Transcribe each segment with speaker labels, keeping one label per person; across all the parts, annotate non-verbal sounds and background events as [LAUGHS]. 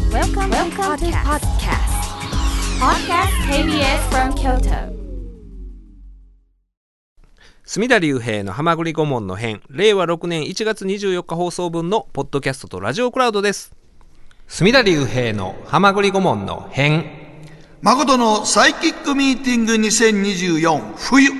Speaker 1: Welcome to
Speaker 2: Welcome, to podcast. Podcast KBS from Kyoto.
Speaker 3: 隅田隆平の「はまぐり顧問の編」令和6年1月24日放送分のポッドキャストとラジオクラウドです隅田隆平の「はまぐり顧問の編
Speaker 4: 誠のサイキックミーティング2024冬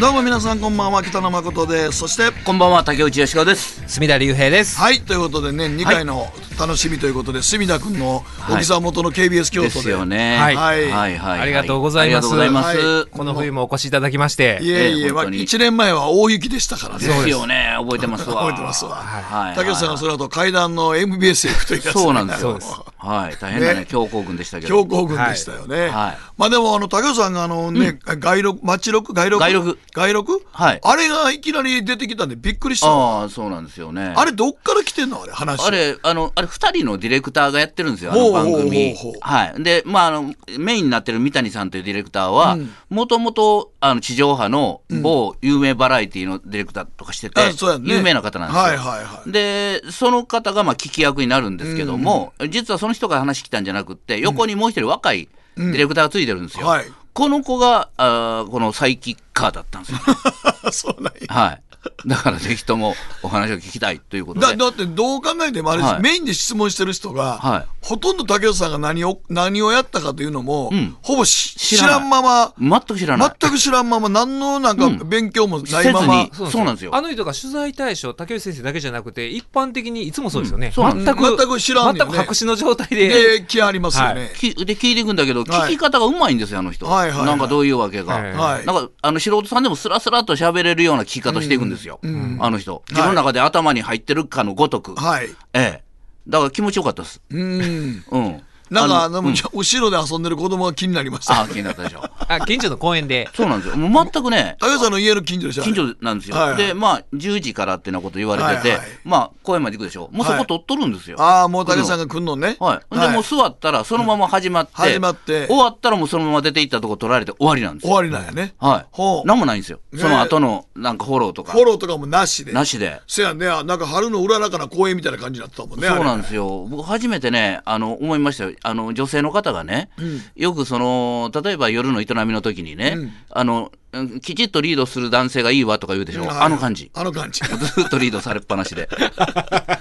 Speaker 4: どうも皆さんこんばんは北野誠ですそして」
Speaker 5: こんばんは竹内義雄です。
Speaker 3: 隅田隆平です、
Speaker 4: はいということでね2回の楽しみということで、隅田君の小木さん元の KBS 京都
Speaker 5: で
Speaker 4: です
Speaker 5: よね。
Speaker 3: はい
Speaker 4: はい
Speaker 5: はいはい
Speaker 3: ありがとうございます
Speaker 5: ありがとうござい
Speaker 4: は
Speaker 5: ま
Speaker 3: この冬もお越しいただきまして
Speaker 4: いえいえ、
Speaker 5: ええ
Speaker 4: まあ、
Speaker 5: 本当に
Speaker 4: 1年前は大雪でしたから
Speaker 5: す。
Speaker 4: ね
Speaker 5: ですよね。覚えてますわ。
Speaker 4: 覚えてますわ、
Speaker 5: はい。
Speaker 4: 竹内さんがその後階段の MBS へ行くというやつ
Speaker 5: そうなんで
Speaker 4: [LAUGHS]
Speaker 5: す
Speaker 3: そう
Speaker 5: よ
Speaker 3: で。
Speaker 5: はい。大変だ
Speaker 4: ね
Speaker 5: ね。強行軍でしたけど。
Speaker 4: 強行軍でしたよね、
Speaker 5: はい
Speaker 4: まあでもあの竹内さんがあのね、街録街録街録
Speaker 5: 街録
Speaker 4: 街録
Speaker 5: はい
Speaker 4: あれがいきなり出てきたんでびっくりしたあ
Speaker 5: ああ、そうなんですよね。
Speaker 4: れどっから来てんのあれ話
Speaker 5: あれ、あの、あれ、二人のディレクターがやってるんですよ、あ
Speaker 4: ほうほ
Speaker 5: の
Speaker 4: うほう
Speaker 5: 番組
Speaker 4: ほう。
Speaker 5: はい。で、まあ、あの、メインになってる三谷さんというディレクターは、もともと、あの、地上波の某有名バラエティのディレクターとかしてて
Speaker 4: あそうや、ね
Speaker 5: 有名な方なんですよ。
Speaker 4: はいはいはい
Speaker 5: で、その方が、まあ、聞き役になるんですけども、実はその人が話来たんじゃなくって、横にもう一人若いディレクターがついてるんですよ。
Speaker 4: はい
Speaker 5: この子が、あーこのサイキッカーだったんですよ。
Speaker 4: [LAUGHS] そうなんや
Speaker 5: はい。だから、ぜひともお話を聞きたいということで。
Speaker 4: だだってどう考えてもあれ、
Speaker 5: はい
Speaker 4: メインで質問してる人が、
Speaker 5: はい
Speaker 4: ほとんど竹内さんが何を何をやったかというのも、
Speaker 5: ん
Speaker 4: ほぼし知
Speaker 5: 知
Speaker 4: ら
Speaker 5: らない
Speaker 4: んまま
Speaker 5: 全く知らない。
Speaker 4: 全く知らんまま何のなんか勉強もないまま、
Speaker 5: せずにそうなんですよ
Speaker 3: あの人が取材対象竹内先生だけじゃなくて一般的にいつもそうですよね、
Speaker 5: んそうなんです
Speaker 3: 全く
Speaker 4: 全く知らんよ
Speaker 3: 全
Speaker 4: ね
Speaker 3: く白紙の状態で
Speaker 4: で気ありますよね、
Speaker 5: きで聞いていくんだけど、
Speaker 4: はい
Speaker 5: 聞き方がうまいんですよ、あの人。
Speaker 4: はいはいはい
Speaker 5: なんかどういうわけが。
Speaker 3: ええ
Speaker 4: はい
Speaker 5: なんか、あの、素人さんでもスラスラと喋れるような聞き方していくんですよ、あの人。自分の中で頭に入ってるかのごとく。
Speaker 4: はい
Speaker 5: ええ。だから気持ちよかったです。
Speaker 4: うん
Speaker 5: うん。
Speaker 4: なんか、
Speaker 5: あの
Speaker 4: でも、ちょ後ろで遊んでる子供が気になりました。
Speaker 5: あ、気になったでしょ。
Speaker 3: あ近所の公園で
Speaker 5: そうなんですよ。もう全くね、
Speaker 4: 竹内さんの家の近所でしょ
Speaker 5: 近所なんですよ。
Speaker 4: はいはい
Speaker 5: で、まあ、10時からってなこと言われてて、
Speaker 4: はいはい
Speaker 5: まあ、公園まで行くでしょ。もうそこ取っとるんですよ。
Speaker 4: ああ、もう竹内さんが来んのね。
Speaker 5: はい。で、もう座ったら、そのまま始まって、
Speaker 4: 始まって
Speaker 5: 終わったらもうそのまま出て行ったとこ取られて終わりなんです
Speaker 4: 終
Speaker 5: よ。
Speaker 4: わりなんやね。
Speaker 5: は
Speaker 4: ほう。
Speaker 5: い。なんもないんですよ。
Speaker 4: ねえ
Speaker 5: その後の、なんかフォローとか
Speaker 4: フォ。ローとかもなしで。
Speaker 5: なしで。
Speaker 4: せやね、あなんか春のうららかな公園みたいな感じだったもんね。
Speaker 5: そうなん
Speaker 4: す。
Speaker 5: ですよ。僕初めてね、あの、思いましたよ。あの、女性の方がね、よくその、例えば夜の営みの時にね、あの、うんきちっとリードする男性がいいわとか言うでしょ。
Speaker 4: はい
Speaker 5: あの感じ。
Speaker 4: あの
Speaker 5: [LAUGHS]
Speaker 4: 感じ。
Speaker 5: ずっとリードされっぱなしで。
Speaker 4: なんか、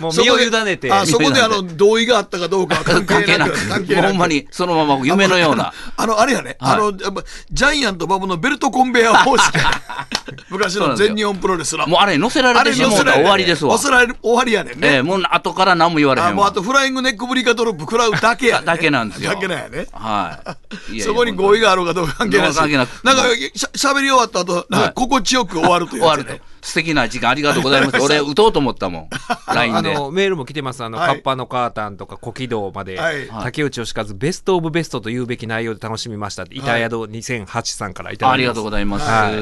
Speaker 3: もう
Speaker 4: そこで
Speaker 3: 身を委ねて
Speaker 4: あ、そこであ
Speaker 5: 身を
Speaker 4: の、同意があったかどうかは [LAUGHS] 関
Speaker 5: 関
Speaker 4: 係
Speaker 5: 係
Speaker 4: な
Speaker 5: な
Speaker 4: く。
Speaker 5: く。もうほんまに、そのまま夢のような。
Speaker 4: あの、あれやね、
Speaker 5: はい
Speaker 4: あの、やっぱ、ジャイアントバブのベルトコンベヤー方
Speaker 5: [LAUGHS]
Speaker 4: 式。昔の全日本プロレスラー。
Speaker 5: もうあれ乗せられてしまうたら終わりですわ。
Speaker 4: 乗せられる終わりやねんね
Speaker 5: え。えもう後から何も言われへん
Speaker 4: あ
Speaker 5: わ。
Speaker 4: もうあとフライングネックブリカドロップ食らうだけや、ね、
Speaker 5: だけなんですよ
Speaker 4: だけなんやね
Speaker 5: はい。いやい
Speaker 4: [LAUGHS]
Speaker 5: や
Speaker 4: そこに合意
Speaker 5: 本
Speaker 4: があろうかどうか関係なし
Speaker 5: 関係なく
Speaker 4: なんかしゃしゃべり終わった後なん
Speaker 5: は
Speaker 4: か
Speaker 5: い
Speaker 4: 心地よく終わると
Speaker 5: 当
Speaker 4: い
Speaker 5: に
Speaker 4: うやつね、
Speaker 5: 終わると。素敵な時間ありがとうござ
Speaker 4: [LAUGHS]
Speaker 5: います。俺、打とうと思ったもん。
Speaker 3: あ
Speaker 5: LINE で。
Speaker 3: のメールも来てます、あの
Speaker 4: はい
Speaker 3: カッパのカータンとか古軌道まで、
Speaker 4: はい
Speaker 3: 竹内義和、ベスト・オブ・ベストと言うべき内容で楽しみましたって、板宿2008さんからいただきました
Speaker 5: ありがとうございます。
Speaker 3: はい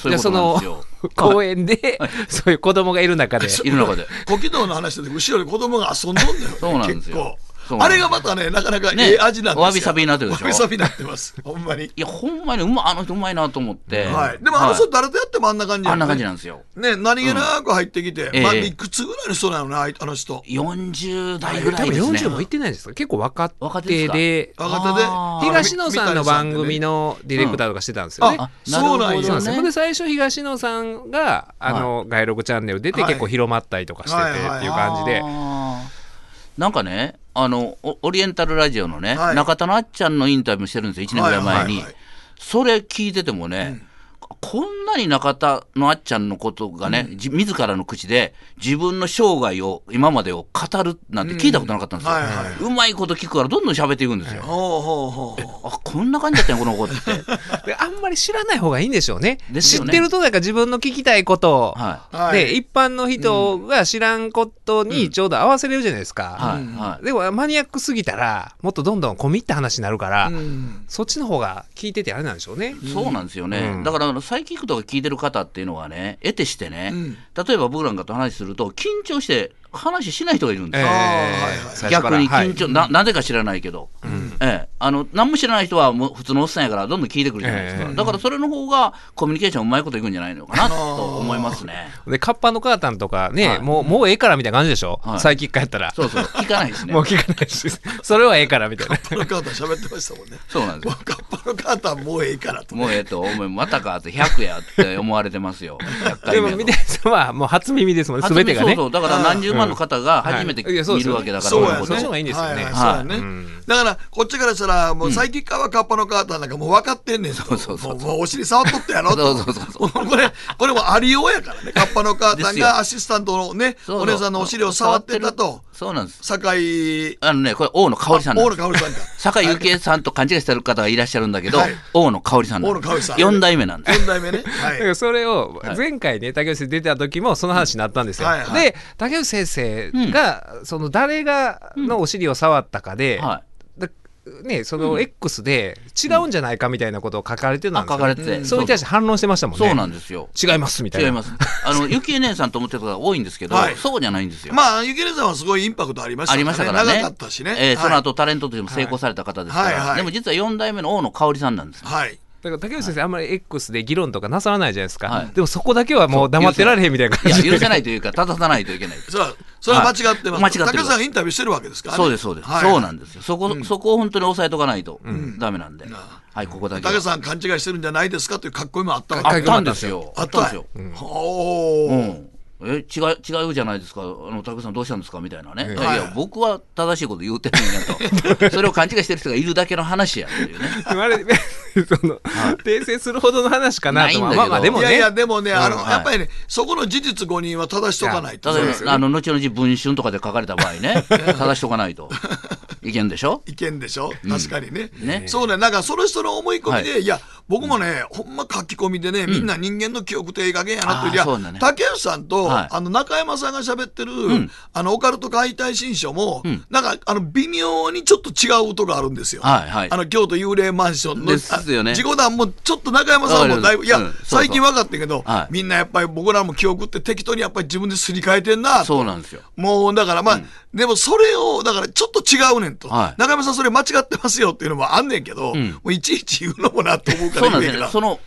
Speaker 5: そういうことなんです
Speaker 3: じゃ
Speaker 5: よ。
Speaker 3: あその公園で、そういう子供がいる中で、
Speaker 5: いる中で。
Speaker 4: 小気道の話で後ろで子供が遊んどんだよ、ね、
Speaker 5: そうなんです
Speaker 4: 結
Speaker 5: よそ
Speaker 4: 構
Speaker 5: うな
Speaker 4: あ
Speaker 5: ん
Speaker 4: れ
Speaker 5: ですよ
Speaker 4: がまたねなかなか
Speaker 5: ね
Speaker 4: ええ味なんですよ
Speaker 5: わびさびになってるでしょ
Speaker 4: わびさびになってますほんまに、
Speaker 5: いや、ほんまにうま、あの人うまいなと思って。
Speaker 4: はい、でもあの人誰とやってもあんな感じや
Speaker 5: あんな感じなん
Speaker 4: ね
Speaker 5: ですよ。
Speaker 4: ね何気なく入ってきて、
Speaker 5: うん
Speaker 4: まあ、
Speaker 5: ええ
Speaker 4: いくつぐらいの人なのねあいあの人
Speaker 5: 40代ぐら
Speaker 3: 多
Speaker 5: い
Speaker 3: 分
Speaker 5: ですね。
Speaker 3: 40もいってないですか、結構若手で、
Speaker 5: 若手です
Speaker 4: 若手で
Speaker 5: あー
Speaker 3: 東野さんの番組
Speaker 4: の
Speaker 3: のディレクターとかしてたんですよね。
Speaker 4: あ
Speaker 5: なる
Speaker 4: そう
Speaker 5: ほど
Speaker 4: なんや
Speaker 3: そうなんですよ
Speaker 5: ね
Speaker 3: ほんで最初東野さんがあの街録チャンネル出て
Speaker 4: はい
Speaker 3: 結構広まったりとかして
Speaker 4: はい
Speaker 3: て
Speaker 4: はい
Speaker 3: っていう感じで
Speaker 5: あーなんかねあのオオリエンタルラジオのね、
Speaker 4: はい
Speaker 5: 中田のあっちゃんのインタビューしてるんですよ1年ぐらい前に、
Speaker 4: はいはいはい
Speaker 5: それ聞いててもね、こんなに中田のあっちゃんのことがね、じ自らの口で自分の生涯を今までを語るなんて聞いたことなかったんですよ、
Speaker 4: うんはいはいう
Speaker 5: まいこと聞くからどんどん喋っていくんですよ、
Speaker 4: ほうほうほうほう
Speaker 5: あこんな感じだったんやこの子って
Speaker 4: [LAUGHS]
Speaker 3: であんまり知らない方がいいんでしょうね
Speaker 5: です
Speaker 3: 知
Speaker 5: よ
Speaker 3: っ
Speaker 5: ね
Speaker 3: てるとなんか自分の聞きたいことを、
Speaker 5: はい
Speaker 4: はい
Speaker 3: で一般の人が知らんことにちょうど合わせれるじゃないですか、
Speaker 5: はいはい
Speaker 3: でもマニアックすぎたらもっとどんどん込み入った話になるから、
Speaker 4: うん
Speaker 3: そっちの方が聞いててあれなんでしょうね。
Speaker 5: そうなんですよね、
Speaker 3: うん
Speaker 5: だからあのサイキックとか聞いてる方っていうのはね、得てしてね、
Speaker 4: うん
Speaker 5: 例えば僕なんかと話すると、緊張して話しない人がいるんですよ、
Speaker 4: はいはい
Speaker 3: 最初か
Speaker 5: 逆
Speaker 3: ら
Speaker 5: に
Speaker 3: はい
Speaker 5: 緊張、ななぜか知らないけど、ええあの何も知らない人はもう普通のおっさんやからどんどん聞いてくるじゃないですか、
Speaker 3: え
Speaker 5: だからそれの方がコミュニケーションうまいこといくんじゃないのかなと思いますね
Speaker 3: で、カッパの母さんとかね、
Speaker 5: はい
Speaker 3: もう、もうええからみたいな感じでしょ、
Speaker 5: はい
Speaker 3: 最近一回やったら。
Speaker 5: そうそう聞かないですね
Speaker 3: もう聞かないし、それはええからみたいな。
Speaker 4: カッパのカーター喋ってましたもんね。
Speaker 5: そうなんです
Speaker 4: もうカッパのカーターもうええからと。
Speaker 5: もうええと思いまたかって100やって思われてますよ100
Speaker 3: で
Speaker 5: 回目
Speaker 3: も、
Speaker 5: やと
Speaker 3: 三谷さんはもう初耳ですもんね、すべてがね。
Speaker 5: そうそうだから何十万の方が初めて
Speaker 3: はいいやそうで
Speaker 5: 見
Speaker 3: すよ
Speaker 5: るわけだから
Speaker 4: そうや
Speaker 5: この
Speaker 4: ね。
Speaker 5: こと
Speaker 3: そっちの方がいいんですよね
Speaker 4: はは
Speaker 5: はい
Speaker 4: そうやね
Speaker 3: うん
Speaker 4: だから、こっちからしたら、もう最近はカッパのカーターなんかもう分かってんねんと。
Speaker 5: そうそうそう
Speaker 4: もうもうお尻触っとったやろと。
Speaker 5: そうそうそう
Speaker 4: これ、これもありようやからね。カッパのカータ
Speaker 5: で
Speaker 4: ー
Speaker 5: すよ
Speaker 4: がアシスタントのね、
Speaker 5: そうそう
Speaker 4: お姉さんのお尻を触ってた
Speaker 5: 触っ
Speaker 4: と
Speaker 5: て、るそうなんです
Speaker 4: 酒井、
Speaker 5: あのねこれ大野香織さんなん
Speaker 4: 大野
Speaker 5: です
Speaker 4: かおりさんか。
Speaker 5: 坂井幸恵 [LAUGHS] さんと勘違いしてる方がいらっしゃるんだけど、
Speaker 4: はい
Speaker 5: 大野香織さんなん
Speaker 4: 大野香織
Speaker 5: です
Speaker 4: さん
Speaker 5: 4代目なんです
Speaker 4: 4代目ね。は
Speaker 3: だ
Speaker 4: い
Speaker 3: か。らそれを
Speaker 5: はい
Speaker 3: 前回ね竹内先生出た時もその話になったんですよ。
Speaker 4: はいはい
Speaker 3: で竹内先生がその誰がのお尻を触ったかで、
Speaker 5: はい
Speaker 3: だね、その X で違うんじゃないかみたいなことを書かれてたん
Speaker 5: あ
Speaker 3: です
Speaker 5: 書
Speaker 3: よ、
Speaker 5: かれてて、
Speaker 3: それに対して反論してましたもんね。
Speaker 5: そうなんですよ
Speaker 3: 違いますみたいな。
Speaker 5: 違いますあの幸恵姉さんと思ってる方が多いんですけど、
Speaker 4: はい
Speaker 5: そうじゃないんですよ、
Speaker 4: まあ、ゆきねさんはすごいインパクトありました
Speaker 5: あ
Speaker 4: ね。
Speaker 5: りましたからね
Speaker 4: 長かったしね。
Speaker 5: えー
Speaker 4: はい
Speaker 5: その後タレントとしても成功された方ですから、
Speaker 4: はいはいはい
Speaker 5: でも実は4代目の大野香織さんなんです
Speaker 4: はい。
Speaker 3: だから竹内先生あんまり X で議論とかなさらないじゃないですか。
Speaker 5: はい
Speaker 3: でもそこだけはもう黙ってられへんみたいな感
Speaker 5: いや
Speaker 3: じで。
Speaker 5: 許せないというか立たさないといけない
Speaker 4: それは、それは間違ってます。
Speaker 5: はい間違ってる
Speaker 4: 竹内さんがインタビューしてるわけですから、ね。
Speaker 5: そうですそうです、
Speaker 4: はい
Speaker 5: そうなんですよそこ、そこを本当に抑えとかないとダメなんで、
Speaker 4: ん
Speaker 5: はいここだけは
Speaker 4: 竹内さん勘違いしてるんじゃないですかという格好もあったわ
Speaker 5: あ
Speaker 4: け
Speaker 5: っ
Speaker 4: で
Speaker 5: たんですよ
Speaker 4: あ
Speaker 5: あ
Speaker 4: っ
Speaker 5: った
Speaker 4: ん
Speaker 5: たん
Speaker 4: で
Speaker 5: ですす
Speaker 4: よ
Speaker 5: よ。
Speaker 4: すよ。お
Speaker 5: う
Speaker 4: ー
Speaker 5: んえ違う違うじゃないですかあの竹内さんどうしたんですかみたいなね、いやい
Speaker 4: はい
Speaker 5: や僕は正しいこと言うてんねん
Speaker 4: [LAUGHS]
Speaker 5: なとそれを勘違いしてる人がいるだけの話やっていうね
Speaker 3: でもあれ [LAUGHS] その訂正するほどの話かなとは
Speaker 5: ないん
Speaker 3: ま
Speaker 5: だけど
Speaker 3: あまあでも
Speaker 4: い
Speaker 3: ね
Speaker 4: やいや、でもね、あの、
Speaker 5: はい
Speaker 4: やっぱりね、そこの事実誤認は正しとかないと。
Speaker 5: 例
Speaker 4: そう
Speaker 5: え
Speaker 4: で
Speaker 5: ば、
Speaker 4: す
Speaker 5: あの後々文春とかで書かれた場合
Speaker 4: [LAUGHS]
Speaker 5: ね正しとかないといけんでしょ
Speaker 4: 意見でしょ確かにね,、
Speaker 5: うんね
Speaker 4: そうね、なんかその人の思い込みで、、
Speaker 5: はい
Speaker 4: や、僕もね、ほんま書き込みでね、みんな人間の記憶ってええ加減やなって、
Speaker 5: あー
Speaker 4: いや
Speaker 5: そうだね
Speaker 4: 竹内さんと、
Speaker 5: はい
Speaker 4: あの中山さんが喋ってる、
Speaker 5: ん
Speaker 4: あのオカルト解体新書も、
Speaker 5: ん
Speaker 4: なんかあの微妙にちょっと違う音があるんですよ。
Speaker 5: はいはい
Speaker 4: あの京都幽霊マンションの
Speaker 5: ですよね
Speaker 4: あ自己談もちょっと中山さんもだいぶ、いや、
Speaker 5: わかるうんそうそう
Speaker 4: 最近分かったけど、
Speaker 5: はい
Speaker 4: みんなやっぱり僕らも記憶って適当にやっぱり自分ですり替えてんなと
Speaker 5: そうなんですよ
Speaker 4: もうだからまあ、でもそれを、だからちょっと違うねんと、
Speaker 5: はい
Speaker 4: 中山さん、それ間違ってますよっていうのもあんねんけど、
Speaker 5: ん
Speaker 4: もういちいち言うのもなと思うか
Speaker 5: そ
Speaker 4: ら
Speaker 5: うなん
Speaker 4: 言
Speaker 5: で
Speaker 4: えへん
Speaker 5: すよ
Speaker 4: な
Speaker 5: [LAUGHS] ねその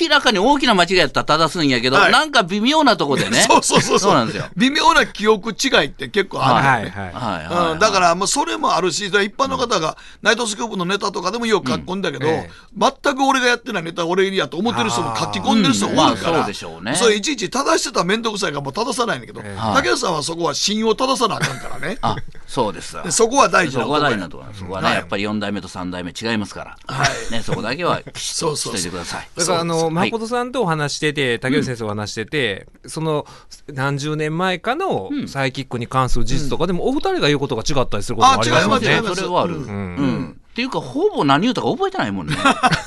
Speaker 5: 明らかに大きな間違いやったら正すんやけど、
Speaker 4: はい
Speaker 5: なんか微妙なとこでね
Speaker 4: [LAUGHS] そうそうそう
Speaker 5: そうなんですよ
Speaker 4: 微妙な記憶違いって結構ある、
Speaker 3: は
Speaker 4: ね
Speaker 3: いはい。
Speaker 5: はいはい、
Speaker 4: うん、だから、もうそれもあるし、一般の方が、ナイトスクープのネタとかでもよく書き込んだけど、
Speaker 3: うんええ
Speaker 4: 全く俺がやってないネタ、俺やと思ってる人も書き込んでる人多い
Speaker 5: あーうん
Speaker 4: から、
Speaker 5: まあそうでしょうね
Speaker 4: それいちいち正してたら面倒くさいから、もう正さないんだけど、
Speaker 3: ええ
Speaker 4: 竹内さんはそこは信用正さなあかんからね。
Speaker 5: あそう
Speaker 4: [LAUGHS]
Speaker 5: ですわ
Speaker 4: でそこは大事な
Speaker 5: そ
Speaker 4: と
Speaker 5: こ
Speaker 4: こ
Speaker 5: は
Speaker 4: や
Speaker 5: 大事なところなんですそこはね、
Speaker 4: はい
Speaker 5: やっぱり4代目と3代目違いますから、ね、そこだけはきちっ
Speaker 4: そう
Speaker 5: と
Speaker 4: そうそう
Speaker 5: しといてください。
Speaker 3: だからあ
Speaker 5: そ
Speaker 3: の
Speaker 5: うです
Speaker 3: 誠さんとお話してて竹内先生お話してて、その何十年前かのサイキックに関する事実とかでもお二人が言うことが違ったりすることもあります
Speaker 5: は
Speaker 3: も
Speaker 5: い
Speaker 3: ん
Speaker 4: 違い
Speaker 3: ね
Speaker 4: ま。
Speaker 5: それはある、
Speaker 4: うん
Speaker 5: うんっていうかほぼ何言うたか覚えてないもんね
Speaker 4: [LAUGHS]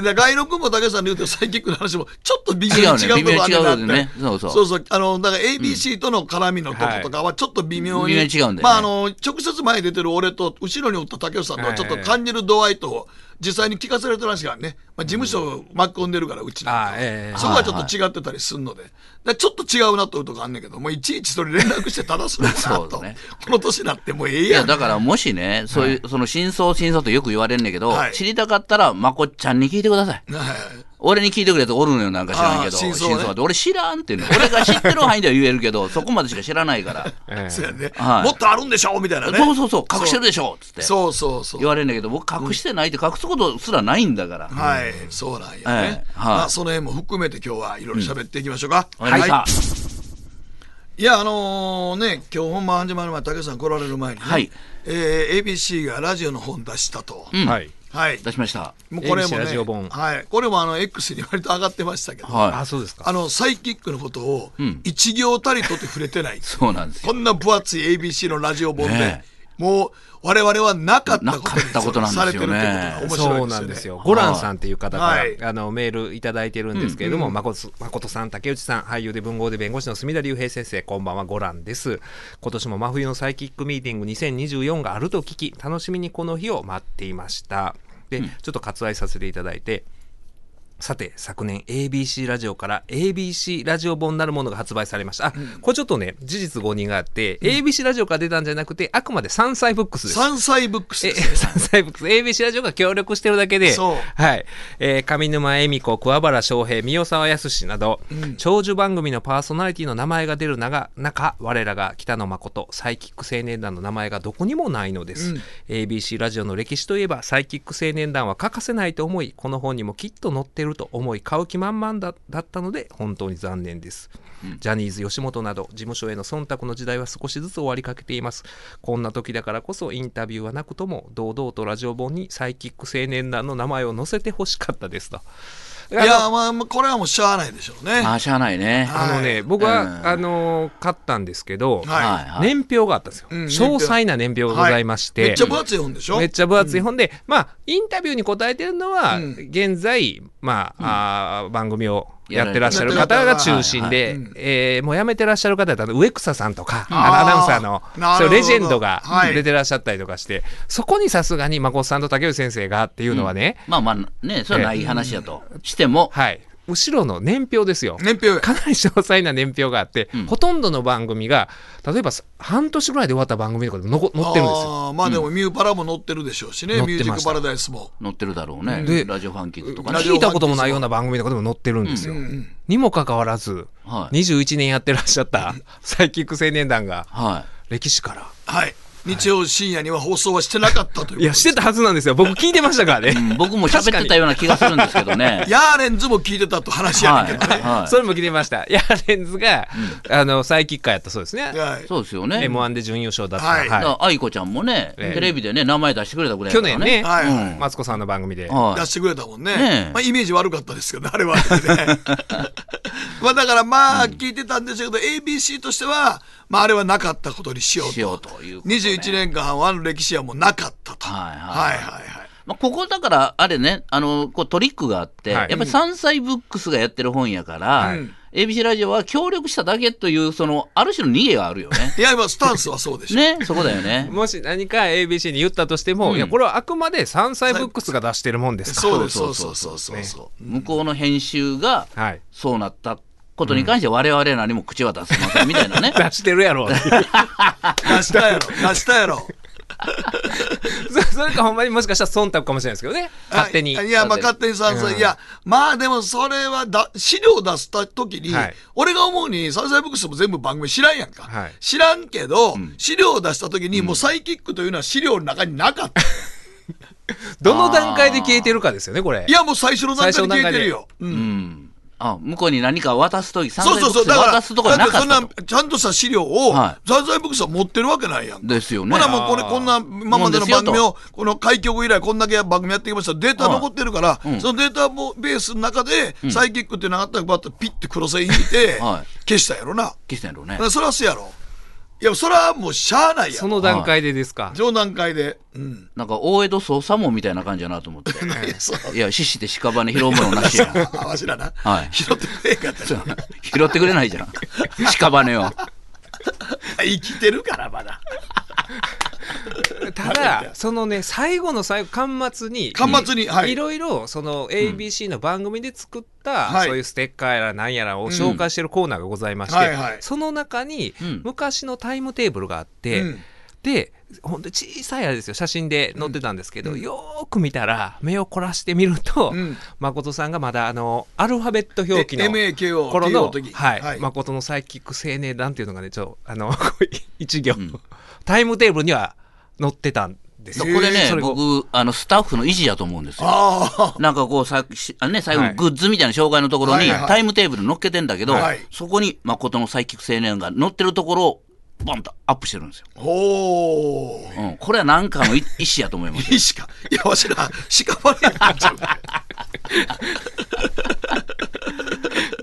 Speaker 4: で外録も竹内さんの言うとサイキックの話もちょっと微
Speaker 5: 違
Speaker 4: 妙
Speaker 5: う
Speaker 4: に
Speaker 5: ね
Speaker 4: 違うとこあるなって、
Speaker 5: 微妙に違うよねそうそう
Speaker 4: そうあのだから ABC との絡みのとことかはちょっと微妙に、
Speaker 5: 微妙に違うんだよね
Speaker 4: まああの直接前に出てる俺と後ろにおった竹内さんのちょっと感じる度合いと実際に聞かされてる話がね、まあ、事務所巻き込んでるからうちなんか
Speaker 3: あええ
Speaker 4: そこはちょっと違ってたりするので、でちょっと違うなというとこあんねんけどもういちいちそれ連絡して正すのかな
Speaker 5: そう
Speaker 4: と、
Speaker 5: だね
Speaker 4: [LAUGHS] この年になってもうええ
Speaker 5: いや
Speaker 4: やん
Speaker 5: だからもしねそういう、その真相真相とよく言われるんだけど、
Speaker 4: はい
Speaker 5: 知りたかったらまこっちゃんに聞いてください
Speaker 4: はい
Speaker 5: 俺に聞いてくれとおるのよなんか知らんけど
Speaker 4: あー真相ね
Speaker 5: って俺知らんっていうの俺が知ってる範囲では言えるけどそこまでしか知らないから、
Speaker 3: ええ
Speaker 4: そうやね、
Speaker 5: はい
Speaker 4: もっとあるんでしょみたいなね
Speaker 5: そうそうそう隠してるでしょっつって
Speaker 4: そうそうそう
Speaker 5: 言われるんだけど僕隠してないって隠すことすらないんだから、
Speaker 4: はい、そうなんやね。
Speaker 5: ええはい
Speaker 4: まあ、その辺も含めて今日はいろいろ喋っていきましょうか。
Speaker 5: わかりました、
Speaker 4: いや、あのね、今日本番始まる前、竹内さん来られる前にね、
Speaker 5: はい
Speaker 4: えー ABC がラジオの本出したと。
Speaker 5: うん
Speaker 3: はい。
Speaker 4: はい。
Speaker 5: 出しました
Speaker 4: もうこれも
Speaker 3: ABC ラジオ
Speaker 4: ね
Speaker 3: 本、
Speaker 4: はい、これもあの X に割と上がってましたけど、
Speaker 5: は
Speaker 3: あ
Speaker 5: い
Speaker 3: そうですか
Speaker 4: あ。のサイキックのことを
Speaker 5: ん
Speaker 4: 一行たりとって触れてない。
Speaker 5: そうなんですよ
Speaker 4: こんな分厚い ABC のラジオ本で、
Speaker 5: ね
Speaker 4: もう我々はなかったことに
Speaker 5: なかったことなんです
Speaker 4: さ
Speaker 5: よね
Speaker 4: れてるってことが面白いですよね。
Speaker 3: そうなんですよ。ゴランさんっていう方から、
Speaker 4: はい
Speaker 3: あのメールいただいてるんですけれども、誠誠さん、竹内さん、俳優で文豪で弁護士の隅田隆平先生、こんばんは、ゴランです。今年も真冬のサイキックミーティング2024があると聞き、楽しみにこの日を待っていました。で、ちょっと割愛させていただいて、さて、昨年 ABC ラジオから ABC ラジオ本なるものが発売されました。あ、これちょっとね、事実誤認があって、ABC ラジオから出たんじゃなくて、あくまで山菜ブックスです。
Speaker 4: 山菜ブックス
Speaker 3: え、
Speaker 4: です
Speaker 3: 山菜ブックス、ABC ラジオが協力してるだけで、
Speaker 4: そう
Speaker 3: はい。えー上沼恵美子、桑原翔平、三代沢康など、長寿番組のパーソナリティの名前が出る中、中我らが北野誠、サイキック青年団の名前がどこにもないのです。ABC ラジオの歴史といえば、サイキック青年団は欠かせないと思い、この本にもきっと載ってると思い、買う気満々だだったので、本当に残念です。ジャニーズ吉本など事務所への忖度の時代は少しずつ終わりかけていますこんな時だからこそインタビューはなくとも堂々とラジオ本にサイキック青年団の名前を載せてほしかったですとい
Speaker 4: いやまあまあこれはもうしゃあないでしょうね
Speaker 5: あーしゃあないね。
Speaker 4: は
Speaker 5: は
Speaker 3: あのね、僕は、
Speaker 5: うん
Speaker 3: あのー買ったんですけど、
Speaker 5: い
Speaker 4: はい
Speaker 5: はい。
Speaker 3: 年表があったんですよ、
Speaker 4: うん
Speaker 3: 詳細な年表がございまして、
Speaker 4: めっちゃ分厚い本でしょ
Speaker 3: めっちゃ分厚い本で、まあインタビューに答えてるのは、
Speaker 4: うん
Speaker 3: 現在、まああー番組をやってらっしゃる方が中心で、
Speaker 4: やってる方がはいはい
Speaker 3: えーもうやめてらっしゃる方だったら上草さんとか、
Speaker 4: あー
Speaker 3: あのアナウンサーの
Speaker 4: なる
Speaker 3: そ
Speaker 4: ほど
Speaker 3: うレジェンドが
Speaker 4: はい
Speaker 3: 出てらっしゃったりとかして、そこにさすがに真子さんと竹内先生がっていうのはね、
Speaker 5: まあまあ、ね、それはない話やと。しても、
Speaker 3: はい、後ろの年表ですよ。
Speaker 4: 年表
Speaker 3: かなり詳細な年表があって、
Speaker 5: ん
Speaker 3: ほとんどの番組が例えば半年ぐらいで終わった番組とかで残載ってるんですよ。
Speaker 4: あーまあでもミューパラも載ってるでしょうしね、
Speaker 3: 載ってまし
Speaker 4: ミュ
Speaker 3: た
Speaker 4: ージックパラダイスも
Speaker 5: 載ってるだろうね
Speaker 3: で。
Speaker 5: ラジオファンキッズとか
Speaker 4: ラ
Speaker 5: ね
Speaker 4: ジ。
Speaker 3: 聞いたこともないような番組とかでも載ってるんですよ。にもかかわらず、
Speaker 5: はい
Speaker 3: 21年やってらっしゃったサイキック青年団が
Speaker 5: は
Speaker 3: 歴史から。
Speaker 4: はい日曜深夜には放送はしてなかったということ
Speaker 3: いや、してたはずなんですよ。僕聞いてましたからね。
Speaker 5: い。うん僕も喋ってたような気がするんですけどね。
Speaker 4: ヤーレンズも聞いてたと話や
Speaker 5: は
Speaker 4: ね
Speaker 5: い
Speaker 4: んけどね。
Speaker 5: は
Speaker 3: それも聞いてました。ヤーレンズが、あの、サイキッカーやったそうですね。
Speaker 4: はい
Speaker 5: い。そうですよね。
Speaker 3: M1 で準優勝だった。
Speaker 4: はい
Speaker 5: だか
Speaker 3: は
Speaker 5: ら愛子ちゃんもね、
Speaker 3: ええ
Speaker 5: テレビでね、名前出してくれたぐら
Speaker 3: い
Speaker 5: い
Speaker 3: 去
Speaker 5: だから
Speaker 3: 年ね、
Speaker 4: はいはい
Speaker 5: うん
Speaker 3: マツコさんの番組で。
Speaker 5: は
Speaker 4: 出してくれたもんね。
Speaker 5: ねえ
Speaker 4: まあ、イメージ悪かったですけどね、あれはあ [LAUGHS] れでね。まあ、だからまあ、聞いてたんでしょうけど、ABC としては、まあ、あれはなかったことにしよ
Speaker 5: い。
Speaker 4: う
Speaker 5: し
Speaker 4: と。
Speaker 5: ようということで。
Speaker 4: 21年間はあの歴史はもうなかったと。
Speaker 5: はい
Speaker 4: は
Speaker 5: はいい
Speaker 4: はいはい。。
Speaker 5: まあ、ここだから、あれね、あの、こうトリックがあって、
Speaker 3: はい
Speaker 5: やっぱり山菜ブックスがやってる本やから、ABC ラジオは協力しただけという、その、ある種の逃げがあるよね
Speaker 4: [LAUGHS] いや、まあ、スタンスはそうでしょ。
Speaker 5: ね、そこだよね。
Speaker 3: もし何か ABC に言ったとしても、いや、これはあくまで山菜ブックスが出してるもんですから。
Speaker 4: そうです、そうそうそうそうそ
Speaker 5: 向こうの編集が、
Speaker 3: はい。
Speaker 5: そうなったことに関して、我々何も口は出せませんみた
Speaker 4: [LAUGHS]
Speaker 5: いなね。
Speaker 3: 出してるやろうっていう
Speaker 4: う。出したやろ、出したや
Speaker 5: [LAUGHS]
Speaker 4: ろ。
Speaker 3: [LAUGHS] そそれかほんまにもしかしたら忖度かもしれないですけどね勝手に
Speaker 4: はいいや、まあ、勝手に山菜、いや、まあ、でも、それはだ、資料出した時に、
Speaker 3: はい
Speaker 4: 俺が思うに、山菜ブックスも全部番組知らんやんか。
Speaker 3: はい
Speaker 4: 知らんけど、資料出した時に、もうサイキックというのは資料の中になかった。
Speaker 3: どの段階で消えてるかですよねこれ
Speaker 4: いや、もう最初の段階で消えてるよ。う
Speaker 5: うんん。あ、向こうに何か渡すとき、山
Speaker 4: そう
Speaker 5: 菜ブ
Speaker 4: そうそう。
Speaker 5: ックス
Speaker 4: だから、
Speaker 5: 渡すとこじゃ
Speaker 4: だ
Speaker 5: な
Speaker 4: って
Speaker 5: か
Speaker 4: そ
Speaker 5: っ
Speaker 4: ん
Speaker 5: た
Speaker 4: な、
Speaker 5: と。
Speaker 4: ちゃんとした資料を、
Speaker 5: は
Speaker 4: 山菜ブックスは持ってるわけないやんか。
Speaker 5: ですよ
Speaker 4: ほ。
Speaker 5: ね
Speaker 4: なもうこれこんな今までの番組
Speaker 5: もん
Speaker 4: をこの開局以来こんだけ番組やってきましたデータ残ってるから、
Speaker 5: いうん
Speaker 4: そのデータベースの中でサイキックっていうのがあったらバッとピッて黒線引いて
Speaker 5: [LAUGHS] は
Speaker 4: 消したやろな、
Speaker 5: 消したんやろうね
Speaker 4: だか。らそれはそうやろいやそれはもうしゃあないや
Speaker 3: そ
Speaker 4: ろ
Speaker 3: の段階でですか、
Speaker 4: 上段階で、うん、
Speaker 5: なんか、大江戸捜査網みたいな感じやなと
Speaker 4: [LAUGHS]
Speaker 5: 思って。
Speaker 4: いやそう
Speaker 5: いや、獅子で屍拾うものな
Speaker 4: [LAUGHS]
Speaker 5: しや。
Speaker 4: あわしらな、
Speaker 5: はい
Speaker 4: 拾ってくれへんかったら
Speaker 5: [LAUGHS] 拾ってくれないじゃん。屍を。
Speaker 4: 生きてるからまだ
Speaker 3: ただそのね最後の最後巻末に
Speaker 4: 端末に、はい
Speaker 3: いろいろその ABC の番組で作った、
Speaker 4: はい
Speaker 3: そういうステッカーやら何やらを紹介してるコーナーがございまして、
Speaker 4: うんはいはい
Speaker 3: その中に
Speaker 5: うん
Speaker 3: 昔のタイムテーブルがあって、
Speaker 4: うん
Speaker 3: でほんと小さいあれですよ写真で載ってたんですけど、よーく見たら目を凝らしてみると、
Speaker 4: うん
Speaker 3: 誠さんがまだあのアルファベット表記の
Speaker 4: MAKO
Speaker 3: 頃の
Speaker 4: TO の時、
Speaker 3: はい
Speaker 4: はい
Speaker 3: 誠のサイキック青年団っていうのがねちょあの [LAUGHS] 一行、タイムテーブルには載ってたんです
Speaker 5: そ
Speaker 3: よ。
Speaker 5: これね
Speaker 3: そ、れを
Speaker 5: 僕、あの、スタッフの維持やと思うんですよ。
Speaker 4: ああ
Speaker 5: なんかこうさしあのね、最後
Speaker 3: はい
Speaker 5: にグッズみたいな紹介のところ
Speaker 4: はい
Speaker 5: に
Speaker 4: はいはい
Speaker 5: タイムテーブル載っけてんだけど
Speaker 4: はい、
Speaker 5: そこに誠のサイキック青年が載ってるところを、ボンとアップしてるんですよ。
Speaker 4: おお
Speaker 5: うん。これはなんかの意意思やと思
Speaker 4: [LAUGHS]
Speaker 5: いますよ。
Speaker 4: いいしかいやわしら屍になっちゃう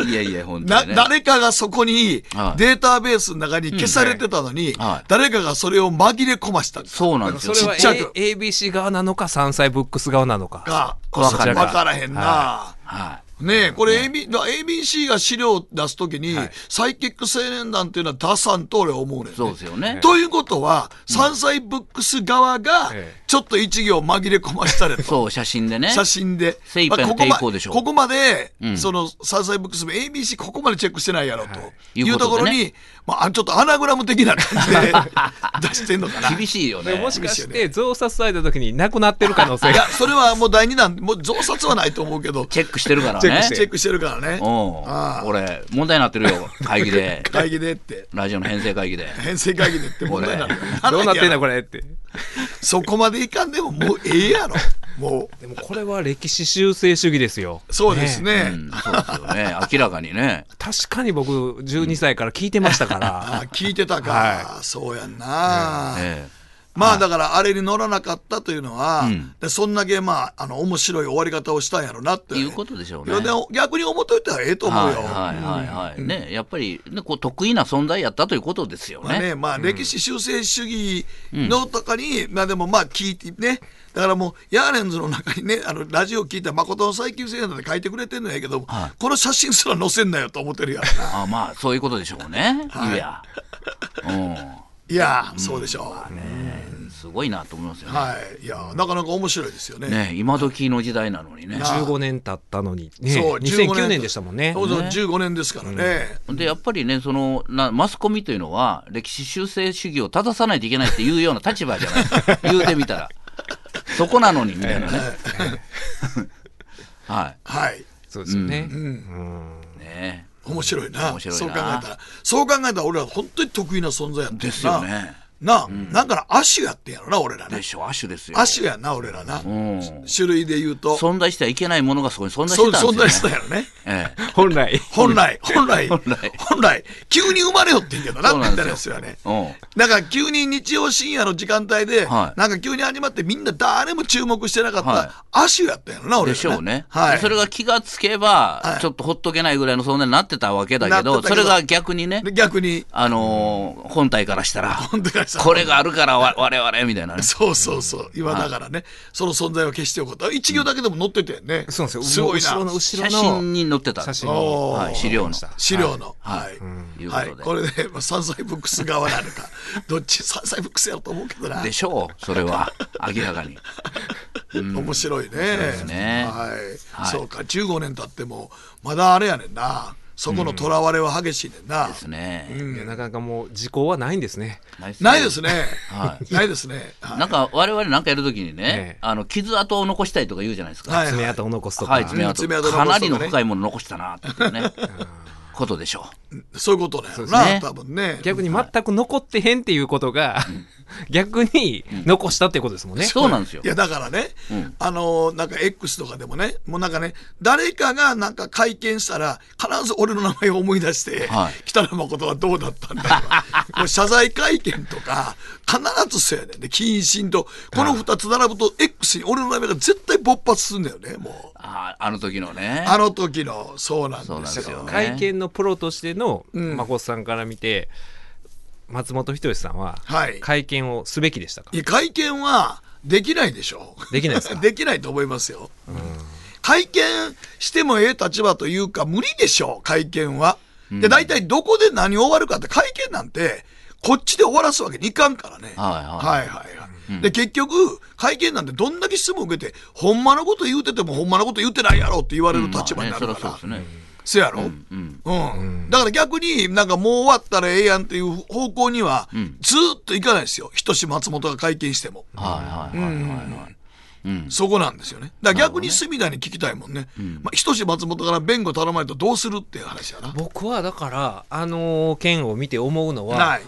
Speaker 5: [LAUGHS] いやいや、本当
Speaker 4: な
Speaker 5: にね。
Speaker 4: 誰かがそこに
Speaker 5: はい
Speaker 4: データベースの中に消されてたのに、
Speaker 5: はい
Speaker 4: 誰かがそれを紛れ込ました
Speaker 5: そうなんです
Speaker 3: そ
Speaker 5: よ。
Speaker 3: れは
Speaker 4: ちっちゃく
Speaker 3: A- ABC 側なのか山菜ブックス側なのか。
Speaker 4: か、こ
Speaker 5: わか
Speaker 4: れ
Speaker 5: る
Speaker 4: わからへんな。
Speaker 5: は
Speaker 4: ねえ、これ、AB だ ABC が資料を出すときに、サイキック青年団っていうのは出さんと俺は思うねんね
Speaker 5: い。そうですよね。
Speaker 4: ということは、山菜ブックス側が
Speaker 3: ええ
Speaker 4: ちょっと一行紛れ込ましたれと。
Speaker 5: そう、写真でね。
Speaker 4: 写真で。
Speaker 5: 精一杯の
Speaker 4: まあここま
Speaker 5: 抵抗でしょう
Speaker 4: ここまで、
Speaker 5: ん
Speaker 4: その、サンサイブックスも ABC ここまでチェックしてないやろと。い、
Speaker 5: いううこと
Speaker 4: ころ
Speaker 5: とでね
Speaker 4: に、まあ、あちょっとアナグラム的な感じ
Speaker 5: [LAUGHS]
Speaker 4: で出してんのかな。
Speaker 5: 厳しいよね。
Speaker 3: もしかして増刷された時になくなってる可能性
Speaker 4: い [LAUGHS]
Speaker 3: が
Speaker 4: や、それはもう第二弾、もう増刷はないと思うけど、チ
Speaker 5: チェックしてるから
Speaker 3: チェック
Speaker 5: ね
Speaker 3: し。
Speaker 4: ェックしてるからね
Speaker 5: う。
Speaker 4: ああ
Speaker 5: ん。俺、問題になってるよ。会議で。
Speaker 4: 会議でって、
Speaker 5: ラジオの編成会議で。
Speaker 4: 編成会議でって問題になるから。
Speaker 3: どうなってんだ
Speaker 4: やろ
Speaker 3: これって
Speaker 4: そこまでいかんでも、もうええやろ。も
Speaker 3: でもこれは歴史修正主義ですよ
Speaker 4: う、そうです
Speaker 5: う
Speaker 4: ね。
Speaker 5: ん、そうですよ
Speaker 4: [LAUGHS]
Speaker 5: ね。明らかにね。
Speaker 3: 確かに僕12歳から聞いてましたか
Speaker 4: [LAUGHS] あ
Speaker 3: ら、
Speaker 4: 聞いてたか、
Speaker 3: は
Speaker 4: そうやんな、
Speaker 5: え
Speaker 4: まあだからあれに乗らなかったというのは、
Speaker 5: うん
Speaker 4: でそんだけまああの面白い終わり方をしたんやろなって [LAUGHS]
Speaker 5: え。いうことでしょうね。
Speaker 4: いやでも逆に思っといたらええと思う
Speaker 5: はい
Speaker 4: よ、
Speaker 5: はいはいはい。ね、やっぱり、ね、こう得意な存在やったということですよ
Speaker 4: まあ
Speaker 5: ね。
Speaker 4: ね、まあ歴史修正主義の中に、まあでもまあ聞いてね、だからもうヤーレンズの中にね、あのラジオ聞いた誠の最近生なんて書いてくれてんのやけど、
Speaker 5: は
Speaker 4: この写真すら載せんなよと思ってるやろ
Speaker 5: [LAUGHS]
Speaker 4: な。
Speaker 5: あまあ、そういうことでしょうね。
Speaker 4: はい
Speaker 5: い、や。う
Speaker 4: いやー、そうでしょう。
Speaker 5: ん。すごいなと思いますよね。
Speaker 4: はい。いやー、なかなか面白いですよね。
Speaker 5: ね今時の時代なのにね。
Speaker 3: 15年経ったのに、ね、
Speaker 4: そう15
Speaker 3: 2009年でしたもんね
Speaker 4: そうそう15年ですからね。
Speaker 5: でやっぱりねそのな、マスコミというのは、歴史修正主義を正さないといけないっていうような立場じゃないです
Speaker 4: [LAUGHS]
Speaker 5: か、言うてみたら、そこなのにみたいなね。 [LAUGHS] は
Speaker 4: はい。
Speaker 3: そうですよね、
Speaker 5: い、ね
Speaker 4: 面白いな
Speaker 5: 面白
Speaker 4: そ
Speaker 5: いな
Speaker 4: う考えたらそう考えたら俺ら本当に得意な存在やった
Speaker 5: ですよね。
Speaker 4: なあ、なんから亜種やってんやろな俺らね
Speaker 5: でしょ、亜種ですよ。
Speaker 4: 亜種やな俺らな、
Speaker 5: うん、
Speaker 4: 種類で言うと
Speaker 5: 存在してはいけないものがそこに存在
Speaker 4: そ
Speaker 5: し
Speaker 4: う
Speaker 5: てたん
Speaker 4: 存在
Speaker 5: で
Speaker 4: し
Speaker 5: す
Speaker 4: た
Speaker 5: よ、ね。
Speaker 4: んやろね
Speaker 5: ええ
Speaker 3: 本来
Speaker 4: 本
Speaker 5: [LAUGHS]
Speaker 4: 来本来本来
Speaker 5: 来
Speaker 4: 急に生まれよってんけどな
Speaker 5: そうなん
Speaker 4: み
Speaker 5: で
Speaker 4: た
Speaker 5: す
Speaker 4: い
Speaker 5: よ
Speaker 4: なですよね
Speaker 5: うん
Speaker 4: だから急に日曜深夜の時間帯で、
Speaker 5: はい
Speaker 4: なんか急に始まってみんな誰も注目してなかっ
Speaker 5: はい
Speaker 4: た亜種やったんやろな俺ら
Speaker 5: でしょうね、
Speaker 4: はい、
Speaker 5: それが気がつけば、
Speaker 4: はい
Speaker 5: ちょっとほっとけないぐらいの存在になってたわけだけ
Speaker 4: なっ
Speaker 5: ど、
Speaker 4: てた
Speaker 5: そ
Speaker 4: けど
Speaker 5: れが逆にね
Speaker 4: で、逆に
Speaker 5: あのー本体からしたら、
Speaker 4: 本当からしたら
Speaker 5: これがあるから
Speaker 4: [LAUGHS]
Speaker 5: わ我々みたいなね。
Speaker 4: そうそうそう。今だからね、その存在を消しておこうと。一行だけでも載ってたよね。
Speaker 3: そうなんですよ
Speaker 4: ごい
Speaker 3: 後ろの
Speaker 4: な。
Speaker 3: 後
Speaker 5: 写
Speaker 3: ろの
Speaker 5: 真に載ってた
Speaker 3: 写真
Speaker 4: おー
Speaker 5: はい、資料の。
Speaker 4: 資料の。はい。
Speaker 5: いうこ
Speaker 4: はい。
Speaker 5: とで
Speaker 4: これで、まあ、山菜ブックス側なのか。どっち、山菜ブックスやろうと思うけどな。
Speaker 5: でしょう、それ
Speaker 4: [LAUGHS]
Speaker 5: は、明らかに。
Speaker 4: 面白いね。
Speaker 5: すね
Speaker 4: はい。
Speaker 5: はい
Speaker 4: そうか、15年経っても、まだあれやねんな。そこのとらわれは激しいねんな。
Speaker 5: ですね。
Speaker 3: いやなかなかもう時効はないんですね
Speaker 5: ナイス
Speaker 4: ないですね。
Speaker 5: は
Speaker 4: ないですね。はい
Speaker 5: なんか、我々なんかやるときに
Speaker 3: ええ
Speaker 5: ね、あの、傷跡を残したいとか言うじゃないですか。
Speaker 4: は
Speaker 5: はいい、
Speaker 3: 爪痕を残すとか、
Speaker 5: 爪痕。
Speaker 4: 爪痕残すとか
Speaker 5: か
Speaker 4: ね
Speaker 5: なりの深いもの残したな、っていうね。ことでしょ
Speaker 4: そういうことだよ
Speaker 5: そうです
Speaker 4: な、
Speaker 5: ね
Speaker 4: 多分ね。
Speaker 3: 逆に全く残ってへんっていうことが、逆に残したってことですもん
Speaker 5: う。
Speaker 3: ね。
Speaker 5: そうなんですよ
Speaker 4: い。やだからね、
Speaker 5: ん
Speaker 4: あのーなんか X とかでもね、もうなんかね、誰かがなんか会見したら、必ず俺の名前を思い出して、
Speaker 5: はい
Speaker 4: 北野誠はどうだったんだと
Speaker 5: [LAUGHS]
Speaker 4: か、もう謝罪会見とか、必ずそうやねんね、謹慎と、この2つ並ぶと、X に俺の名前が絶対勃発するんだよね、もう。
Speaker 5: ああの時のね。
Speaker 4: あの時の、そうなんです
Speaker 5: そう
Speaker 4: よ。
Speaker 5: なんですよね。
Speaker 3: 会見のプロとしての誠さんから見て、松本人志さんは
Speaker 4: はい
Speaker 3: 会見をすべきでしたか、
Speaker 4: いや会見はできないでしょ。
Speaker 3: できないですか
Speaker 4: [LAUGHS] できないと思いますよ。会見してもええ立場というか、無理でしょう、会見は。で、大体どこで何終わるかって、会見なんて、こっちで終わらすわけにいかんからね。
Speaker 5: はい
Speaker 4: はいはいはいで、結局、会見なんてどんだけ質問受けて、ほんまのこと言うてても、ほんまのこと言うてないやろって言われる立場になる
Speaker 5: まあね
Speaker 4: か
Speaker 5: そりゃそう
Speaker 4: ら
Speaker 5: で。すね。
Speaker 4: せやろ、うん
Speaker 5: うん
Speaker 4: だから逆になんかもう終わったらええやんっていう方向にはずーっといかないですよ仁志松本が会見しても
Speaker 5: はいはいはいはいはい。うん。
Speaker 4: そこなんですよねだから逆に隅田に聞きたいもんねまあ、仁志松本から弁護頼まれたらどうするっていう話やな
Speaker 3: 僕はだから、あの件を見て思うの
Speaker 4: は
Speaker 3: は、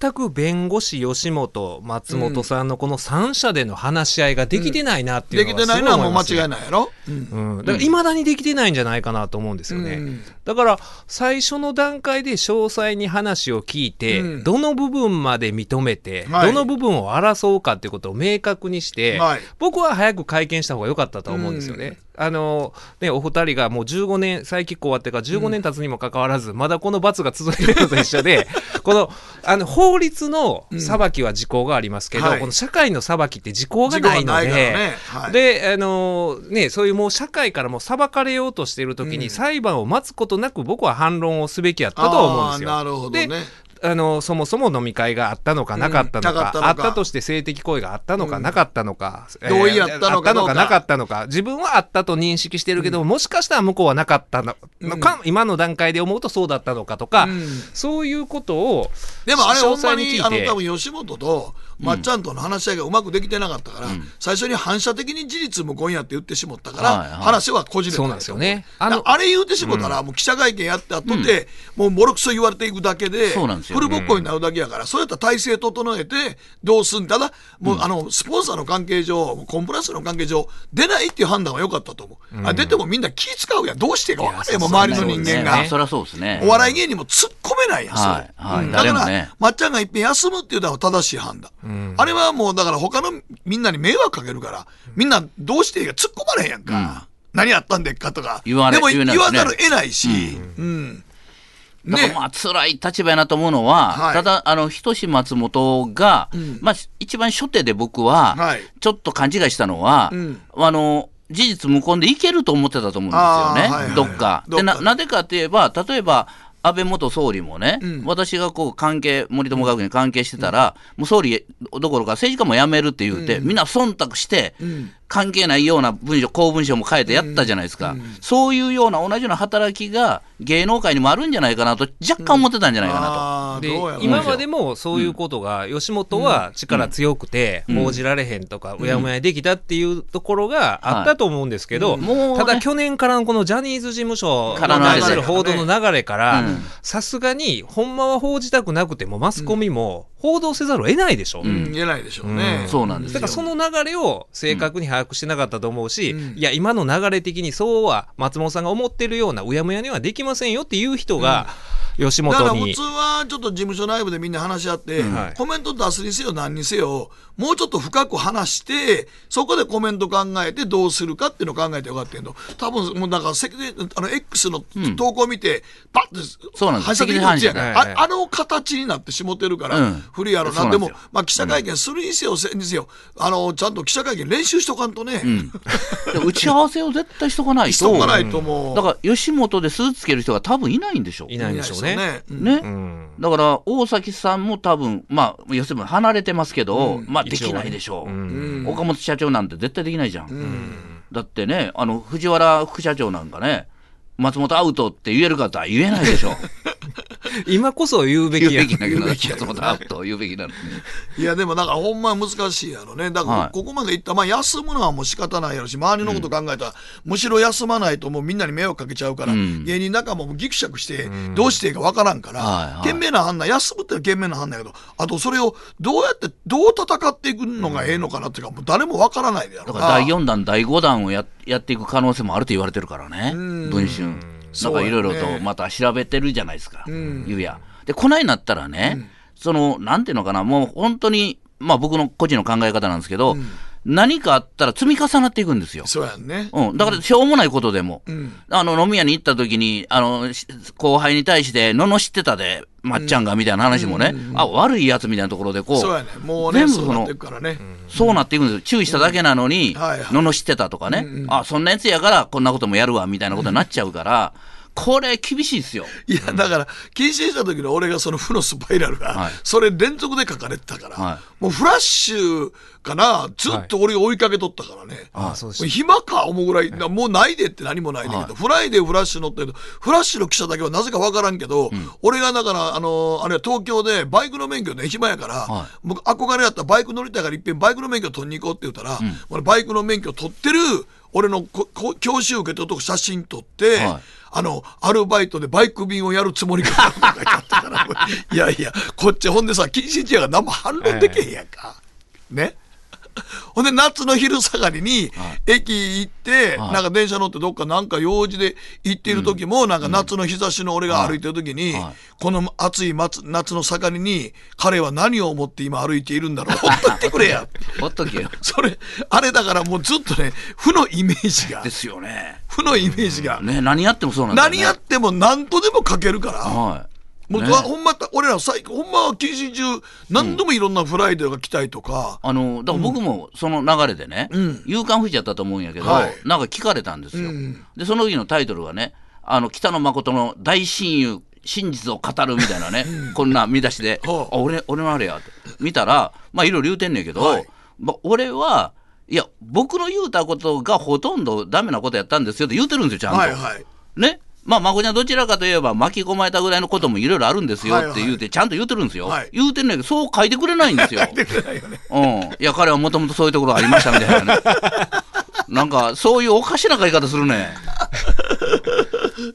Speaker 3: 全く弁護士、吉本、松本さんのこの3者での話し合いができてないなってい
Speaker 4: で
Speaker 3: うの
Speaker 4: き
Speaker 3: はす
Speaker 4: て
Speaker 3: ご
Speaker 4: ないいのはもう
Speaker 3: 思
Speaker 4: 間
Speaker 3: いますね
Speaker 4: 違いないやろ、う
Speaker 3: う
Speaker 4: ん
Speaker 3: ん、だから未だにできてないんじゃないかなと思うんですよね、
Speaker 4: うん
Speaker 3: だから最初の段階で詳細に話を聞いて、
Speaker 4: うん
Speaker 3: どの部分まで認めて、
Speaker 4: はい
Speaker 3: どの部分を争うかっていうことを明確にして、
Speaker 4: はい
Speaker 3: 僕は早く会見した方が良かったとは思うんですよね。あのね、お二人がもう15年再起終わってから15年経つにもかかわらず、まだこの罰が続いてるのと一緒
Speaker 4: [LAUGHS]
Speaker 3: でこのあの法律の裁きは時効がありますけど、
Speaker 4: はい
Speaker 3: この社会の裁きって時効がないの
Speaker 4: 時
Speaker 3: で
Speaker 4: 効がないからねはい
Speaker 3: で、あのーね、そういうもう社会からもう裁かれようとしている時に裁判を待つことなく僕は反論をすべきやったとは思うんですよ。
Speaker 4: あーなるほどね
Speaker 3: であのそもそも飲み会があったのかなかったの
Speaker 4: うんな
Speaker 3: か,、
Speaker 4: かったのか
Speaker 3: あったとして性的行為があったのかなかったのか、えー
Speaker 4: 同意やったのかどう
Speaker 3: あ
Speaker 4: か
Speaker 3: ったのなかったのか自分はあったと認識してるけど、もしかしたら向こうはなかったのか、今の段階で思うとそうだったのかとか、
Speaker 4: うん
Speaker 3: そういうことを
Speaker 4: でもあれ
Speaker 3: 詳
Speaker 4: ほんま
Speaker 3: 細に聞い
Speaker 4: に
Speaker 3: て
Speaker 4: あの多分吉本とまっちゃんとの話し合いがうまくできてなかったから、最初に反射的に事実無根やって言ってしもったから、
Speaker 5: はいはい
Speaker 4: 話はこじれた
Speaker 3: そうなんですよね
Speaker 4: あ
Speaker 3: あの
Speaker 4: あれ言うてしもたら、もう記者会見やってあとで、もうもろくそ言われていくだけで
Speaker 5: そうなんですよ
Speaker 4: フルボッコになるだけやから、そうやったら体制整えてどうすんただもう、あのスポンサーの関係上コンプライアンスの関係上出ないっていう判断は良かったと思う、あ出てもみんな気使うやんどうしてか分からへんもん
Speaker 3: いや
Speaker 4: 周りの人間が。
Speaker 5: そりゃそうですね。
Speaker 4: お笑い芸人も突っ込めないやん、それ
Speaker 5: はいはい
Speaker 4: うんだか
Speaker 5: 誰も
Speaker 4: ら、
Speaker 5: ね
Speaker 4: まっちゃんがいっぺん休むっていうのは正しい判断、あれはもうだから他のみんなに迷惑かけるからみんなどうしていいか突っ込まれへんやんか、何やったんでっかとか
Speaker 5: 言われ
Speaker 4: でも
Speaker 5: 言
Speaker 4: 言
Speaker 5: えない
Speaker 4: わ
Speaker 5: です
Speaker 4: ざ
Speaker 5: ね
Speaker 4: るを得ないし、うん
Speaker 5: だから
Speaker 4: ね
Speaker 5: まあ辛い立場やなと思うのは、
Speaker 4: はい
Speaker 5: ただ、あの、ひとし松本が、まあ、一番初手で僕は、
Speaker 4: はい
Speaker 5: ちょっと勘違いしたのは、
Speaker 4: ん
Speaker 5: あの、事実無根でいけると思ってたと思うんですよね、
Speaker 4: あーはいはい
Speaker 5: どっか。
Speaker 4: どっ
Speaker 5: で
Speaker 4: か
Speaker 5: な、なぜかといえば、例えば、安倍元総理もね、私がこう関係、森友学園に関係してたら、もう総理どころか政治家も辞めるって言って、みんな忖度して、関係ないような文書、公文書も変えてやったじゃないですか、そういうような同じような働きが芸能界にもあるんじゃないかなと、若干思ってたんじゃないかなと。
Speaker 4: あー
Speaker 3: で
Speaker 4: どうやろう
Speaker 3: 今までもそういうことが、吉本は力強くて、報じられへんとか、うやむやにできたっていうところがあったと思うんですけど、
Speaker 5: はいうんもうね
Speaker 3: ただ去年からのこのジャニーズ事務所
Speaker 5: から
Speaker 3: の
Speaker 5: の流れ
Speaker 3: 対する報道の流れから
Speaker 5: うん、
Speaker 3: さすがに、ほんまは報じたくなくても、マスコミも報道せざるを得ないでしょ。
Speaker 4: うん言えないでしょうね、
Speaker 3: うん
Speaker 5: そうなんです
Speaker 3: だか
Speaker 5: よ
Speaker 3: らその流れを正確に把握してなかったと思うし、いや、今の流れ的にそうは松本さんが思ってるようなうやむやにはできませんよっていう人が、吉
Speaker 4: だから
Speaker 3: 本
Speaker 4: 普
Speaker 3: に
Speaker 4: 通。はちょっと事務所内部でみんな話し合って、
Speaker 3: はい
Speaker 4: コメント出すにせよ何にせよもうちょっと深く話してそこでコメント考えてどうするかっていうのを考えてよかったけど多分もうだからせあの X の投稿を見て、パッと
Speaker 5: そうなんです
Speaker 4: 反射的に打つやん
Speaker 3: はいはい
Speaker 4: ああの形になってしもてるから、
Speaker 5: うん
Speaker 4: 古いやろ
Speaker 5: そう
Speaker 4: な
Speaker 5: なんで
Speaker 4: です
Speaker 5: よ
Speaker 4: も、まあ、記者会見するにせよせんにせよあのちゃんと記者会見練習しとかんとね、
Speaker 5: で打ち合わせを絶対しとかないと。 [LAUGHS]
Speaker 4: しとかないともう、
Speaker 5: だから吉本でスーツつける人が多分いないんでしょう。
Speaker 3: いないんでしょうね。
Speaker 4: うん
Speaker 5: ね、
Speaker 3: ん
Speaker 5: だから大崎さんも多分まあ要するに離れてますけど、まあできないでしょう、岡本社長なんて絶対できないじゃん、だってねあの藤原副社長なんかね松本アウトって言える方は言えないでしょう
Speaker 3: [LAUGHS] 今こそ言うべ
Speaker 5: [LAUGHS] 言
Speaker 3: き
Speaker 5: う
Speaker 3: や
Speaker 5: べきだけど松本アウト言うべきなのに
Speaker 4: いやでもだからほんま難しいやろね。だか
Speaker 5: は
Speaker 4: ら
Speaker 5: い
Speaker 4: ここまでいった、まあ休むのはもう仕方ないやろし、周りのこと考えたら、むしろ休まないともうみんなに迷惑かけちゃうから、
Speaker 5: うん
Speaker 4: 芸人仲間もギクシャクして、どうしていいかわからんから、
Speaker 5: はいはい
Speaker 4: 懸命な判断、休むってのは懸命な判断やけど、あとそれをどうやって、どう戦っていくのがええのかなっていうか、もう誰もわからないやろ
Speaker 5: だ
Speaker 4: う
Speaker 5: から第4弾第5弾をややっていく可能性もあると言われてるからね文春だからいろいろ
Speaker 4: そうや
Speaker 5: と
Speaker 4: ね
Speaker 5: また調べてるじゃないですか、ゆうやでこないなったらね、そのなんていうのかなもう本当にまあ僕の個人の考え方なんですけど、何かあったら積み重なっていくんですよ
Speaker 4: そうやんね。
Speaker 5: うん、だからしょうもないことでも、あの飲み屋に行った時にあのし後輩に対して罵ってたでまっちゃんがみたいな話もね、あ悪いやつみたいなところでこう
Speaker 4: そうやね。もうね、
Speaker 5: 全部
Speaker 4: そ
Speaker 5: そうの
Speaker 4: なっていくからね。
Speaker 5: そうなっていくんですよ。注意しただけなのに、
Speaker 4: んはいはい
Speaker 5: 罵ってたとかね、あ、そんなやつやからこんなこともやるわ、みたいなことになっちゃうから、これ厳し
Speaker 4: [LAUGHS]
Speaker 5: いですよ。
Speaker 4: いや、だから、謹慎した時の俺がその負のスパイラルが、
Speaker 5: はい
Speaker 4: それ連続で書かれてたから、
Speaker 5: は
Speaker 4: もうフラッシュかな、ずっと俺追いかけとったからね。
Speaker 3: あそうで
Speaker 4: も
Speaker 3: す
Speaker 4: う暇か思うぐらい、もうないでって何もないねんけど、フライデーフラッシュ乗ってると、フラッシュの記者だけはなぜかわからんけど、俺がだから、あのーあれは東京でバイクの免許で暇やから、
Speaker 5: は
Speaker 4: 僕憧れやったらバイク乗りたいからいっぺんバイクの免許取りに行こうって言ったら、俺バイクの免許取ってる、俺のここ教習受け取るとこ写真撮って、
Speaker 5: はい
Speaker 4: あの、アルバイトでバイク便をやるつもりかとか書いてあったから、 [LAUGHS] いやいや、こっちほんでさ、禁止地やが何も反論できへんやんか。ね。ほんで、夏の昼下がりに、駅行って、
Speaker 5: はい
Speaker 4: なんか電車乗ってどっかなんか用事で行っている時も、なんか夏の日差しの俺が歩いてる時に
Speaker 5: はいはい、
Speaker 4: この暑い夏夏の盛りに、彼は何を思って今歩いているんだろう。ほっとってくれや。
Speaker 5: ほっとけよ。
Speaker 4: それ、あれだからもうずっとね、負のイメージが
Speaker 5: で、すよね。
Speaker 4: 負のイメージが。
Speaker 5: ね、何やってもそうなんだよ、ね。
Speaker 4: 何やっても何とでも書けるから。
Speaker 5: はい。
Speaker 4: もう、
Speaker 5: ね
Speaker 4: ほんま、俺ら最近、ほんまは禁止中、何度もいろんなフライデーが来たりとか、
Speaker 5: あの、だから僕もその流れでね、
Speaker 4: ん
Speaker 5: 夕刊富士やったと思うんやけど、
Speaker 4: はい
Speaker 5: なんか聞かれたんですよ。で、その時のタイトルはね、あの、北野誠の大親友真実を語るみたいなね、こんな見出しで、
Speaker 4: はあ
Speaker 5: あ俺、俺もあれやって、見たら、まあ、いろいろ言うてんねんけど、
Speaker 4: はい
Speaker 5: まあ俺は、いや、僕の言うたことがほとんどダメなことやったんですよって言うてるんですよ、ちゃんと。
Speaker 4: はいはい。 [LAUGHS]
Speaker 5: ね。まあ、まこちゃんどちらかといえば巻き込まれたぐらいのこともいろいろあるんですよ
Speaker 4: はいはい
Speaker 5: って言うて、ちゃんと言うてるんですよ。
Speaker 4: はい
Speaker 5: 言うてんねんけど、そう書いてくれないんですよ。
Speaker 4: できないよね。
Speaker 5: うん。いや、彼はもともとそういうところありましたみたい
Speaker 4: [LAUGHS]
Speaker 5: なね。なんか、そういうおかしな書き方するね。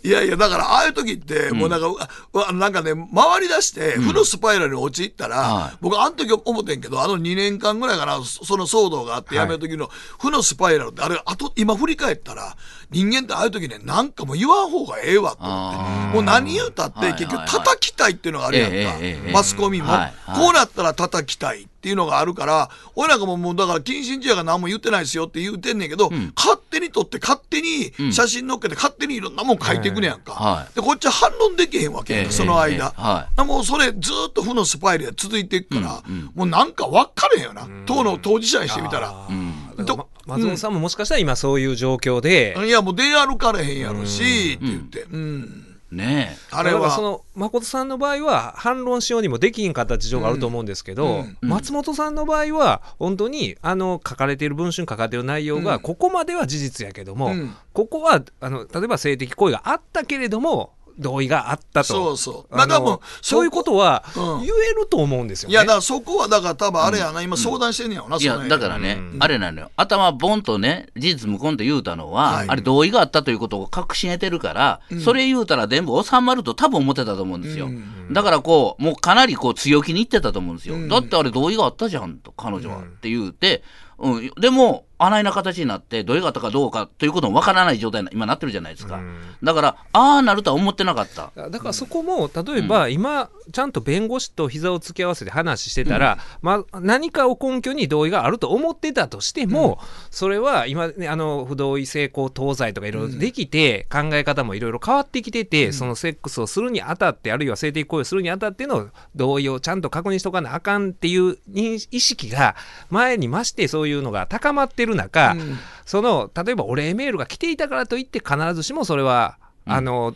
Speaker 4: いやいや、だから、ああいう時って、もうなんか、うわなんかね、回り出して、負のスパイラルに陥ったら、
Speaker 5: はい
Speaker 4: 僕、あの時思ってんけど、あの2年間ぐらいかな、そその騒動があってやめる時の、負のスパイラルって、あれ、あと、今振り返ったら、人間ってああいう時ね、なんかもう言わん方がええわと思って、もう何言うたって、
Speaker 5: はい
Speaker 4: 結
Speaker 5: は
Speaker 4: 局
Speaker 5: いはい
Speaker 4: 叩きたいっていうのがあるやんか、
Speaker 5: ええええええ
Speaker 4: マスコミも、
Speaker 5: はいはい
Speaker 4: こうなったら叩きたいっていうのがあるから、俺なんかももうだから、謹慎中やから何も言ってないですよって言うてんねんけど、勝手に撮って、勝手に写真載っけて、勝手にいろんなもん書いていくねやんか。
Speaker 5: はい
Speaker 4: でこっちは反論できへんわけやんか、
Speaker 5: ええ
Speaker 4: その間、
Speaker 5: ええは
Speaker 4: もうそれずーっと負のスパイラルが続いていくから、もうなんか分かれへんよな当の当事者にしてみたら
Speaker 3: あ。ーだから
Speaker 4: ど
Speaker 3: ま松本さんももしかしたら今そういう状況で、
Speaker 4: いやもう出歩かれへんやろし、って言って、うん、
Speaker 5: ねえ。
Speaker 4: あれ
Speaker 3: だか
Speaker 4: は
Speaker 3: らその誠さんの場合は反論しようにもできんかった事情があると思うんですけど、松本さんの場合は本当にあの書かれている文春書かれている内容がここまでは事実やけども、
Speaker 4: うん
Speaker 3: ここはあの例えば性的行為があったけれども同意があったと
Speaker 4: そうそうまあ
Speaker 3: の
Speaker 4: 多分
Speaker 3: そういうことは
Speaker 4: うん
Speaker 3: 言えると思うんですよ
Speaker 4: い
Speaker 3: ね。
Speaker 4: やだからそこはだから多分あれやな、今相談してんねやろな、
Speaker 5: い
Speaker 4: その
Speaker 5: や、だからね、あれなのよ。頭ボンとね、事実無根って言うたのは、
Speaker 4: はい
Speaker 5: あれ同意があったということを確信得てるから、それ言うたら全部収まると多分思ってたと思うんですよ。だからこう、もうかなりこう強気に言ってたと思うんですよ。だってあれ同意があったじゃんと、彼女は、って言うて、うん、でも、穴いな形になって、同意があったかどうかということもわからない状態に今なってるじゃないですか。だから、ああなるとは思ってなかった。
Speaker 3: だからそこも例えば今ちゃんと弁護士と膝を突き合わせて話してたら、まあ、何かを根拠に同意があると思ってたとしても、それは今、ね、あの不同意性交東西とかいろいろできて、考え方もいろいろ変わってきてて、そのセックスをするにあたってあるいは性的行為をするにあたっての同意をちゃんと確認しとかなあかんっていう認意識が前に増してそういうのが高まってる中、その例えばお礼メールが来ていたからといって必ずしもそれはあの、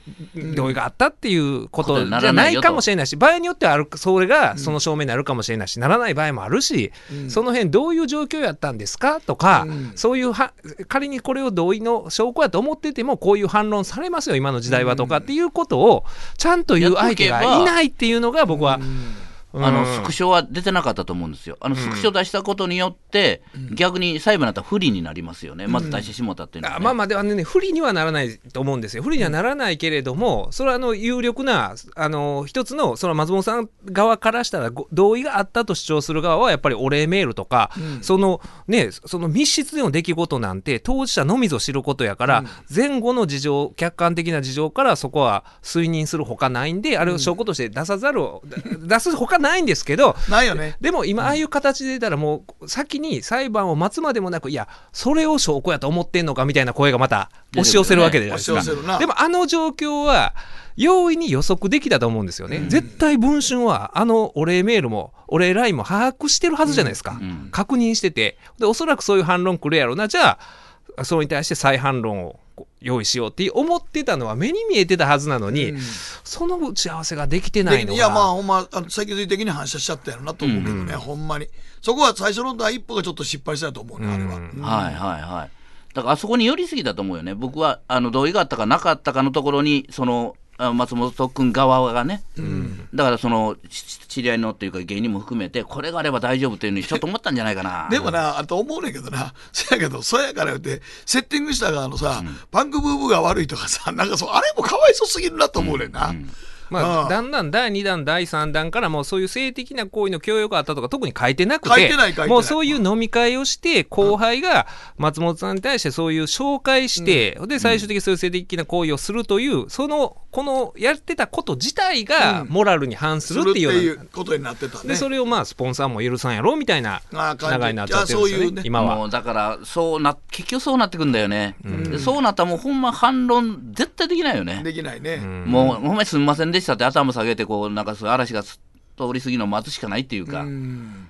Speaker 3: 同意があったっていうことじゃないかもしれないし、場合によってはある、それがその証明になるかもしれないし、ならない場合もあるし、その辺どういう状況やったんですかとか、そういうは、仮にこれを同意の証拠やと思ってても、こういう反論されますよ、今の時代はとかっていうことを、ちゃんと言う相手がいないっていうのが僕は、うん
Speaker 5: あのスクショは出てなかったと思うんですよ、あのスクショ出したことによって、逆に裁判になったら不利になりますよね、まず出してしもたっていうのは、
Speaker 3: あ
Speaker 5: ね
Speaker 3: まあまあではね不利にはならないと思うんですよ不利にはならないけれども、それはあの有力なあの一つのその松本さん側からしたらご同意があったと主張する側はやっぱりお礼メールとか、そのねその密室での出来事なんて当事者のみぞ知ることやから、前後の事情客観的な事情からそこは推認するほかないんであれを証拠として出さざる
Speaker 5: [LAUGHS]
Speaker 3: を、だ出すほかないんですけど
Speaker 4: ないよね
Speaker 3: でも今ああいう形で出たらもう先に裁判を待つまでもなくいやそれを証拠やと思ってんのかみたいな声がまた押し寄せるわけじゃないですか
Speaker 4: 押し寄せるな
Speaker 3: でもあの状況は容易に予測できたと思うんですよね、絶対文春はあのお礼メールもお礼 LINE も把握してるはずじゃないですか、
Speaker 5: ん
Speaker 3: 確認しててでおそらくそういう反論来るやろなじゃあそれに対して再反論をこう用意しようって思ってたのは目に見えてたはずなのに、その打ち合わせができてないの
Speaker 4: で
Speaker 3: が
Speaker 4: いやまあほんまあの脊髄的に反射しちゃったやろなと思うけどね、ほんまにそこは最初の第一歩がちょっと失敗したと思うね、あれは、うん
Speaker 5: はいはいはい。だからあそこに寄りすぎだと思うよね。僕はあの同意があったかなかったかのところにそのあ松本君側がね、だからそのし知り合いのっていうか芸人も含めてこれがあれば大丈夫というのにちょっと思ったんじゃないかな。
Speaker 4: でもな、あと思うねんけどな、 [LAUGHS] せやけど、そやから言って、セッティングした側のさ、パンクブーブーが悪いとかさ、 [LAUGHS] なんかそう、あれもかわいそうすぎるなと思うねんな。
Speaker 3: ま
Speaker 4: う
Speaker 3: あ、
Speaker 4: ん
Speaker 3: だんだん第2弾、第3弾からもうそういう性的な行為の強要があったとか特に書いてなくて
Speaker 4: 書いてない書いてない
Speaker 3: もうそういう飲み会をして後輩が松本さんに対してそういう紹介して、で最終的にそういう性的な行為をするというそのこのやってたこと自体がモラルに反す
Speaker 4: す
Speaker 3: る
Speaker 4: るっ
Speaker 3: ってていうような、
Speaker 4: いうことになってたね。
Speaker 3: でそれをまあスポンサーも許さんやろみたいな
Speaker 4: あー
Speaker 3: 流
Speaker 4: 感じ
Speaker 3: れになっちゃってるんですよ
Speaker 4: じゃあそうい
Speaker 3: ね
Speaker 4: うね
Speaker 3: 今
Speaker 5: も
Speaker 3: は。
Speaker 5: うだからそうな結局そうなってくんだよね。でそうなったらもうほんま反論絶対できないよね。
Speaker 4: できないね。
Speaker 5: もう、ほんまにすみませんでしたって頭下げて、こう、なんかそういう嵐がす通り過ぎのを待つしかないっていうか、うん、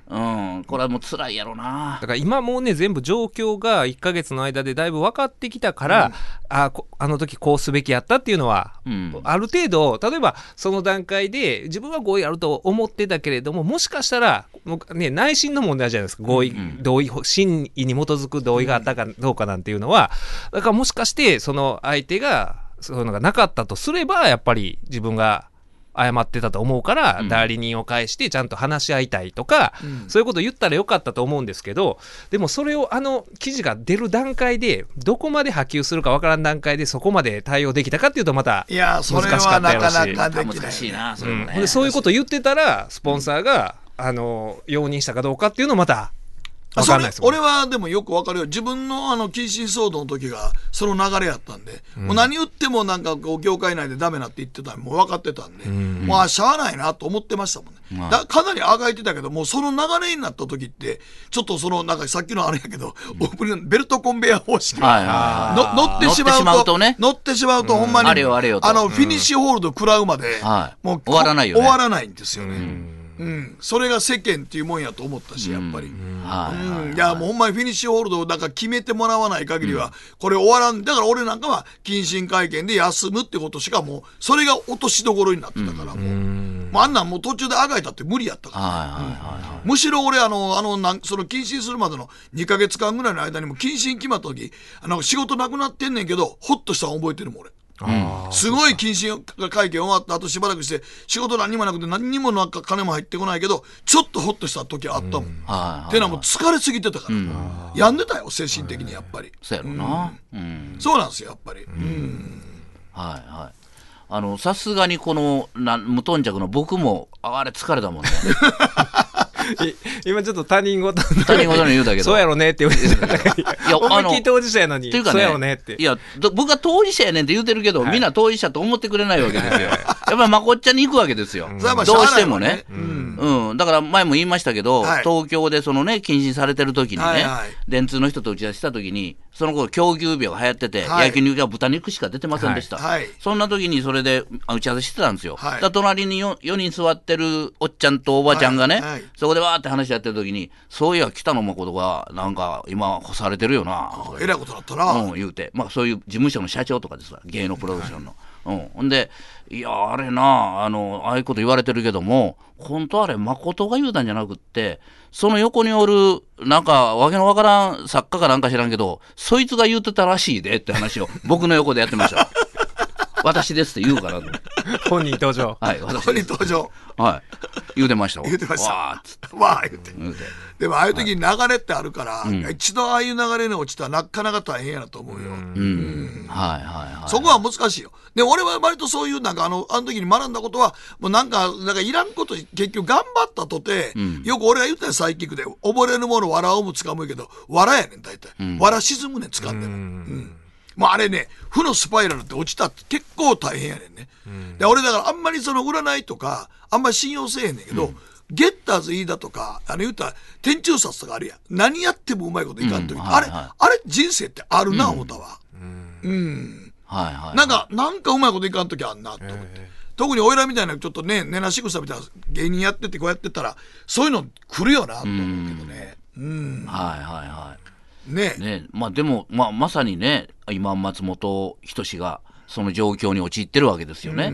Speaker 5: これはもう辛いやろな
Speaker 3: だ。から今もうね全部状況が1ヶ月の間でだいぶ分かってきたから、あこあの時こうすべきやったっていうのは、
Speaker 5: うん
Speaker 3: ある程度例えばその段階で自分は合意あると思ってたけれどももしかしたら、もうね、内心の問題じゃないですか合意、同意真意に基づく同意があったかどうかなんていうのはだからもしかしてその相手がそういうのがなかったとすればやっぱり自分が。謝ってたと思うから、
Speaker 5: ん
Speaker 3: 代理人を介してちゃんと話し合いたいとか、そういうこと言ったらよかったと思うんですけどでもそれをあの記事が出る段階でどこまで波及するかわからん段階でそこまで対応できたかっていうとまた
Speaker 4: いやー、
Speaker 3: 難し
Speaker 4: それ
Speaker 3: か
Speaker 4: は
Speaker 3: った
Speaker 4: な
Speaker 3: やろうし
Speaker 4: かなかできな
Speaker 5: 難
Speaker 4: い。
Speaker 5: しいな、それ
Speaker 3: う
Speaker 5: も
Speaker 3: ん
Speaker 5: ね。
Speaker 3: でそういうこと言ってたらスポンサーが、あの容認したかどうかっていうのまたわかん
Speaker 4: そ
Speaker 3: ない
Speaker 4: れ
Speaker 3: ですもん
Speaker 4: 俺はでもよくわかるよ。自分のあの、謹慎騒動の時が、その流れやったんで、もう何言ってもなんかこう、業界内でダメなって言ってたのもう分かってたんで、もうあ、しゃあないなと思ってましたもんね。だかなりあがいてたけど、もうその流れになった時って、ちょっとその、なんかさっきのあれやけど、オープニングのベルトコンベヤー方式
Speaker 5: はいはいはい
Speaker 4: の乗ってしまうと、
Speaker 5: 乗ってしまうとね
Speaker 4: 乗ってしまうとほんまに、
Speaker 5: あれよあれよと
Speaker 4: の、フィニッシュホールド食らうまで、
Speaker 5: はい
Speaker 4: もう
Speaker 5: 終わらないよね
Speaker 4: 終わらないんですよね。うん、それが世間っていうもんやと思ったし、やっぱり。
Speaker 5: はいはい
Speaker 4: うん、いやもうほんまにフィニッシュホールドをなんか決めてもらわない限りは、これ終わらん、だから俺なんかは謹慎会見で休むってことしかもう、それが落としどころになってたから、もう、もうあんなんもう途中であがいたって無理やったから、
Speaker 5: はいはいはいはい。
Speaker 4: むしろ俺あの、あのなんその謹慎するまでの2か月間ぐらいの間にも、謹慎決まった時あの仕事なくなってんねんけど、ほっとしたの覚えてるもん、俺。すごい謹慎会見終わった後しばらくして、仕事何にもなくて、何にもなんか金も入ってこないけど、ちょっとほっとした時あったもん
Speaker 5: はいはい
Speaker 4: ってのはもう疲れすぎてたから、病んでたよ精神的にやっぱり、
Speaker 5: そうやろな。うん。
Speaker 4: そうなんですよやっぱり、うん
Speaker 5: はいはい。あの、さすがにこの、なん無頓着の僕も、ああれ疲れたもんね。
Speaker 3: い今ちょっと他人事の
Speaker 5: 他人事の言うだけど
Speaker 3: そうやろねって言われてたから
Speaker 5: いや
Speaker 3: 思
Speaker 5: あ
Speaker 3: いっ
Speaker 5: の
Speaker 3: きり当事者やのに
Speaker 5: っていうか
Speaker 3: そう
Speaker 5: ね
Speaker 3: やろねって
Speaker 5: いやど僕が当事者やねんって言うてるけど、みんな当事者と思ってくれないわけですよ、やっぱりまこっちゃんに行くわけですよ、
Speaker 4: それはま
Speaker 5: ど
Speaker 4: あ
Speaker 5: う
Speaker 4: しゃあない
Speaker 5: してもね、
Speaker 4: わ
Speaker 5: う
Speaker 4: ね
Speaker 5: んだから前も言いましたけど、
Speaker 4: はい
Speaker 5: 東京でその、ね、禁止されてる時にね、
Speaker 4: はいはい
Speaker 5: 電通の人と打ち合わせした時に、その頃狂牛病が流行ってて、
Speaker 4: はい
Speaker 5: 焼き肉が豚肉しか出てませんでした、
Speaker 4: はいはい
Speaker 5: そんな時にそれであ打ち合わせしてたんですよ、
Speaker 4: はい
Speaker 5: だから隣に 4, 人座ってるおっちゃんとおばちゃんがね、
Speaker 4: はいはい
Speaker 5: そこでわーって話し合ってる時に、そういや、北野誠がなんか今、干されてるよな。
Speaker 4: えらいことだったな、
Speaker 5: うん、言うて、まあ、そういう事務所の社長とかですわ芸能プロダクションの。うん、ほんでいやあれなあのああいうこと言われてるけども本当あれ誠が言うたんじゃなくってその横におるなんかわけのわからん作家かなんか知らんけどそいつが言うてたらしいでって話を僕の横でやってました [LAUGHS] 私ですって言うからと思って
Speaker 3: 本人登場
Speaker 5: はい私
Speaker 4: ここ
Speaker 5: で
Speaker 4: に
Speaker 5: す
Speaker 4: 登場
Speaker 5: はい言うてましたわ
Speaker 4: 言ってました
Speaker 5: わーっつって
Speaker 4: わあ言って
Speaker 5: 言うて
Speaker 4: でもああいう時に流れってあるから、一度ああいう流れに落ちたらなかなか大変やなと思うよ、
Speaker 5: うんはいはいはい
Speaker 4: そこは難しいよ。で、俺は割とそういう、なんかあの、あの時に学んだことは、もうなんか、なんかいらんこと、結局頑張ったとて、よく俺が言ったよ、サイキックで。溺れるもの、笑おうも掴むけど、笑やねん、大体。笑沈むねん、掴んでも。うんもうあれね、負のスパイラルって落ちたって結構大変やねんね。で、俺だからあんまりその占いとか、あんまり信用せえへんねんけど、ゲッターズ飯田とか、あの言うたら、天中殺とかあるやん。何やってもうまいこといかんとき、
Speaker 5: うん
Speaker 4: あれ、
Speaker 5: はいはい
Speaker 4: あれ人生ってあるな、思ったわ。
Speaker 5: はいはい
Speaker 4: なんか、なんかうまいこといかんときあんなと思って。特においらみたいな、ちょっとね、寝なし草みたいな芸人やってて、こうやってたら、そういうの来るよな、と思うけどね。うん。
Speaker 5: はいはいはい
Speaker 4: ね
Speaker 5: ねまあ、でも、まあ、まさにね今松本人志がその状況に陥ってるわけですよね。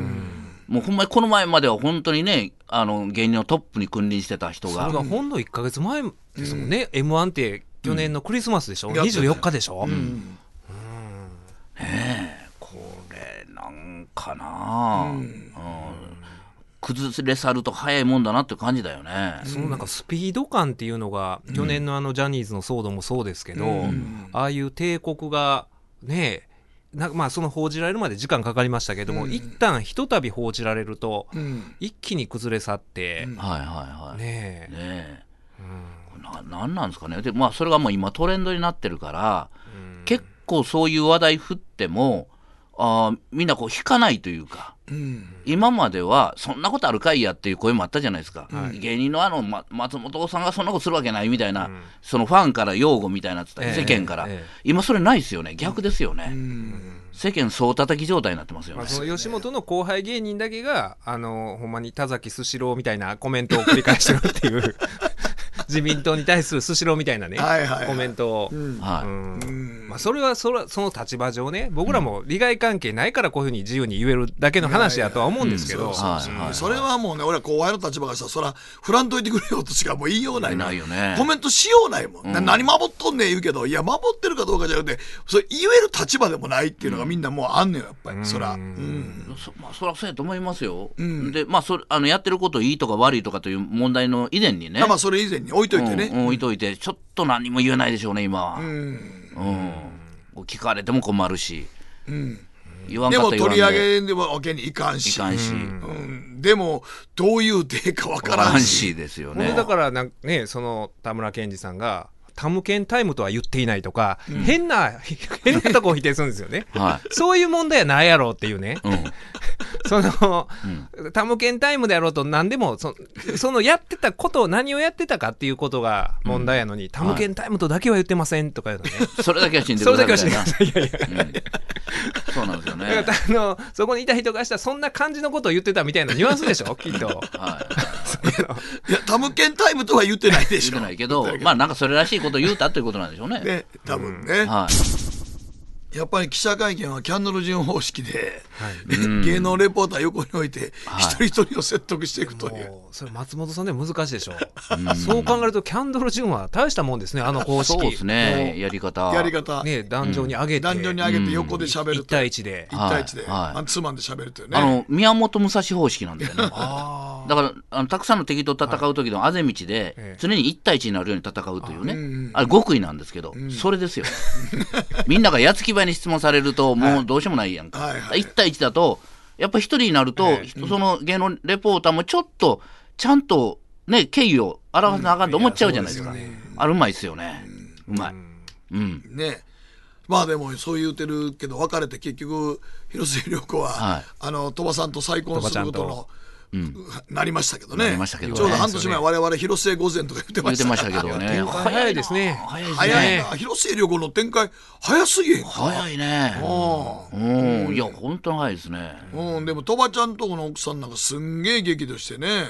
Speaker 5: もうほんまにこの前までは本当にねあの芸人のトップに君臨してた人
Speaker 3: それが
Speaker 5: が。
Speaker 3: ほんの1か月前ですもんね、m 1って去年のクリスマスでしょ、
Speaker 4: やってたよ
Speaker 3: 24日でしょ、
Speaker 5: これなんかなあ、うん崩れ去ると早いもんだなって感じだよね。
Speaker 3: そのなんかスピード感っていうのが、去年のあのジャニーズの騒動もそうですけど、ああいう帝国がねなんかまあその報じられるまで時間かかりましたけども、一旦ひとたび報じられると、
Speaker 4: うん。
Speaker 3: 一気に崩れ去って、
Speaker 5: はいはいはい。
Speaker 3: ねえ
Speaker 5: ねえ、これななんなんですかねで、まあ、それがもう今トレンドになってるから、結構そういう話題振ってもあーみんなこう引かないというか、今まではそんなことあるかいやっていう声もあったじゃないですか、芸人のあの、ま松本さんがそんなことするわけないみたいな、そのファンから擁護みたいなってた、
Speaker 3: ええ
Speaker 5: 世間から、
Speaker 3: ええ
Speaker 5: 今それないですよね逆ですよね、
Speaker 4: うん
Speaker 5: 世間総叩き状態になってますよ
Speaker 3: ま
Speaker 5: ね
Speaker 3: あ、その吉本の後輩芸人だけが、あの、ほんまに田崎スシローみたいなコメントを繰り返してるって
Speaker 4: [LAUGHS]
Speaker 3: いう、自民党に対するスシローみたいなね、
Speaker 4: はいはいはい
Speaker 3: コメントを。
Speaker 4: うん
Speaker 5: はい
Speaker 3: うん
Speaker 4: うん
Speaker 3: まあ、それはそらその立場上ね、僕らも利害関係ないからこういうふうに自由に言えるだけの話やとは思うんですけど、
Speaker 5: はいはいはい
Speaker 4: それはもうね、俺は後輩の立場からしたら、そら、振らんといてくれよとしかもう言いようないな。
Speaker 5: ないよね
Speaker 4: コメントしようないもん。な何守っとんねん言うけど、いや、守ってるかどうかじゃなくて、それ言える立場でもないっていうのがみんなもうあんのよ、やっぱり。そら。うん。
Speaker 5: そまあ、そりゃそうやと思いますよ、でまあそれあのやってることいいとか悪いとかという問題の以前にね
Speaker 4: まあ、それ以前に置いといてね。
Speaker 5: うんうん置いといてちょっと何も言えないでしょうね今は、うん聞かれても困るし、言わん
Speaker 4: で
Speaker 5: か
Speaker 4: も
Speaker 5: ったら言わ
Speaker 4: 取
Speaker 5: んで
Speaker 4: り上げでもわけにいかん
Speaker 5: い
Speaker 4: し。
Speaker 5: かんし、
Speaker 4: うん、でも、どういう手かわか
Speaker 5: バラ
Speaker 4: ら
Speaker 5: ン
Speaker 4: ん
Speaker 5: シ
Speaker 4: し。
Speaker 5: ーですよ
Speaker 3: これ
Speaker 5: ね
Speaker 3: だからなんかね、その田村健二さんが、タムケンタイムとは言っていないとか、変な、変なとこを否定するんですよね。
Speaker 5: は
Speaker 3: そういう問題はないやろうっていうね。
Speaker 5: い、うん、
Speaker 3: その、タムケンタイムであろうと何でもそ、そのやってたこと、何をやってたかっていうことが問題やのに、タムケンタイムとだけは言ってませんとか言うのね。
Speaker 5: それだけは死んで
Speaker 3: それだけはし
Speaker 5: 死ん
Speaker 3: て
Speaker 5: で
Speaker 3: ください。いやいや。
Speaker 5: そうなんですよね
Speaker 3: だからあの、そこにいた人がしたらそんな感じのことを言ってたみたいなニュアンスでし
Speaker 4: [LAUGHS]
Speaker 3: ょきっと。
Speaker 5: はい
Speaker 4: いや、タムケンタイムとは言ってないでし
Speaker 5: 言
Speaker 4: ょ。
Speaker 5: ってないけどまあなんかそれらしいことを言うたということなんでしょうね
Speaker 4: ね、多分ね。
Speaker 5: は
Speaker 4: やっぱり記者会見はキャンドル順方式で、芸能レポーター横に置いて、一人一人を説得していくという。
Speaker 3: もうそれ松本さんでも難しいでしょそう考えるとキャンドル・ジュンは大したもんですねあの公
Speaker 5: い
Speaker 3: 式
Speaker 5: そうですねやり方
Speaker 4: やり方、
Speaker 3: ね壇上に上げて、
Speaker 4: 壇上に上げて横で喋る
Speaker 3: 1
Speaker 4: と、
Speaker 3: 対1で
Speaker 4: 一対一で、
Speaker 5: はいはい
Speaker 4: マンツーマンで喋るという
Speaker 5: あ
Speaker 4: ね。
Speaker 5: の宮本武蔵方式なんだよねだからあのたくさんの敵と戦う時のあぜ道で
Speaker 3: え
Speaker 5: 常に1対1になるように戦うというねあれ極意なんですけどそれですよみんながやつきばいに質問されるともうどうしようもないやんか
Speaker 4: はいはい
Speaker 5: 1対1だとやっぱり1人になるとその芸能レポーターもちょっとちゃんとね敬意を表さなあかんと思っちゃうじゃないですか
Speaker 3: うんいやそうで
Speaker 5: あれうまいですよねうまいうん
Speaker 4: ね。まあでもそう言うてるけど別れて結局広末涼子は、
Speaker 5: はい
Speaker 4: あの鳥羽さんと再婚することの、なりましたけどね
Speaker 5: なりましたけどね
Speaker 4: ちょうど半年前我々広末御前とか言って
Speaker 5: 言
Speaker 4: ま
Speaker 5: っ
Speaker 4: してた
Speaker 5: ましたけど [LAUGHS] ね
Speaker 3: 展開早いですね
Speaker 5: 早いですね
Speaker 4: 早いな広末涼子の展開早すぎへんか
Speaker 5: 早いねうんいや本当に早いですね
Speaker 4: うん、でも鳥羽ちゃんとこの奥さんなんかすんげえ激怒してね、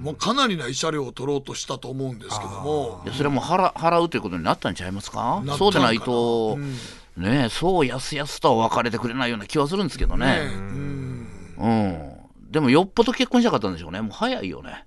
Speaker 4: もうかなりな慰謝料を取ろうとしたと思うんですけども
Speaker 5: いやそれはもう払払うということになったんちゃいますか
Speaker 4: なったんかな
Speaker 5: そうでないと、ねえそうやすやすとは別れてくれないような気はするんですけど
Speaker 4: ね
Speaker 5: ねうんでもよっぽど結婚したかったんでしょうねもう早いよね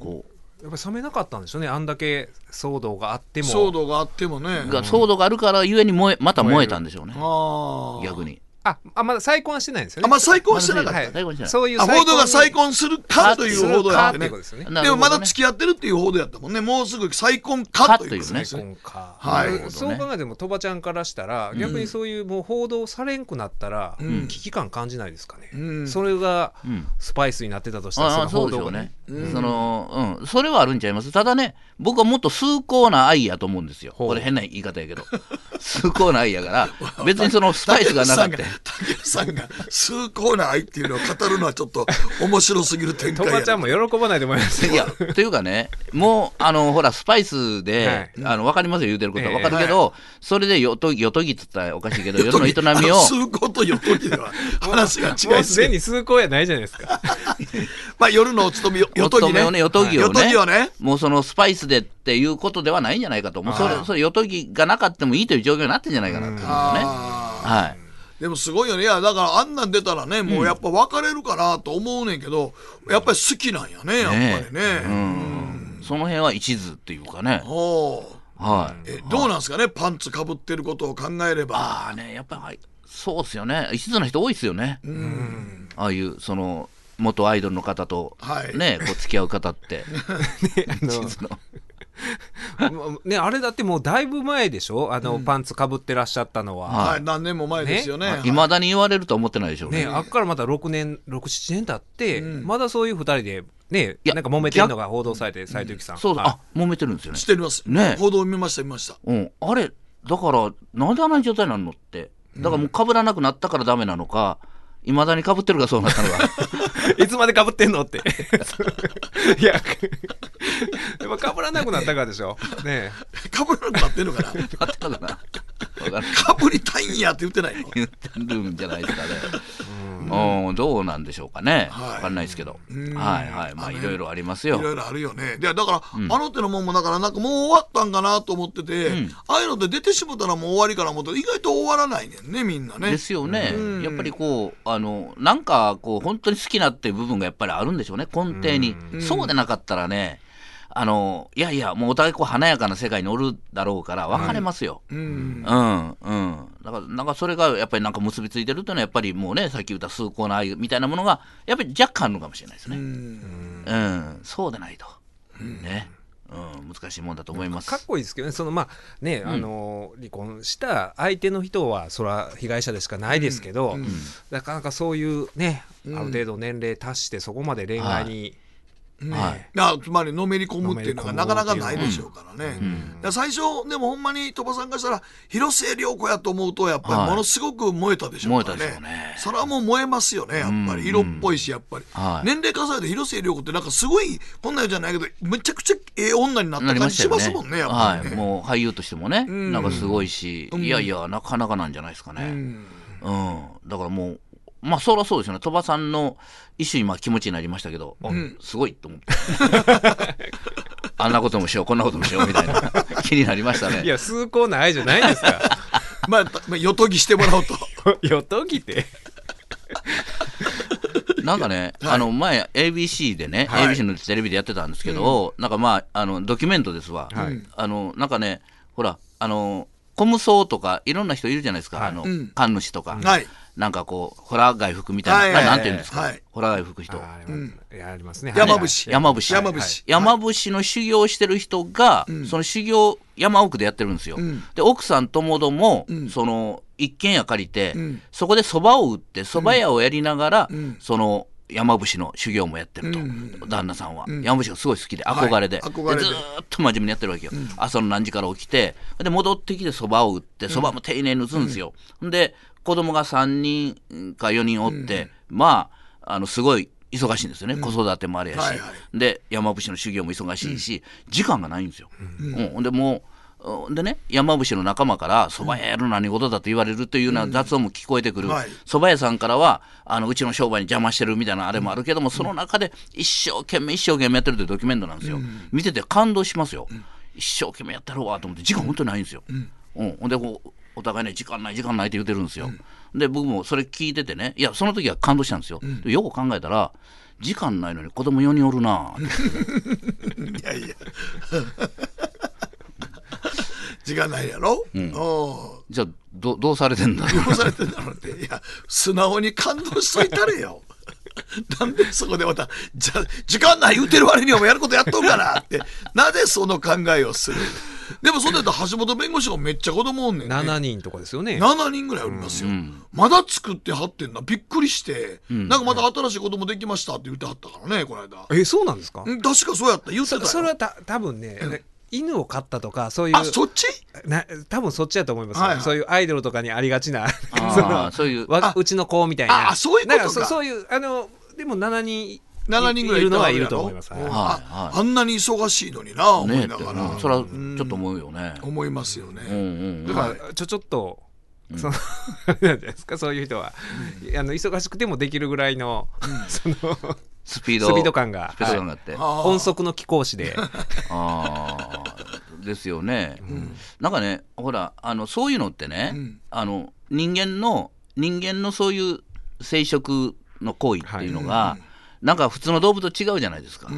Speaker 5: こ
Speaker 3: やっぱ冷めなかったんでしょうねあんだけ騒動があっても
Speaker 4: 騒動があってもね
Speaker 5: うが騒動があるからゆえに燃えまた燃えたんでしょうね
Speaker 4: あー
Speaker 5: 逆に
Speaker 3: ああまだ再婚はしてないんですよね
Speaker 4: あまあ再婚してなかった、
Speaker 3: はい
Speaker 5: 再婚してない
Speaker 3: そういう
Speaker 4: あ報道が再
Speaker 3: に
Speaker 4: 婚するかという報道や
Speaker 3: か
Speaker 4: っ
Speaker 3: ってて
Speaker 4: ね
Speaker 3: ことですよね
Speaker 5: な
Speaker 4: で
Speaker 5: るほ
Speaker 4: もま
Speaker 5: ど
Speaker 4: だ
Speaker 5: ね
Speaker 4: 付き合ってるっていう報道やったもんねもうすぐ再婚かということです
Speaker 3: 再
Speaker 4: ね
Speaker 3: 婚か、
Speaker 4: はい
Speaker 3: うんそう考えても鳥羽ちゃんからしたら、逆にそういうもう報道されんくなったら、危機感感じないですかね、
Speaker 4: ん
Speaker 3: それが
Speaker 5: ん
Speaker 3: スパイスになってたとしたら、
Speaker 5: ああ
Speaker 3: そ
Speaker 5: そ
Speaker 3: の報
Speaker 5: うでし
Speaker 3: 道
Speaker 5: ょう
Speaker 3: が
Speaker 5: ね、そのうんそれはあるんちゃいますただね僕はもっと崇高な愛やと思うんですよ
Speaker 3: う
Speaker 5: これ変な言い方やけど [LAUGHS] 崇高な愛やから別に
Speaker 3: [LAUGHS]
Speaker 5: そのスパイスがなかっ
Speaker 4: 竹
Speaker 5: た
Speaker 4: 内さんが竹内さんが崇高な愛っていうのを語るのはちょっと面白すぎる展開
Speaker 3: 鳥
Speaker 4: や
Speaker 3: 羽ちゃんも喜ばないと思いますよ
Speaker 5: いや、というかね、もう、あの、ほら、スパイスで、あの、わかりますよ、言うてることは
Speaker 3: ええ
Speaker 5: わかるけど、それで、よと、よとぎっつったらおかしいけど、夜の営みを、
Speaker 4: 崇高と夜時では話が違いすぎ
Speaker 3: も
Speaker 4: る
Speaker 3: うすでに崇高やないじゃないですか [LAUGHS]
Speaker 4: まあ夜のお勤めよ、
Speaker 5: お
Speaker 4: よとぎ
Speaker 5: 勤め
Speaker 4: ね。
Speaker 5: をね、よとぎを
Speaker 4: よと
Speaker 5: ね
Speaker 4: ぎをね。
Speaker 5: もうそのスパイスでっていうことではないんじゃないかと、もうそれ、それ、よとぎがなかったもいいという状況になってんじゃないかなと思うんですよね。
Speaker 4: ああ
Speaker 5: はい。
Speaker 4: でもすごいよね。いや、だからあんなん出たらね、もうやっぱ別れるかなと思うねんけど、やっぱり好きなんやね、やっぱりね。
Speaker 5: その辺は一途っていうかね、
Speaker 4: おー
Speaker 5: はい。
Speaker 4: えどうなんですかね、パンツかぶってることを考えれば。
Speaker 5: ああね、やっぱりはい、そうっすよね。一途な人多いっすよね。ああいう、その、元アイドルの方と、
Speaker 4: はい
Speaker 5: ね、こう、付き合う方って、
Speaker 3: あの
Speaker 5: 一途な
Speaker 3: もうねあれだってもうだいぶ前でしょあの、パンツかぶってらっしゃったのは、
Speaker 5: はい
Speaker 4: はい、何年も前ですよね。
Speaker 5: いまだに言われるとは思ってないでしょうね。
Speaker 3: ね、あっからまた6年67年経って、まだそういう2人でね
Speaker 5: いや
Speaker 3: なんか揉めてるのが報道されて斉藤由貴さん、
Speaker 5: そうだ、
Speaker 3: はい
Speaker 5: あ揉めてるんですよね
Speaker 4: 知っ。てます。
Speaker 5: ね
Speaker 4: 報道見ました、見ました。 [LAUGHS]
Speaker 5: うん、あれ、だから、なんであんな状態になるのって、だからもう被らなくなったからダメなのか、いまだに被ってるからそうなったのか。 [LAUGHS]
Speaker 3: いつまでかぶってんの [LAUGHS] って。いや、かぶらなくなったからでしょ。ね
Speaker 4: かぶらなくなってんのかな [LAUGHS]
Speaker 5: あったかな。わからん
Speaker 4: かぶりたいんやって言ってないの
Speaker 5: 言ってるんじゃないですかね。うん、どうなんでしょうかね。わ、
Speaker 4: はい
Speaker 5: かんないですけど。はいはい。まあ、
Speaker 4: あの
Speaker 5: いろいろありますよ。
Speaker 4: いろいろあるよね。で、だから、あの手のもんも、だから、なんかもう終わったんかなと思ってて、ああいうので出てしもたらもう終わりかな思って、意外と終わらないねんね、みんなね。
Speaker 5: ですよね、やっぱりこうあのなんかこう本当に好きなっていう部分がやっぱりあるんでしょうね根底に、そうでなかったらねあのいやいやもうお互いこう華やかな世界におるだろうから別れますよ、
Speaker 4: うん。
Speaker 5: うんうんだからなんかそれがやっぱりなんか結びついてるっていうのはやっぱりもうねさっき言った崇高な愛みたいなものがやっぱり若干あるのかもしれないですね
Speaker 4: う
Speaker 5: うん、
Speaker 4: ん
Speaker 5: そうでないと、ね、うん、難しいもんだと思います
Speaker 3: かっこいいですけどね、そのまあね、あの離婚した相手の人は、それは被害者でしかないですけど、なかなかそういうね、ある程度年齢達して、そこまで恋愛に、
Speaker 5: はい、
Speaker 4: なつまりのめり込むっていうのがなかなかないでしょうからね、だから最初でもほんまに鳥羽さんがしたら広末涼子やと思うとやっぱり
Speaker 5: はい
Speaker 4: ものすごく燃えたでしょうからね,、
Speaker 5: 燃えたでしょうね
Speaker 4: それはもう燃えますよねやっぱり色っぽいしやっぱり、
Speaker 5: はい
Speaker 4: 年齢重ねて広末涼子ってなんかすごいこんなんじゃないけどめちゃくちゃええ女になった
Speaker 5: なり
Speaker 4: 感
Speaker 5: ま
Speaker 4: じ
Speaker 5: した
Speaker 4: し
Speaker 5: よ
Speaker 4: ま
Speaker 5: ね。
Speaker 4: すもんねやっぱ
Speaker 5: は
Speaker 4: り
Speaker 5: い、
Speaker 4: ね、
Speaker 5: もう俳優としてもね、
Speaker 4: ん
Speaker 5: なんかすごいし、いやいや、なかなかなんじゃないですかね。うん、だからもう、まあそらそうですよね。鳥羽さんの一種今気持ちになりましたけど、あすごいと思って。 [LAUGHS] あんなこともしよう、こんなこともしようみたいな [LAUGHS] 気になりました
Speaker 3: い
Speaker 5: ね。
Speaker 3: や、崇高な愛じゃないですか。
Speaker 4: まあたまあよとぎしてもら
Speaker 5: [LAUGHS]
Speaker 4: おうと
Speaker 3: [LAUGHS] よとぎて。
Speaker 5: なんかね、あの前 ABC でね、
Speaker 4: はい
Speaker 5: ABC のテレビでやってたんですけど、なんかまああのドキュメントですわ。あのなんかね、ほらあのコムソーとかいろんな人いるじゃないですか。あの神主とか、
Speaker 4: はい
Speaker 5: なんかこうホラー外服みたいな、
Speaker 4: はい
Speaker 5: ななんて言うんですか、
Speaker 4: はい
Speaker 5: ホラー外服人。
Speaker 3: あありますありますね。
Speaker 4: 山
Speaker 3: はい
Speaker 4: 伏
Speaker 5: 山伏
Speaker 4: 山伏
Speaker 5: はい山伏の修行してる人が、その修行山奥でやってるんですよ、で奥さんともども、その一軒家借りて、
Speaker 4: ん
Speaker 5: そこでそばを打ってそば屋をやりながら、その山伏の修行もやってると、旦那さんは、山伏がすごい好きで憧れで,、
Speaker 4: はい憧れで
Speaker 5: ずーっと真面目にやってるわけよ、朝の何時から起きてで戻ってきてそばを打ってそばも丁寧に打つんですよ、で子供が3人か4人おって、まああのすごい忙しいんですよね、子育てもあれやし、
Speaker 4: はいは
Speaker 5: で山伏の修行も忙しいし、時間がないんですよ、うんほんでもううんでね山伏の仲間から「そば屋やる何事だ」と言われるというような雑音も聞こえてくる
Speaker 4: はい
Speaker 5: そば、蕎麦屋さんからはあのうちの商売に邪魔してるみたいなあれもあるけども、その中で一生懸命一生懸命やってるというドキュメントなんですよ、見てて感動しますよ、一生懸命やってるわと思って時間本当にないんですよ、うん、ほんでこうお互いね時間ない時間ないって言ってるんですよ、で僕もそれ聞いててねいやその時は感動したんですよ、でよく考えたら時間ないのに子供4人おるなぁ
Speaker 4: いやいや時間ないやろ、おう
Speaker 5: じゃあどどうされてんだろう
Speaker 4: 殺されてんだろうって。いや、素直に感動しといたれよ。 [LAUGHS] なんでそこでまた、じゃ、時間ない言うてる割にはもうやることやっとるからって、なぜその考えをするでもそうだったら橋本弁護士がめっちゃ子供おんねんね。
Speaker 3: 7人とかですよね。
Speaker 4: 7人ぐらいおりますよ、まだ作ってはってんなびっくりして、なんかまた新しい子供できましたって言ってはったからねこの間
Speaker 3: え、そうなんですか
Speaker 4: うん確かそうやった言ってたよ
Speaker 3: そそれはた多分ね、犬を飼ったとか、そういう。
Speaker 4: あそっち
Speaker 3: な多分そっちだと思いますよ、
Speaker 4: はいはい
Speaker 3: そういうアイドルとかにありが
Speaker 4: [LAUGHS]
Speaker 3: ちな
Speaker 5: ー
Speaker 3: その
Speaker 5: [LAUGHS] そういう
Speaker 3: わ
Speaker 4: あ
Speaker 3: うちの子みたいな
Speaker 4: あそういうことか
Speaker 3: なんそそういうあのでも7人
Speaker 4: 7人ぐらい
Speaker 3: いるのはい
Speaker 4: い
Speaker 3: る
Speaker 4: た
Speaker 3: と
Speaker 4: わ
Speaker 3: 思
Speaker 4: け
Speaker 3: い
Speaker 4: や
Speaker 3: ます、はい
Speaker 4: ろうん
Speaker 5: はいはい
Speaker 4: ああんなに忙しいのにな思
Speaker 5: ね
Speaker 4: い
Speaker 5: って
Speaker 4: ながら、
Speaker 5: うんそれはちょっと思うよね。
Speaker 4: 思いますよね、
Speaker 5: うんうん
Speaker 3: だ
Speaker 5: うん
Speaker 3: からちょちょっと、その [LAUGHS] あれなんじゃないですかそういう人は、あの忙しくてもできるぐらいの、その
Speaker 5: スピード
Speaker 3: スピード感が
Speaker 5: スピード感があって。
Speaker 4: ああ
Speaker 3: 音速の貴公子で
Speaker 5: あーですよね、なんかねほらあのそういうのってね、
Speaker 4: ん
Speaker 5: あの人間の人間のそういう生殖の行為っていうのが、なんか普通の動物と違うじゃないですか、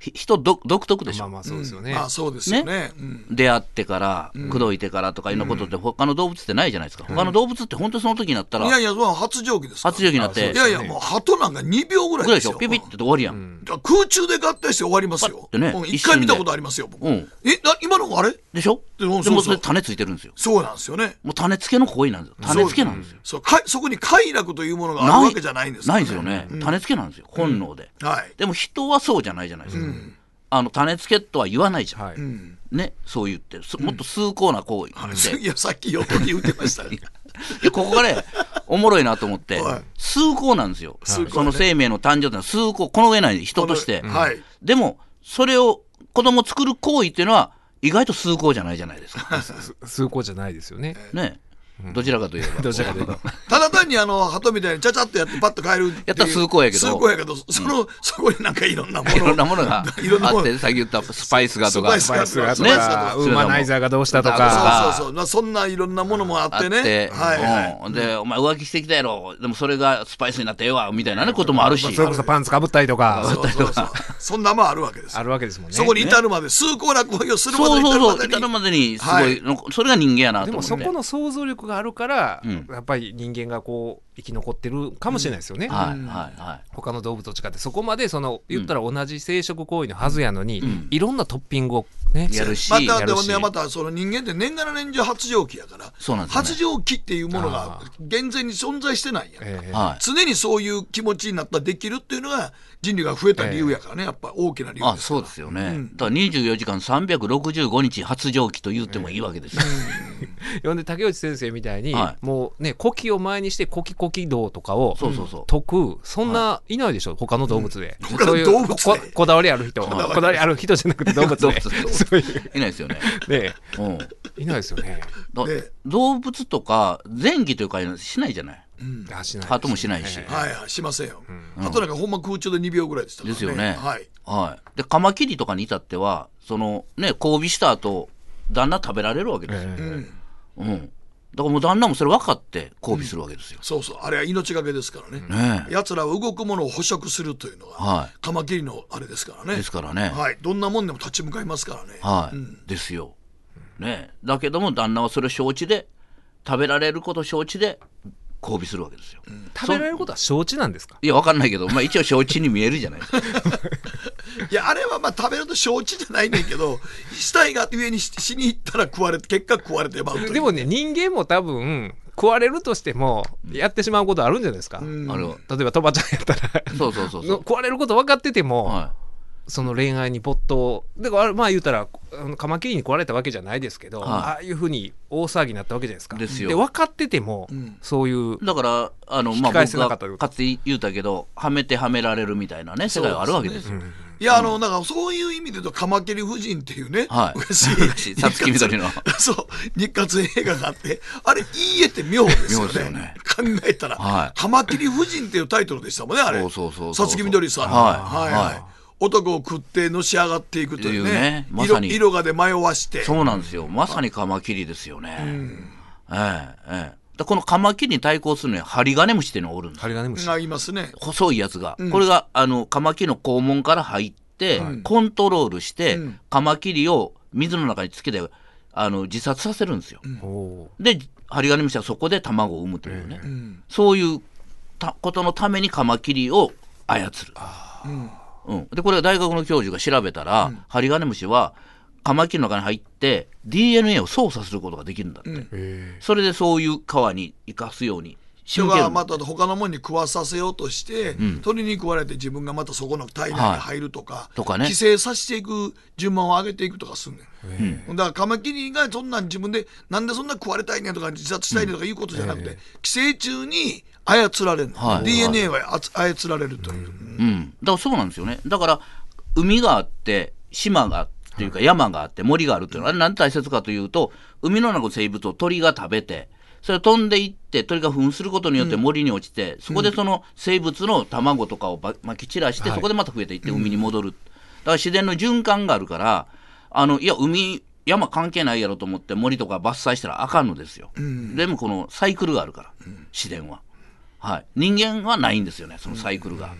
Speaker 5: ひ人独独特でしょ、
Speaker 3: [LAUGHS] まあまあそうですよね、
Speaker 4: まあそうですよね。うん
Speaker 5: 出会ってから口説いてからとかいうようなことって他の動物ってないじゃないですか、他の動物って本当にその時になったら、
Speaker 4: いやいや、それは発情期ですから。
Speaker 5: 発情期になって
Speaker 4: いやいや、もう鳩なんか2秒ぐらい
Speaker 5: ぐら
Speaker 4: で
Speaker 5: いですし
Speaker 4: よ
Speaker 5: ょ。ピピって終わりやん、
Speaker 4: だから空中で合体して終わります
Speaker 5: パッ
Speaker 4: よ。
Speaker 5: てね
Speaker 4: うん
Speaker 5: 一
Speaker 4: 一
Speaker 5: 瞬
Speaker 4: 回見
Speaker 5: で
Speaker 4: たことありますよ、僕。
Speaker 5: う
Speaker 4: え
Speaker 5: ん、
Speaker 4: な、今のあれ
Speaker 5: でしょ
Speaker 4: う
Speaker 5: で
Speaker 4: ん
Speaker 5: も
Speaker 4: そうそう
Speaker 5: それ種ついてるんですよ
Speaker 4: そうなんですよね。
Speaker 5: もう種付けの行為なんですよ種付けなんですよ
Speaker 4: そうかそこに快楽というものがあるわけじゃないんです
Speaker 5: ないですよね、種付けなんですよ本能で、
Speaker 4: はい。
Speaker 5: でも人はそうじゃないじゃないですか、あの種付けとは言わないじゃん、
Speaker 3: はい
Speaker 5: ねそう言ってそもっと崇高な行為
Speaker 4: あれ
Speaker 5: で、
Speaker 4: [LAUGHS]
Speaker 5: [LAUGHS]
Speaker 4: いや、さっき横に言ってましたね。
Speaker 5: いやここがね、おもろいなと思って
Speaker 4: はい、
Speaker 5: 崇高なんですよ。
Speaker 4: 崇高ね
Speaker 5: その生命の誕生ってのは崇高、この上ない人として
Speaker 4: こ。のはい。
Speaker 5: でも、それを子供作る行為っていうのは、意外と崇高じゃないじゃないですか。
Speaker 3: 崇高じゃないですよね。
Speaker 5: ね。どちらかといえば。
Speaker 3: どちらかというと。
Speaker 4: ただ単にあの、鳩みたいにちゃちゃっとやってパッと帰るっていう。
Speaker 5: やったら崇高やけど
Speaker 4: 崇高やけど、その、そこになんかいろんなもの。
Speaker 5: [LAUGHS] いろんなものが
Speaker 4: いろんなも
Speaker 5: あ
Speaker 4: の
Speaker 5: って、先言ったスパイスがとか。
Speaker 4: ス
Speaker 3: バイスがと
Speaker 5: ね
Speaker 3: か、ウーマナイザーがどうしたと
Speaker 5: そうそう
Speaker 3: か。
Speaker 4: そうそうそう。まあそんないろんなものもあって
Speaker 5: あって
Speaker 4: ね。はいはい。
Speaker 5: うんで、お前浮気してきたやろ、でもそれがスパイスになってええわ、みたいなねこともあるし、
Speaker 3: それこそパンツかぶったりとか、
Speaker 4: そうそうそう。そんなもんあるわけです
Speaker 3: あ
Speaker 4: よ。
Speaker 3: るわけですもんね。
Speaker 4: そこに至るまで、崇高な行為をするま
Speaker 5: そ
Speaker 4: で
Speaker 5: う
Speaker 4: に至る
Speaker 5: そ
Speaker 4: ま
Speaker 5: うそう、
Speaker 4: で
Speaker 5: 至る
Speaker 4: に。
Speaker 5: までにすごい、
Speaker 4: はい
Speaker 5: のそれが人間やなと
Speaker 3: で
Speaker 5: 思
Speaker 3: も
Speaker 5: って。
Speaker 3: そこの想像力があるから、
Speaker 5: うん
Speaker 3: やっぱり人間がこう生き残ってるかもしれないですよね。
Speaker 5: はいはいはい。
Speaker 3: 他の動物と違ってそこまでその言ったら同じ生殖行為のはずやのに、
Speaker 5: ん
Speaker 3: いろんなトッピングをね
Speaker 5: やるし
Speaker 4: また、でも
Speaker 3: やる
Speaker 4: ね、
Speaker 3: し
Speaker 4: また、その人間って年がら年中発情期やから、
Speaker 5: そうなんですよね
Speaker 4: 発情期っていうものが
Speaker 3: あー
Speaker 4: 厳然に存在してないやん。
Speaker 3: ええ
Speaker 5: はい
Speaker 4: 常にそういう気持ちになったらできるっていうのが人類が増えた理由やからね、やっぱ大きな理由
Speaker 5: あ
Speaker 4: です。
Speaker 5: そうですよね、だから24時間365日発情期と言ってもいいわけですよ、
Speaker 3: 呼んで竹内先生みたいに、
Speaker 5: は
Speaker 3: もうね古希を前にして古希古希道とかを
Speaker 5: そうそうそう
Speaker 3: 解くそんないないでしょ、他の動物で、
Speaker 4: 他の動物で
Speaker 3: そういうここだわりある人こ
Speaker 4: だわり
Speaker 3: だわりある人じゃなくて動物
Speaker 5: 動
Speaker 3: で
Speaker 5: 物で
Speaker 3: [LAUGHS] そういう
Speaker 5: いないですよね、
Speaker 3: ね
Speaker 5: うんだ
Speaker 3: いないですよね。
Speaker 4: ね
Speaker 5: 動物とか前期というかしないじゃない
Speaker 3: あしないです
Speaker 5: ハートもしないし
Speaker 3: ええ
Speaker 4: はいはい、しませんよ。あとなんかほんま空中で2秒ぐらいでしたから
Speaker 5: で
Speaker 4: ね。
Speaker 5: すよね。
Speaker 4: はい。
Speaker 5: はい。で、カマキリとかに至っては、そのね、交尾した後、旦那食べられるわけですよ。
Speaker 3: ええ
Speaker 5: うん。だからもう旦那もそれ分かって交尾するわけですよ。
Speaker 4: そうそう、あれは命がけですからね。
Speaker 5: ねえ
Speaker 4: 奴らは動くものを捕食するというのが、
Speaker 5: はい
Speaker 4: カマキリのあれですからね。
Speaker 5: ですからね。
Speaker 4: はい。どんなもんでも立ち向かいますからね。
Speaker 5: はい。
Speaker 4: うん
Speaker 5: ですよ。ねえだけども旦那はそれを承知で、食べられることを承知で交尾するわけですよ。
Speaker 3: 食べられることは承知なんですか
Speaker 5: いや、分かんないけど、まあ一応承知に見えるじゃな
Speaker 3: [LAUGHS]
Speaker 5: いですか。
Speaker 4: いや、あれはまあ食べると承知じゃないねんけど、死体が上にししに行ったら食われて、結果食われてまうとい
Speaker 3: [LAUGHS]
Speaker 4: う。
Speaker 3: でもね人間も多分食われるとしてもやってしまうことあるんじゃないですか、
Speaker 5: あれは。
Speaker 3: 例えばトバちゃんやったら
Speaker 5: そうそうそう
Speaker 3: [LAUGHS]
Speaker 5: そ
Speaker 3: の
Speaker 5: う。
Speaker 3: 食われること分かってても、
Speaker 5: は
Speaker 3: その恋愛に没頭であれまあ言うたらあのカマキリに食われたわけじゃないですけど、
Speaker 5: はい
Speaker 3: ああいうふうに大騒ぎになったわけじゃないですか
Speaker 5: ですよ
Speaker 3: 分かってても、そういう
Speaker 5: い。だから、あの、ま
Speaker 3: 引き返
Speaker 5: あ僕
Speaker 3: せなか
Speaker 5: が
Speaker 3: ったってこと
Speaker 5: かつて言うたけど、はめてはめられるみたいなね、世界があるわけですよ。
Speaker 4: いや、あの、なんかそういう意味で言うと、カマキリ夫人っていうね、
Speaker 5: はい [LAUGHS]
Speaker 4: 昔、
Speaker 5: さつきみどりの
Speaker 4: 日活 [LAUGHS] そう、日活映画があって、あれ、いい絵って妙ですよ
Speaker 5: 妙ですよ
Speaker 4: ね
Speaker 5: ね。
Speaker 4: 考えたら、
Speaker 5: はい
Speaker 4: カマキリ夫人っていうタイトルでしたもんね、あれ。
Speaker 5: そうそうそうそう
Speaker 4: さつきみどりさんの。
Speaker 5: は
Speaker 4: はい
Speaker 5: い
Speaker 4: は
Speaker 5: はい
Speaker 4: い。男を食ってのし上がっていくという
Speaker 5: という
Speaker 4: ね
Speaker 5: ね、まさに
Speaker 4: 色色がで迷わして、
Speaker 5: そうなんですよ。まさにカマキリですよね。ええ、ええ。だこのカマキリに対抗するのはハリガネムシっていうのがおるんですよ。
Speaker 3: 針金虫
Speaker 4: がいますね。
Speaker 5: 細いやつが。これが、あの、カマキリの肛門から入って、コントロールして、カマキリを水の中につけて、あの、自殺させるんですよ。
Speaker 3: おー
Speaker 5: で、ハリガネムシはそこで卵を産むというね。そういうたことのためにカマキリを操る。うん、でこれは大学の教授が調べたら、ハリガネムシはカマキリの中に入って DNA を操作することができるんだって、それでそういう川に生かすように仕
Speaker 4: 人
Speaker 5: 向ける
Speaker 4: が
Speaker 5: んだ
Speaker 4: また他のもんに食わさせようとして、鳥に食われて自分がまたそこの体内に入るとか、
Speaker 5: とかね
Speaker 4: 寄生させていく順番を上げていくとかすんねん。だからカマキリがそんなん自分でなんでそんな食われたいねんとか自殺したいねんとかいうことじゃなくて、寄生虫に操られるの、
Speaker 5: はい
Speaker 4: DNA はあつ操られるという、
Speaker 5: うん、だからそうなんですよねだから海があって島があってというか山があって森があるっていうのはあれ何て大切かというと海の中の生物を鳥が食べてそれを飛んでいって鳥が糞することによって森に落ちて、そこでその生物の卵とかをばまき散らして、そこでまた増えていって海に戻る、だから自然の循環があるからあのいや海山関係ないやろと思って森とか伐採したらあかんのですよ、でもこのサイクルがあるから、自然は。はい、人間はないんですよね、そのサイクルが。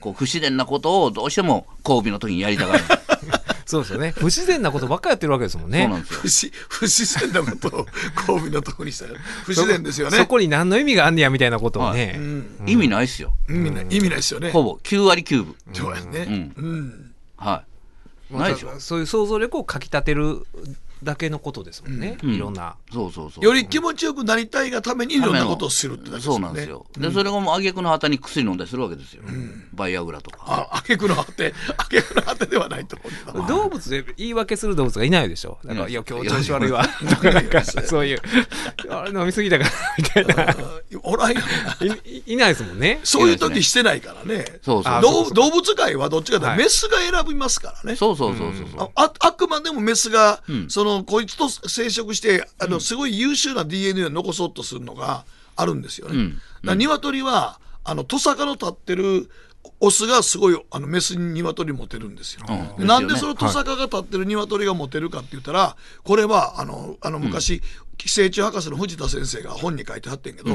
Speaker 5: こう不自然なことをどうしても交尾の時にやりたがる。
Speaker 3: そうですよね不自然なことばっかやってるわけですもんね
Speaker 5: そうなんですよ。
Speaker 4: 不自不自然なことを交尾のとこにしたら不自然ですよね
Speaker 3: そこに何の意味があんねやみたいなことをね、
Speaker 5: 意味ないですよ。
Speaker 4: みんな意味ないですよね
Speaker 5: ほぼ9割9分。
Speaker 4: そうやね、
Speaker 5: うん。はい。
Speaker 3: まあ
Speaker 5: ないでしょ
Speaker 3: そういう想像力をかきたてるだけのことですもんね、
Speaker 5: ん
Speaker 3: いろんな、
Speaker 5: そうそうそう。
Speaker 4: より気持ちよくなりたいがためにいろんなことをするってだけですよ
Speaker 5: そう
Speaker 4: ね。
Speaker 5: なんですよ。で、それがもう挙句の果てに薬飲んだりするわけですよ。バイアグラとか。
Speaker 4: あ、あけくの果て、あけくの果てではないと思うけど。
Speaker 3: 動物で言い訳する動物がいないでしょだから「
Speaker 5: うん
Speaker 3: いや今日調子悪いわ」とかなんかそういう「あれ飲みすぎたから」 [LAUGHS] みたいな
Speaker 4: おらんやん
Speaker 3: いいいないですもんね
Speaker 4: そういう時してないからね。
Speaker 5: そうそう
Speaker 3: あ
Speaker 5: そう。
Speaker 4: 動物動物界はどっちかという
Speaker 3: は
Speaker 4: と
Speaker 3: い
Speaker 4: メスが選びますからね。
Speaker 5: そうそうそうそうそう。
Speaker 4: ああくまでもメスが、
Speaker 5: ん
Speaker 4: そのこいつと生殖してあの、すごい優秀な DNA を残そうとするのがあるんですよね。
Speaker 5: うん
Speaker 4: だから鶏はあのトサカの立ってるオスがすごいあのメスに鶏持てるんですよ。
Speaker 5: うん
Speaker 4: でなんで
Speaker 5: で
Speaker 4: すその
Speaker 5: よね
Speaker 4: トサカが立ってる鶏が持てるかって言ったら、これはあのあの昔、寄生虫博士の藤田先生が本に書いてはってんけど、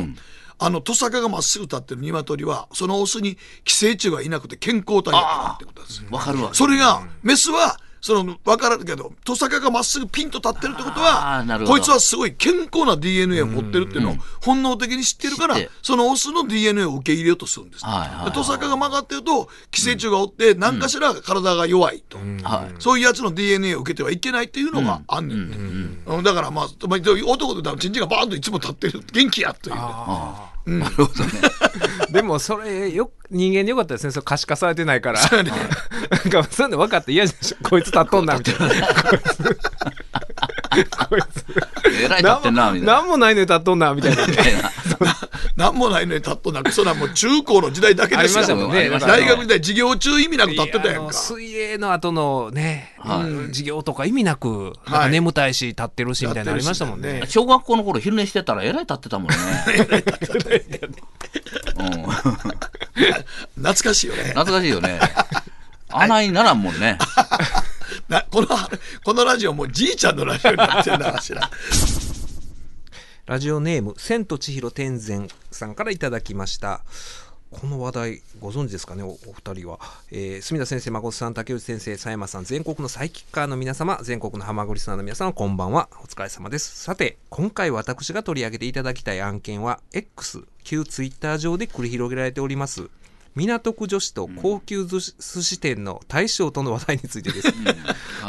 Speaker 4: あのトサカがまっすぐ立ってる鶏はそのオスに寄生虫がいなくて健康体だったってことですよ。
Speaker 5: わかるわ。
Speaker 4: それが、メスは、その、わからんけど、トサカがまっすぐピンと立ってるってこと
Speaker 5: あ
Speaker 4: は
Speaker 5: ーなる、ほ
Speaker 4: こ
Speaker 5: ど
Speaker 4: いつはすごい健康な DNA を持ってるっていうのを本能的に知ってるから
Speaker 5: 知って、
Speaker 4: そのオスの DNA を受け入れようとするんです。
Speaker 5: はいはいはい
Speaker 4: でトサカが曲がってると、寄生虫がおって、何かしら体が弱いと。
Speaker 5: はい。
Speaker 4: そういうやつの DNA を受けてはいけないっていうのがあんねんね。うんだからまあ、まあ男でチンチンがバーンといつも立ってる、元気やというね。
Speaker 5: ああ [LAUGHS] なるほどね。
Speaker 4: [LAUGHS]
Speaker 3: でもそれよ人間でよかったですねそれ可視化されてないからなんかそういうの分かって嫌でしょこいつ立っとんなみたいなこいつこい
Speaker 5: えらい
Speaker 3: つ
Speaker 5: 立ってんな、みたいな。
Speaker 3: 何もないのに立っとんなみたいな
Speaker 5: みたいな。
Speaker 4: なんもないのに立っとなく、それはもう中高の時代だけですよ
Speaker 3: ありましたもんね
Speaker 4: ありました大学時代、授業中意味なく立ってた
Speaker 3: いや
Speaker 4: や
Speaker 3: あ
Speaker 4: ん
Speaker 3: の
Speaker 4: か。
Speaker 3: 水泳の後のね、
Speaker 5: はい
Speaker 3: うん授業とか意味なく、
Speaker 4: い
Speaker 3: なんか眠たいし立ってるしみたいなのありましたもんね
Speaker 4: 立。
Speaker 5: 小学校の頃昼寝してたらえらい立って
Speaker 4: [LAUGHS]
Speaker 5: たもんね。うん
Speaker 4: 懐かしいよね。
Speaker 5: 懐かしい
Speaker 4: [LAUGHS]
Speaker 5: よね。あないならんもんね。
Speaker 4: なこの、このラジオもうじいちゃんのラジオになってるな、しら。
Speaker 3: ラジオネーム千と千尋天然さんからいただきました。この話題ご存知ですかねおお二人は、えー、墨田先生誠さん竹内先生佐山さん全国のサイキッカーの皆様全国のハマグリスナーの皆様こんばんはお疲れ様ですさて今回私が取り上げていただきたい案件は X 旧ツイッター上で繰り広げられております港区女子と高級寿司寿司店の大将との話題について [LAUGHS] です、
Speaker 4: だ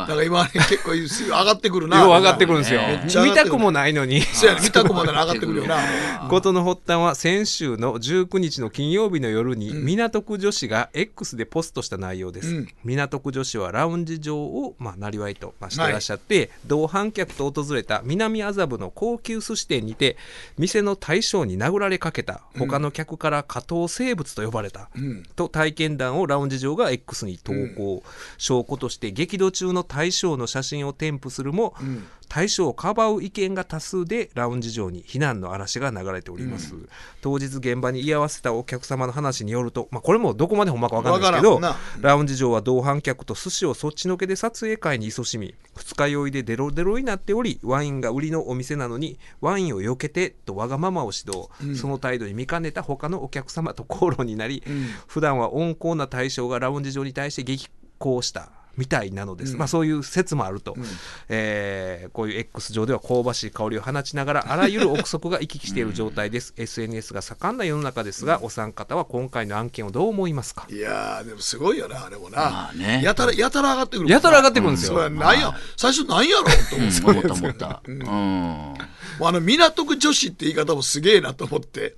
Speaker 4: から今ね、結構すぐ上がってくるな。
Speaker 3: よう上がってくるんですよ、
Speaker 5: め
Speaker 4: っちゃ上
Speaker 3: 見
Speaker 4: がっ
Speaker 3: た
Speaker 4: てくる
Speaker 3: くもないのに
Speaker 4: そうやね、見たくもないの上がってくるよな。
Speaker 3: 事の発端は先週の19日の金曜日の夜に港区女子が X でポストした内容です、
Speaker 4: うん
Speaker 3: 港区女子はラウンジ上を、まあ、なりわいと、まあ、してらっしゃって、同伴客と訪れた南麻布の高級寿司店にて店の大将に殴られかけた他の客から下等生物と呼ばれた、
Speaker 4: うん。
Speaker 3: と体験談をラウンジ上が X に投稿、証拠として激怒中の大将の写真を添付するも、
Speaker 4: ん
Speaker 3: 大将をかばう意見が多数でラウンジ上に非難の嵐が流れております、当日現場に居合わせたお客様の話によると、まあ、これもどこまでほんまかわかんないですけど
Speaker 4: わからんな
Speaker 3: ラウンジ上は同伴客と寿司をそっちのけで撮影会に勤しみ二日酔いでデロデロになっておりワインが売りのお店なのにワインを避けてとわがままを指導、その態度に見かねた他のお客様と口論になり、普段は温厚な対象がラウンジ上に対して激高したみたいなのです、まあそういう説もあると、えーこういう X 上では香ばしい香りを放ちながらあらゆる憶測が行き来している状態です、SNS が盛んな世の中ですがお三方は今回の案件をどう思いますか
Speaker 4: いやー、でもすごいよな、あれもな
Speaker 5: ま。あね
Speaker 4: やたら、やたら上がってくる。
Speaker 3: やたら上がってくるんですよ
Speaker 4: そうや、なんや、最初なんやろと思って
Speaker 5: うん思った思った。うん。
Speaker 4: もうあの港区女子って言い方もすげえなと思って、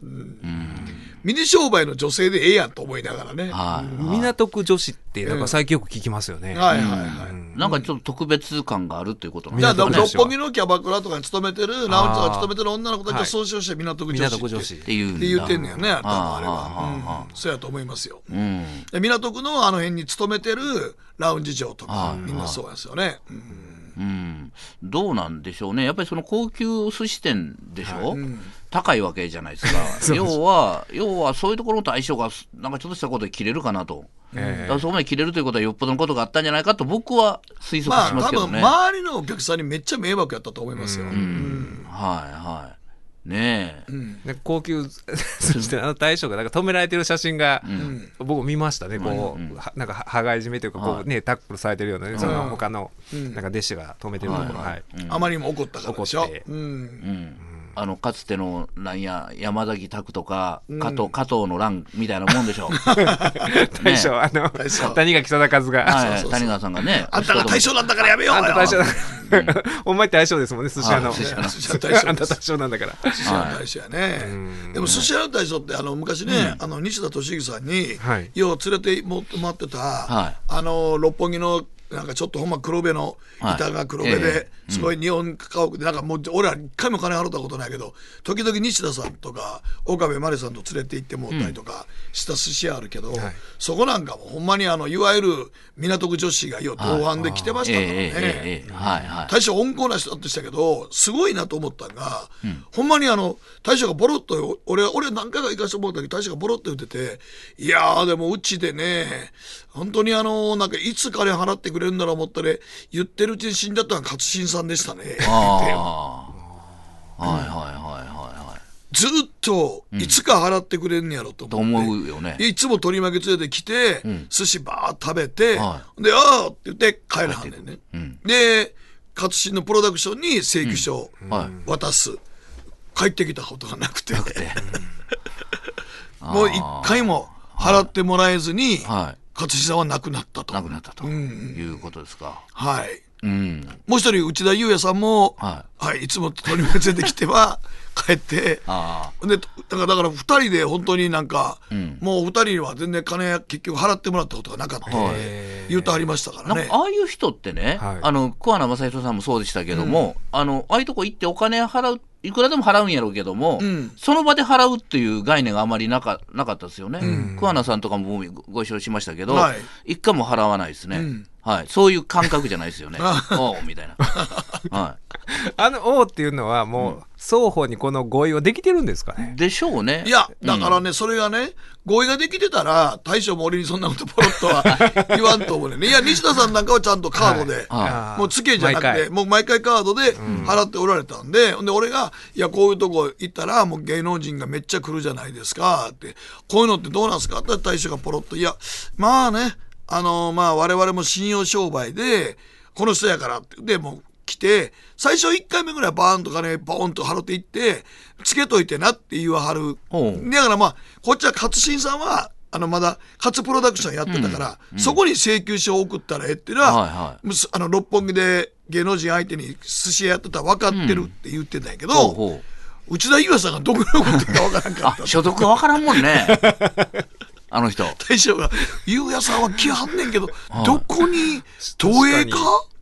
Speaker 4: ミニ商売の女性でええやんと思いながらね。は
Speaker 5: はい。
Speaker 3: 港区女子ってなんか最近よく聞きますよね、
Speaker 4: いはいはい。
Speaker 5: なんかちょっと特別感があるっていうことなん
Speaker 4: じゃあ、
Speaker 5: です
Speaker 4: 六
Speaker 3: 港区
Speaker 5: かね。
Speaker 3: 女子は
Speaker 4: 本木のキャバクラとかに勤めてる、ラウンジとかに勤めてる女の子たちを総称して港区女子
Speaker 3: 港
Speaker 4: って
Speaker 3: 区女子
Speaker 5: っていうんだ
Speaker 4: って言ってんのよね、多分あれ
Speaker 5: ああああ
Speaker 4: は。うんそうやと思いますよ。
Speaker 5: うん。
Speaker 4: で港区のあの辺に勤めてるラウンジ嬢とか、みんなそうですよね。うん
Speaker 5: うん、どうなんでしょうね、やっぱりその高級寿司店でしょ、高いわけじゃな
Speaker 4: [LAUGHS]
Speaker 5: いですか、要は、要はそういうところと相性が、なんかちょっとしたことで切れるかなと、だからそこまで切れるということは、よっぽどのことがあったんじゃないかと、僕は推測
Speaker 4: まあ、
Speaker 5: します
Speaker 4: 多
Speaker 5: けど
Speaker 4: 分、
Speaker 5: ね。
Speaker 4: 周りのお客さんにめっちゃ迷惑やったと思いますよ。
Speaker 5: はいはい。ねえ、
Speaker 3: で高級 [LAUGHS] そしてあの大将がなんか止められてる写真が、僕見ましたねこう、はなんかは羽がいじめというかこう、ね、タックルされてるような、ね、その他のなんか弟子が止めてるところ、はい
Speaker 4: あまりにも怒ったからでしょ
Speaker 3: 怒って。
Speaker 4: うん
Speaker 5: あのかつてのなんや、山崎拓とか、加藤加藤の乱みたいなもんでしょ、
Speaker 3: 大将、
Speaker 5: ね
Speaker 3: あの
Speaker 4: [LAUGHS] 大将
Speaker 3: 谷垣貞和が、
Speaker 5: はい、谷川さんがね、
Speaker 4: あんたが対象なんだからやめよう
Speaker 3: あんた大将だ
Speaker 4: よ。
Speaker 3: [LAUGHS] お前って相性ですもんね、寿司屋の。
Speaker 5: あ寿司屋
Speaker 4: の
Speaker 3: の。
Speaker 4: 寿司屋の大
Speaker 3: [LAUGHS]
Speaker 4: 将
Speaker 3: あんた大将なんだから。
Speaker 4: 寿司屋の大将やね。でも寿司屋の大将って、あの、昔ね、あの、西田敏行さんに
Speaker 3: はい、
Speaker 4: よう連れても回って
Speaker 5: はい
Speaker 4: た、あの、六本木の、なんかちょっとほんま黒部の
Speaker 5: はい
Speaker 4: 板が黒部
Speaker 5: え
Speaker 4: で、すごい日本家屋で、なんかもう、俺ら一回も金払ったことないけど、時々西田さんとか、岡部真理さんと連れて行ってもらったりとかした寿司屋あるけど、
Speaker 3: はい
Speaker 4: そこなんかもほんまにあの、いわゆる港区女子がよう同伴で来てま
Speaker 5: え
Speaker 4: し
Speaker 5: え
Speaker 4: たか
Speaker 5: え
Speaker 4: ら
Speaker 5: ええ
Speaker 4: ね。
Speaker 5: えええはいはい。
Speaker 4: 大将温厚な人でしたけどすごいなと思ったのが、ほんまにあの大将がボロッと俺俺何回か行かせてもらったけど大将がボロッと言ってて「いやーでもうちでね本当にあのなんかいつ金払ってくれるんだろう思ったら言ってるうちに死んだったのは勝新さんでしたね」
Speaker 5: ああ。はいはいはいはいはい。
Speaker 4: ずーっといつか払ってくれんねやろと
Speaker 5: と
Speaker 4: 思って。
Speaker 5: 思うよね。
Speaker 4: いつも取り巻き連れてきて、寿司ばーっと食べて、
Speaker 5: は
Speaker 4: で、あーって言って帰らはんねんね。
Speaker 5: うん
Speaker 4: で、勝新のプロダクションに請求書を
Speaker 5: はい。
Speaker 4: 渡す、帰ってきたことがなくて、 [LAUGHS]
Speaker 5: で
Speaker 4: もう一回も払ってもらえずに、
Speaker 5: は
Speaker 4: 勝新さんは亡くなった
Speaker 5: い。
Speaker 4: と。
Speaker 5: なくなったということですか。
Speaker 4: はい。
Speaker 5: うん。
Speaker 4: もう一人、内田裕也さんも、は、
Speaker 5: はい
Speaker 4: い、つも取り巻き連れてきて
Speaker 5: [LAUGHS]
Speaker 4: は、帰って、
Speaker 5: あ
Speaker 4: でだからだから2人で本当になんか、もう2人には全然金結局払ってもらったことがなかったの
Speaker 5: はい
Speaker 4: で言うとありましたか
Speaker 5: あ。な
Speaker 4: ら
Speaker 5: んか
Speaker 4: ね。
Speaker 5: ああいう人ってね、
Speaker 3: はい
Speaker 5: あの、桑名正人さんもそうでしたけども、あの、ああいうとこ行ってお金払う、いくらでも払うんやろうけども、
Speaker 4: ん
Speaker 5: その場で払うっていう概念があまりなかなかったですよね。桑名さんとかもごご一緒しましたけど、
Speaker 4: はい
Speaker 5: 一回も払わないですね、はい。そういう感覚じゃないですよ
Speaker 4: [LAUGHS]
Speaker 5: ね。おうみたいな。はい。
Speaker 3: あの王っていうのはもう、双方にこの合意はできてるんですかね。
Speaker 5: でしょうね。
Speaker 4: いや、だからね、それがね、合意ができてたら、大将も俺にそんなことポロッとは言わんと思うねんね。いや、西田さんなんかはちゃんとカードで、
Speaker 5: はい
Speaker 3: あー
Speaker 4: もう付けじゃなく
Speaker 3: 毎
Speaker 4: て、
Speaker 3: 回
Speaker 4: もう毎回カードで払っておられたんで、ほんで、俺が、いや、こういうとこ行ったら、もう芸能人がめっちゃ来るじゃないですか、って、こういうのってどうなんすかって大将がポロッと、いや、まあね、あのまあ、我々も信用商売で、この人やからって、で、もう来て、最初1回目ぐらいバーンと金、ボーンと払っていって、つけといてなって言わはる
Speaker 5: ほう。
Speaker 4: だからまあ、こっちは勝新さんは、あのまだ勝プロダクションやってたから、そこに請求書を送ったらええっていうのは、
Speaker 5: はいはい
Speaker 4: むすあの六本木で芸能人相手に寿司屋やってたら分かってるって言ってたんやけ
Speaker 5: ほ
Speaker 4: ど、
Speaker 5: うほう
Speaker 4: 内田裕也さんがどこに送ってるか分からんか
Speaker 5: あ
Speaker 4: った、。
Speaker 5: 所得がわからんも
Speaker 4: [LAUGHS]
Speaker 5: んね。あの人。
Speaker 4: 大将が、裕也さんは来はんねんけど、どこに、東映か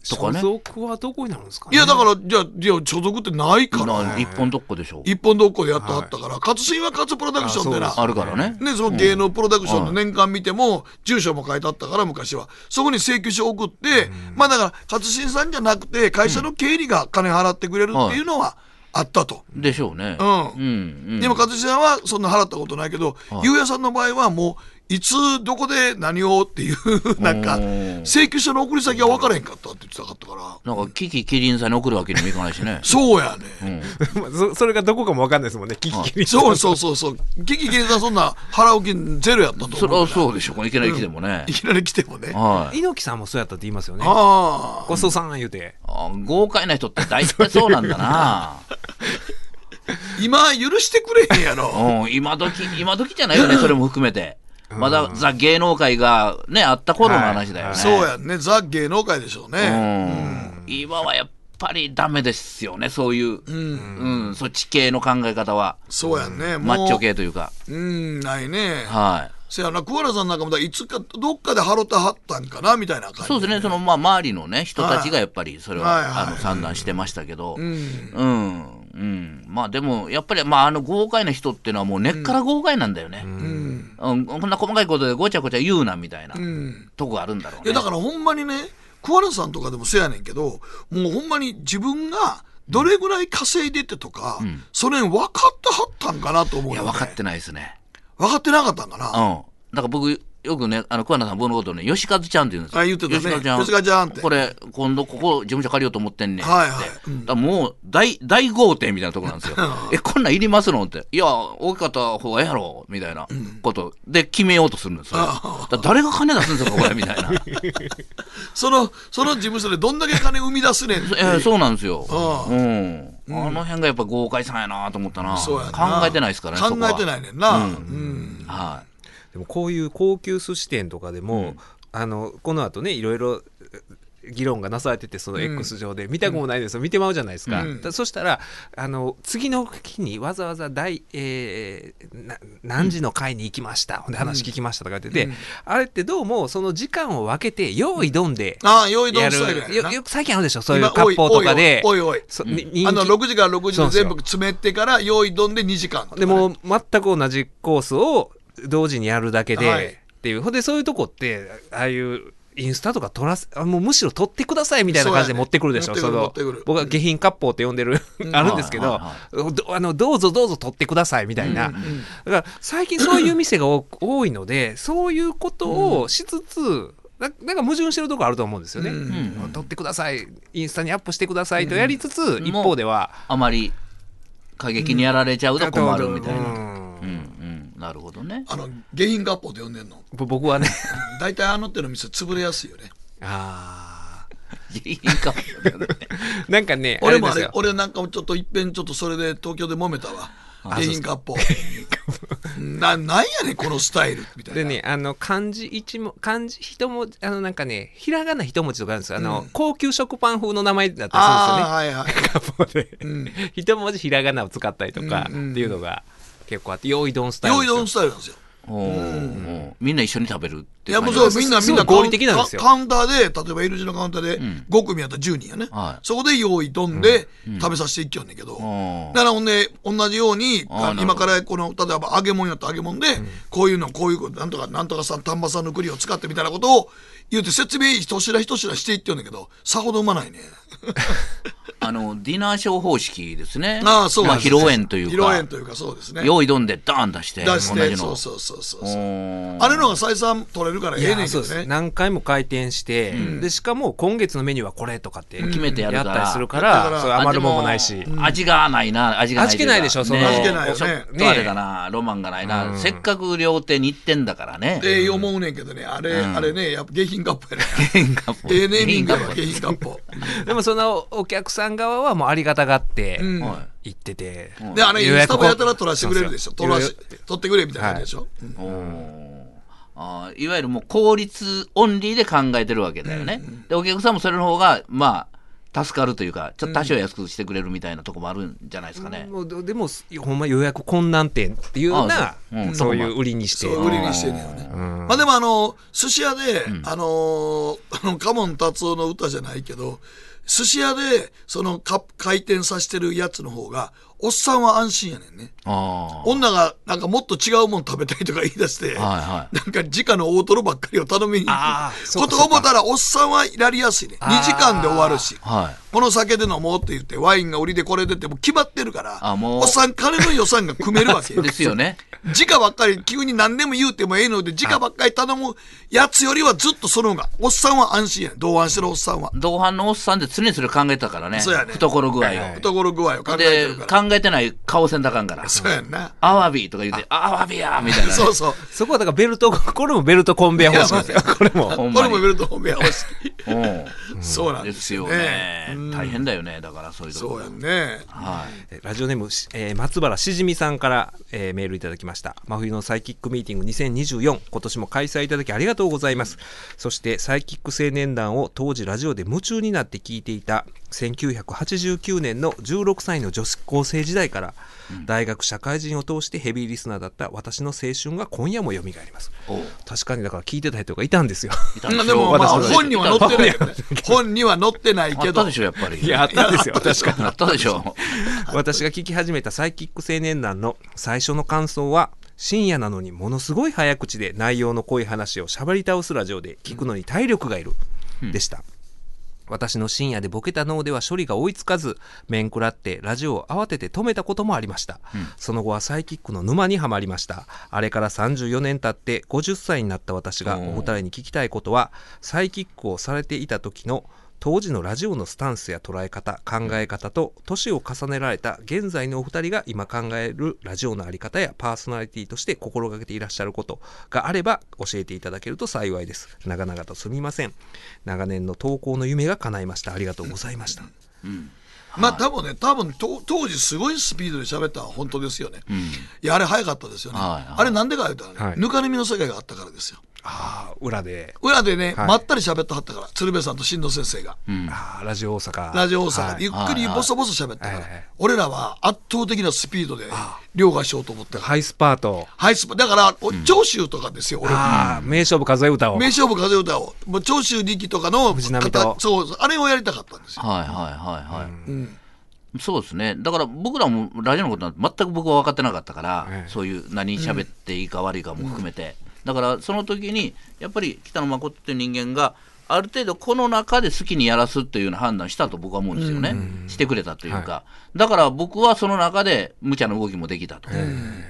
Speaker 5: とかね
Speaker 3: 所属はどこになるんですかね。
Speaker 4: いや、だから、じゃあ、じゃあ所属ってないから、
Speaker 5: な一本どっこでしょう。
Speaker 4: 一本どっこでやってはったから、勝新は勝プロダクションでな
Speaker 3: あ、
Speaker 5: あるからね。
Speaker 4: ね、その芸能プロダクションの年間見ても、住所も書いてあったから、昔は。そこに請求書送って、まあだから、勝新さんじゃなくて、会社の経理が金払ってくれるっていうのはあったと。
Speaker 5: でしょうね。
Speaker 4: うん
Speaker 5: うん。うん。
Speaker 4: でも、勝新さんはそんな払ったことないけど、ゆうやさんの場合はもう、いつ、どこで何をっていう、なんか
Speaker 5: お、ー
Speaker 4: 請求書の送り先が分からへんかったって言ってたかったから。。
Speaker 5: なんか、キキキリンさんに送るわけにもいかないしね
Speaker 4: そうやね。
Speaker 3: まあそ [LAUGHS] それがどこかもわかんないですもんね。聞き切り。
Speaker 4: そうそうそうそう。キキキリさんそんな払う金ゼロやったと思う
Speaker 5: [LAUGHS] そ
Speaker 4: か
Speaker 5: れ
Speaker 4: ら。
Speaker 5: はそうでしょう。いけないきでもね
Speaker 4: い。きなり来てもね。
Speaker 5: はい。
Speaker 3: 猪木さんもそうやったって言いますよね。
Speaker 4: ああ。
Speaker 3: ごちそうさん言うて。
Speaker 5: あ豪快な人って大体そうなんだな。
Speaker 4: 今許してくれへんや
Speaker 5: [LAUGHS]
Speaker 4: ろ。
Speaker 5: うん、今時、今時じゃないよね、それも含めて。まだザ芸能界がね、あった頃の話だよね。
Speaker 4: そうやんね。ザ芸能界でしょうね。
Speaker 5: うん。今はやっぱりダメですよね、そういう。うん。うん、そっち系の考え方は。
Speaker 4: そうやんね。もう
Speaker 5: マッチョ。系というか。
Speaker 4: うん、ないね。
Speaker 5: はい。
Speaker 4: せやな、桑原さんなんかもだからいつかどっかでハロタはったんかなみたいな感じ。
Speaker 5: そうですね、そのまあ周りのね、人たちがやっぱりそれ
Speaker 4: はいはい
Speaker 5: はあの算段してましたけど、うん、うん、まあでも、やっぱりまああの豪快な人っていうのはもう根っから豪快なんだよね。うん、こんな細かいことでごちゃごちゃ言うなみたいなとこがあるんだろう
Speaker 4: い
Speaker 5: ね。
Speaker 4: やだからほんまにね、桑原さんとかでもせやねんけど、もうほんまに自分がどれぐらい稼いでてとか、それ分かってはったんかなと思う、
Speaker 5: い
Speaker 4: ね。
Speaker 5: や、分かってないですね。
Speaker 4: 分かってなかったんか
Speaker 5: うん
Speaker 4: な。。
Speaker 5: だから僕、よくね、あの、桑名さん僕のことをね、吉和ちゃんって言うんですよ。
Speaker 4: あ言ってたね
Speaker 5: 吉和ちゃん。
Speaker 4: 吉和ちゃんって
Speaker 5: これ、今度ここ事務所借りようと思ってんねん。
Speaker 4: はいはい
Speaker 5: ってだからもう、大、大豪邸みたいなとこなんですよ。え、こんなんいりますのって。いや、大きかった方がええやろ、みたいなことで決めようとするんですよ。だから誰が金出すんですか、これ、みたいな。
Speaker 4: その、その事務所でどんだけ金生み出すねんって。
Speaker 5: えーそうなんですよ。
Speaker 4: ああ
Speaker 5: うん。あの辺がやっぱ豪快さんやなと思ったな。
Speaker 4: そうやんな
Speaker 5: 考えてないですからね、
Speaker 4: 考えて
Speaker 5: い。
Speaker 4: ないねんな。
Speaker 5: う
Speaker 4: う
Speaker 5: ん
Speaker 4: ん
Speaker 5: はい。
Speaker 3: でもこういう高級寿司店とかでも、あのこの後ねいろいろえ議論がなされててその X 上で、見たくもないですよ見てまうじゃないですか、だそしたらあの次の日にわざわざ第、えーな何時の会に行きました、ほんで話聞きましたとか言ってて、あれってどうもその時間を分けて用意どんで
Speaker 4: ああ、用意ど
Speaker 3: や
Speaker 4: んス
Speaker 3: る、
Speaker 4: タイルやな
Speaker 3: よよく最近あるでしょそういう割烹とかで
Speaker 4: おいおいおい
Speaker 3: そ
Speaker 4: おい
Speaker 3: に
Speaker 4: おい
Speaker 3: 人気
Speaker 4: あの6時から6時
Speaker 3: そうな
Speaker 4: で
Speaker 3: んですよ
Speaker 4: 全部詰めてから用意どんで2時間とかね
Speaker 3: でもう全く同じコースを同時にやるだけで、
Speaker 4: はい
Speaker 3: っていうほんでそういうとこってああいうインスタとか撮らせあもうむしろ撮ってくださいみたいな感じで
Speaker 4: そうやね
Speaker 3: 持ってくるでしょ
Speaker 4: 持ってくる
Speaker 3: の
Speaker 4: 持ってくる
Speaker 3: 僕は下品割烹って呼んでる [LAUGHS] あるんですけど,、
Speaker 5: はいは
Speaker 3: どあのどうぞどうぞ撮ってくださいみたいな、だから最近そういう店が多く [COUGHS] 多いのでそういうことをしつつ、ななんか矛盾してるとこあると思うんですよね、
Speaker 4: うん
Speaker 3: 撮ってくださいインスタにアップしてくださいとやりつつ、
Speaker 5: ん
Speaker 3: 一方では
Speaker 5: あまり過激にやられちゃうと困るみたいな。
Speaker 3: うん
Speaker 5: うんうん、なるほどね。
Speaker 4: あの、原因合法で呼んでんの。
Speaker 3: ぼ僕はね
Speaker 4: 大体あの手の店潰れやすいよね。
Speaker 3: あ
Speaker 5: いいかもしれないね。
Speaker 3: あ。 [LAUGHS] なんかね、
Speaker 4: 俺もあ
Speaker 3: です
Speaker 4: れ
Speaker 3: よ、
Speaker 4: 俺なんかもちょっといっぺんちょっとそれで東京で揉めたわ。原因合法。
Speaker 3: [LAUGHS]
Speaker 4: な、なんやねん、このスタイル。みたいな。
Speaker 3: でね、あの、漢字一文、漢字一文字、あの、なんかね、ひらがな一文字とかあるんですよ。あの、高級食パン風の名前だった
Speaker 4: ああ、はいはい。
Speaker 3: りするんですよね。カポで、一文字ひらがなを使ったりとか、っていうのが結構あって、用意どんスタイル
Speaker 4: 用
Speaker 3: で
Speaker 4: 意
Speaker 3: すよ。
Speaker 4: どんスタイルなんですよ。
Speaker 5: おーおーみんな一緒に食べるっ
Speaker 4: い
Speaker 5: てい
Speaker 4: や
Speaker 5: う
Speaker 4: も
Speaker 5: 感
Speaker 4: う
Speaker 5: じ
Speaker 4: そうみ
Speaker 5: です
Speaker 4: んな
Speaker 3: す
Speaker 4: みんな
Speaker 3: ごい合理的なんですよ
Speaker 4: カカウンターで例えば L 字のカウンターで5組やったら10人やね、
Speaker 5: はい
Speaker 4: そこで用意どんで食べさせていっきよんねんけど、
Speaker 5: ん
Speaker 4: だからほんで同じように
Speaker 5: あーなるほど
Speaker 4: 今からこの例えば揚げ物やったら揚げ物で、こういうのこういうことなんとかなんとかさん丹波さんの栗を使ってみたいなことを言うて説明一品一品していってよんねんけどさほどうまないね
Speaker 5: あのディナーショー方式ですね。
Speaker 4: ああそうな
Speaker 5: ま
Speaker 4: ん
Speaker 5: あ
Speaker 4: ですよ
Speaker 5: 披露宴というか。
Speaker 4: 披露宴というかそうですね
Speaker 5: 用意どんでダーン出して
Speaker 4: 出
Speaker 5: 同
Speaker 4: し
Speaker 5: じ
Speaker 4: て
Speaker 5: の
Speaker 4: そうそうそうそうそう
Speaker 5: おー
Speaker 4: あれのが採算取れるからええねん
Speaker 3: いや
Speaker 4: け
Speaker 3: そう
Speaker 4: ど
Speaker 3: です
Speaker 4: ね
Speaker 3: 何回も回転して、でしかも今月のメニューはこれとかって
Speaker 5: 決めてやるから
Speaker 3: ったりするか
Speaker 4: だから
Speaker 3: らそう
Speaker 5: あ
Speaker 3: 余るもんもないし
Speaker 5: でも味がないな味がない
Speaker 3: 味気ないでしょその
Speaker 4: 味気ないよね
Speaker 3: ちょっ
Speaker 5: ち
Speaker 3: と
Speaker 5: ょっとあれだなロマンがないな、せっかく料亭に行ってんだからね
Speaker 4: ええ思うねんけどねあれ、あれねやっぱ下品合法やね
Speaker 5: 変化も
Speaker 4: ええネーミングや
Speaker 5: 変化
Speaker 4: わ下品
Speaker 5: も
Speaker 4: 合法
Speaker 3: [LAUGHS] でもそのお客さん側はもうありがたがって
Speaker 5: は
Speaker 3: 行ってて、
Speaker 4: で、あれ、イ
Speaker 3: 予
Speaker 4: ンス
Speaker 3: 約
Speaker 4: タもやたら撮らせてくれるでしょ。
Speaker 3: そ
Speaker 4: 撮
Speaker 3: うな
Speaker 4: ら
Speaker 3: んで
Speaker 4: し
Speaker 3: すよ、
Speaker 4: 撮ってくれみたいな感じでしょ。うん
Speaker 5: おーあーいわゆるもう効率オンリーで考えてるわけだよね、でお客さんもそれの方がまあ助かるというかちょっと多少安くしてくれるみたいなとこもあるんじゃないですかね、
Speaker 3: もうどでもすほんま予約困難点っていうような
Speaker 5: あそううん
Speaker 3: そういう売りにして
Speaker 4: そう、売りにしてんねんよね。まあでも、あの、寿司屋で、あのー、あの、カモン達夫の歌じゃないけど、寿司屋で、その、か回転させてるやつの方が、おっさんは安心やねんね。
Speaker 5: あ
Speaker 4: 女が、なんかもっと違うもん食べたいとか言い出して、
Speaker 5: あはいはい
Speaker 4: なんか直の大トロばっかりを頼みに行
Speaker 3: あー
Speaker 4: く
Speaker 3: そう
Speaker 4: こ
Speaker 3: か
Speaker 4: とを思ったら、おっさんはやりやすいね。2時間で終わるし。
Speaker 5: はい
Speaker 4: この酒で飲もうって言って、ワインが売りでこれでってもう決まってるから、
Speaker 5: あもう
Speaker 4: おっさん金の予算が組めるわ
Speaker 5: [LAUGHS]
Speaker 4: けよ
Speaker 5: で。すよね
Speaker 4: 時価ばっかり急に何でも言うてもええので、時価ばっかり頼むやつよりはずっとその方が、おっさんは安心やねん。同伴してるおっさんは。
Speaker 5: 同伴のおっさんで常にそれ考えてたからね
Speaker 4: そうやね
Speaker 5: 懐具合を、
Speaker 4: 懐具合を考えて
Speaker 5: で
Speaker 4: るから。
Speaker 5: 考えてない顔せんだかんから
Speaker 4: そうやんな。
Speaker 5: アワビとか言ってアワビやみたいなね、
Speaker 4: そうそう。
Speaker 3: そこはだからベルトこれもベルトコンベア方式ですよこれも
Speaker 5: ほん
Speaker 4: こ
Speaker 5: ま
Speaker 4: れ
Speaker 5: に
Speaker 4: もベルト褒め合わせ。
Speaker 5: う
Speaker 4: そうなん
Speaker 5: ん
Speaker 4: で
Speaker 5: ですす
Speaker 4: よ
Speaker 5: よ
Speaker 4: ね。
Speaker 5: ね大変だよねだからそういうと
Speaker 4: そ
Speaker 5: こ
Speaker 4: うやんね。
Speaker 5: はい
Speaker 3: えラジオネーム、しえー松原しじみさんから、えーメールいただきました真冬のサイキックミーティング2024今年も開催いただきありがとうございますそしてサイキック青年団を当時ラジオで夢中になって聞いていた1989年の16歳の女子高生時代から大学社会人を通してヘビーリスナーだった私の青春が今夜も蘇ります
Speaker 5: おう
Speaker 3: 確かにだから聞いてた人がいたんですよ
Speaker 5: いた
Speaker 4: うん
Speaker 5: しょ
Speaker 4: でも、まあ、
Speaker 3: 私は
Speaker 4: 本には載ってないけど
Speaker 5: [LAUGHS]
Speaker 4: ね。本には載ってない
Speaker 5: あ
Speaker 4: け
Speaker 5: っ
Speaker 4: ど
Speaker 5: たで。しょやっぱり
Speaker 3: いやあったんですよ確かに
Speaker 5: あったでしょ
Speaker 3: [LAUGHS] 私が聞き始めたサイキック青年団の最初の感想は深夜なのにものすごい早口で内容の濃い話をしゃべり倒すラジオで聞くのに体力がいる、でした私の深夜でボケた脳では処理が追いつかず面食らってラジオを慌てて止めたこともありました、その後はサイキックの沼にはまりましたあれから34年経って50歳になった私がお二人に聞きたいことはサイキックをされていた時の当時のラジオのスタンスや捉え方考え方と年を重ねられた現在のお二人が今考えるラジオの在り方やパーソナリティとして心がけていらっしゃることがあれば教えていただけると幸いです長々とすみません長年の投稿の夢が叶いましたありがとうございました
Speaker 4: まあ多分ね、多分と当時すごいスピードで喋ったのは本当ですよね。いや、あれ早かったですよね。
Speaker 5: はいはい
Speaker 4: あれなんでか言うたらね、
Speaker 3: はい
Speaker 4: [LAUGHS] ぬかるみの世界があったからですよ。
Speaker 3: ああ裏で、
Speaker 4: 裏でね、
Speaker 3: はい
Speaker 4: まったり喋っとはったから、鶴瓶さんと進藤先生が。
Speaker 3: ああラジオ大阪
Speaker 4: ラジオ大阪でゆ
Speaker 3: はい
Speaker 4: っくりボソボソ喋ったから、
Speaker 3: はいはい
Speaker 4: 俺らは圧倒的なスピードで凌駕しようと思ったから。
Speaker 3: ハイスパート
Speaker 4: はい、すだから、お長州とかですよ、俺。
Speaker 3: ああ名勝負数え歌を
Speaker 4: 名勝負風歌を、もう長州力とかの
Speaker 3: 藤波と
Speaker 4: 方そうそう、あれをやりたかったんですよ。
Speaker 5: はいはいはいはい、そうですねだから僕らもラジオのことなんて全く僕は分かってなかったから、
Speaker 3: ええ
Speaker 5: そういう何喋っていいか悪いかも含めて、だからその時にやっぱり北野誠っていう人間がある程度この中で好きにやらすっていうような判断したと僕は思うんですよね、してくれたというか、だから僕はその中で無茶な動きもできたとい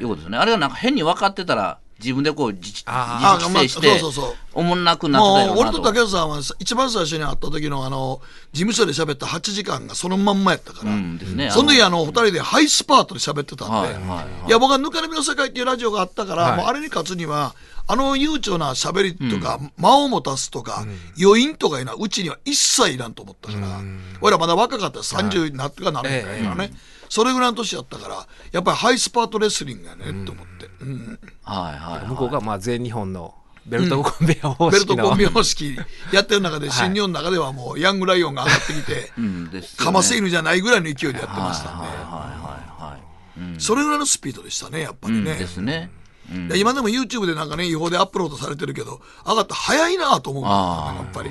Speaker 5: うことですね、あれはなんか変に分かってたら自分でこう自自
Speaker 3: あ
Speaker 4: ー
Speaker 5: 自制して
Speaker 4: あまあそうそうそう
Speaker 5: おもんなくなってた
Speaker 4: も
Speaker 5: よ
Speaker 4: う、俺
Speaker 5: なと
Speaker 4: と竹内さんは一番最初に会った時の、あの、事務所で喋った8時間がそのまんまやったから、
Speaker 5: うんですね
Speaker 4: その時あの、二人でハイスパートで喋ってたんで、
Speaker 5: はい
Speaker 4: い
Speaker 5: はいはい
Speaker 4: や、僕はぬかるみの世界っていうラジオがあったから、
Speaker 3: はい
Speaker 4: もうあれに勝つには、あの悠長な喋りとか、間を持たすとか、余韻とかいうのはうちには一切いらんと思ったから、俺らまだ若かったら30になってかなるんだよね、それぐらいの年だったから、やっぱりハイスパートレスリングやね、と思って。うん
Speaker 5: はいはいはい
Speaker 3: 向こうがまあ全日本のベルトコンベア方
Speaker 4: ベルト
Speaker 3: 式の、
Speaker 4: コンビ方式やってる中で、新日本の中ではもうヤングライオンが上がって
Speaker 5: [LAUGHS]
Speaker 4: きて、
Speaker 5: うんですよね
Speaker 4: かませ犬じゃないぐらいの勢いでやってましたんで、
Speaker 5: はいはいはいはいうん
Speaker 4: それぐらいのスピードでしたね、やっぱり
Speaker 5: うん
Speaker 4: ね。
Speaker 5: ですね。うん
Speaker 4: で今でも YouTube でなんかね、違法でアップロードされてるけど、上がった早いなと思うんだよ
Speaker 5: あ
Speaker 4: ねや
Speaker 5: ー
Speaker 4: っぱり。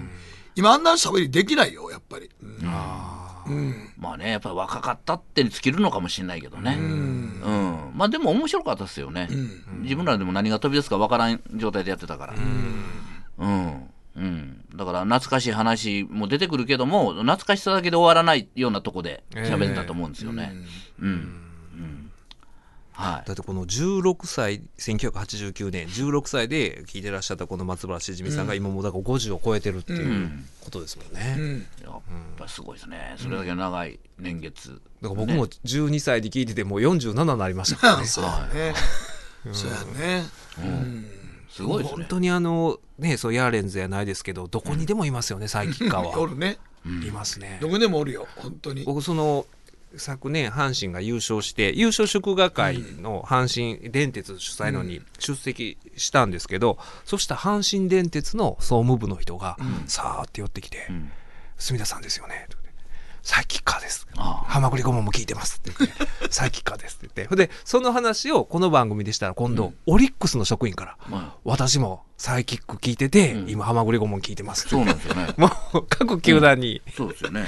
Speaker 4: 今あんな喋りできないよ、やっぱり。うん
Speaker 5: まあね、やっぱり若かったってに尽きるのかもしれないけどね。うん。まあでも面白かったですよね。自分らでも何が飛び出すかわからん状態でやってたから。うん。うん。だから懐かしい話も出てくるけども、懐かしさだけで終わらないようなとこで喋ってたと思うんですよね。うん。うんはい。
Speaker 3: だってこの16歳1989年16歳で聞いてらっしゃったこの松原しじみさんが今もうだから50を超えてるっていうことですもんね、
Speaker 5: やっぱりすごいですね。それだけ長い年月。
Speaker 3: だから僕も12歳で聞いててもう47になりましたからね
Speaker 4: [LAUGHS] そうやね。そうやね。
Speaker 5: すごいです
Speaker 3: 本
Speaker 5: ね。
Speaker 3: 当にあのねそうヤーレンズやないですけどどこにでもいますよねサイキッ [LAUGHS] カー
Speaker 4: お
Speaker 3: は
Speaker 4: るね。
Speaker 3: いますね
Speaker 4: どこでもおるよ、本当に。
Speaker 3: 僕その昨年阪神が優勝して優勝祝賀会の阪神電鉄主催のに出席したんですけど、そしたら阪神電鉄の総務部の人がさーって寄ってきて
Speaker 5: ん
Speaker 3: 「住田さんですよね」とかねサイキッカーです」
Speaker 5: あ
Speaker 3: ハマグリ顧問も聞いてます」って言って「
Speaker 5: [LAUGHS]
Speaker 3: サイキッカーです」って言ってほんでその話をこの番組でしたら今度、オリックスの職員から「
Speaker 5: まあ
Speaker 3: 私もサイキック聞いてて、今ハマグリ顧問聞いてます」
Speaker 5: そうなんですよね。
Speaker 3: もう各球団に、
Speaker 5: そうですよね。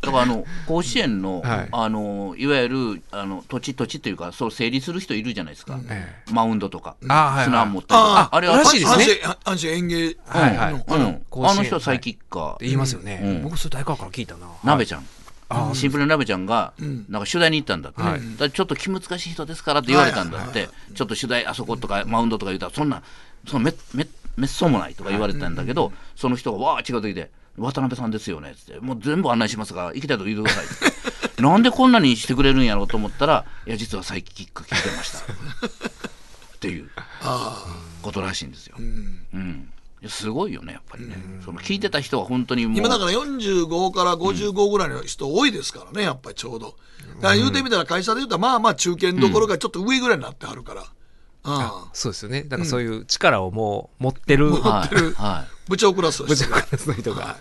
Speaker 5: だからあの甲子園の、
Speaker 3: はい
Speaker 5: い、あのいわゆるあの土地土地というかそう整理する人いるじゃないですか。
Speaker 3: え
Speaker 5: マウンドとか、
Speaker 3: あはいはい
Speaker 5: 砂持ったりとか
Speaker 4: あ
Speaker 5: あれは
Speaker 3: らしいですね
Speaker 4: 阪神阪神園芸
Speaker 3: えはいはい、
Speaker 5: うん
Speaker 4: あの
Speaker 3: 甲子園
Speaker 5: あの人はサイキッカ
Speaker 3: って
Speaker 5: ー、
Speaker 3: 言いますよね、
Speaker 5: うん
Speaker 3: 僕それ大河から聞いたな
Speaker 5: 鍋ちゃん。シンプルな鍋ちゃんが、なんか取材に行ったんだって、
Speaker 3: はい
Speaker 5: だからちょっと気難しい人ですからって言われたんだって、ちょっと取材、あそことかマウンドとか言うたら、そんな、そのめめめっそうもないとか言われたんだけど、その人がわー違う時で、渡辺さんですよねっつって、もう全部案内しますから、行きたいとこ言ってくださいってなんでこんなにしてくれるんやろうと思ったら、いや、実はサイキック聞いてました。っていうことらしいんですよ。うんいやすごいよねやっぱりね、その聞いてた人は本当にもう
Speaker 4: 今だから45から55ぐらいの人多いですからね、やっぱりちょうど。だから言うてみたら会社で言うたらまあまあ中堅どころかちょっと上ぐらいになってはるから。うん
Speaker 3: そうですよねだからそういう力をもう持ってる、
Speaker 5: は、
Speaker 3: はい
Speaker 5: はい
Speaker 4: 部長クラス
Speaker 3: [LAUGHS]
Speaker 4: の
Speaker 3: い、部
Speaker 4: 人
Speaker 3: 長
Speaker 4: が
Speaker 3: クラスの人が、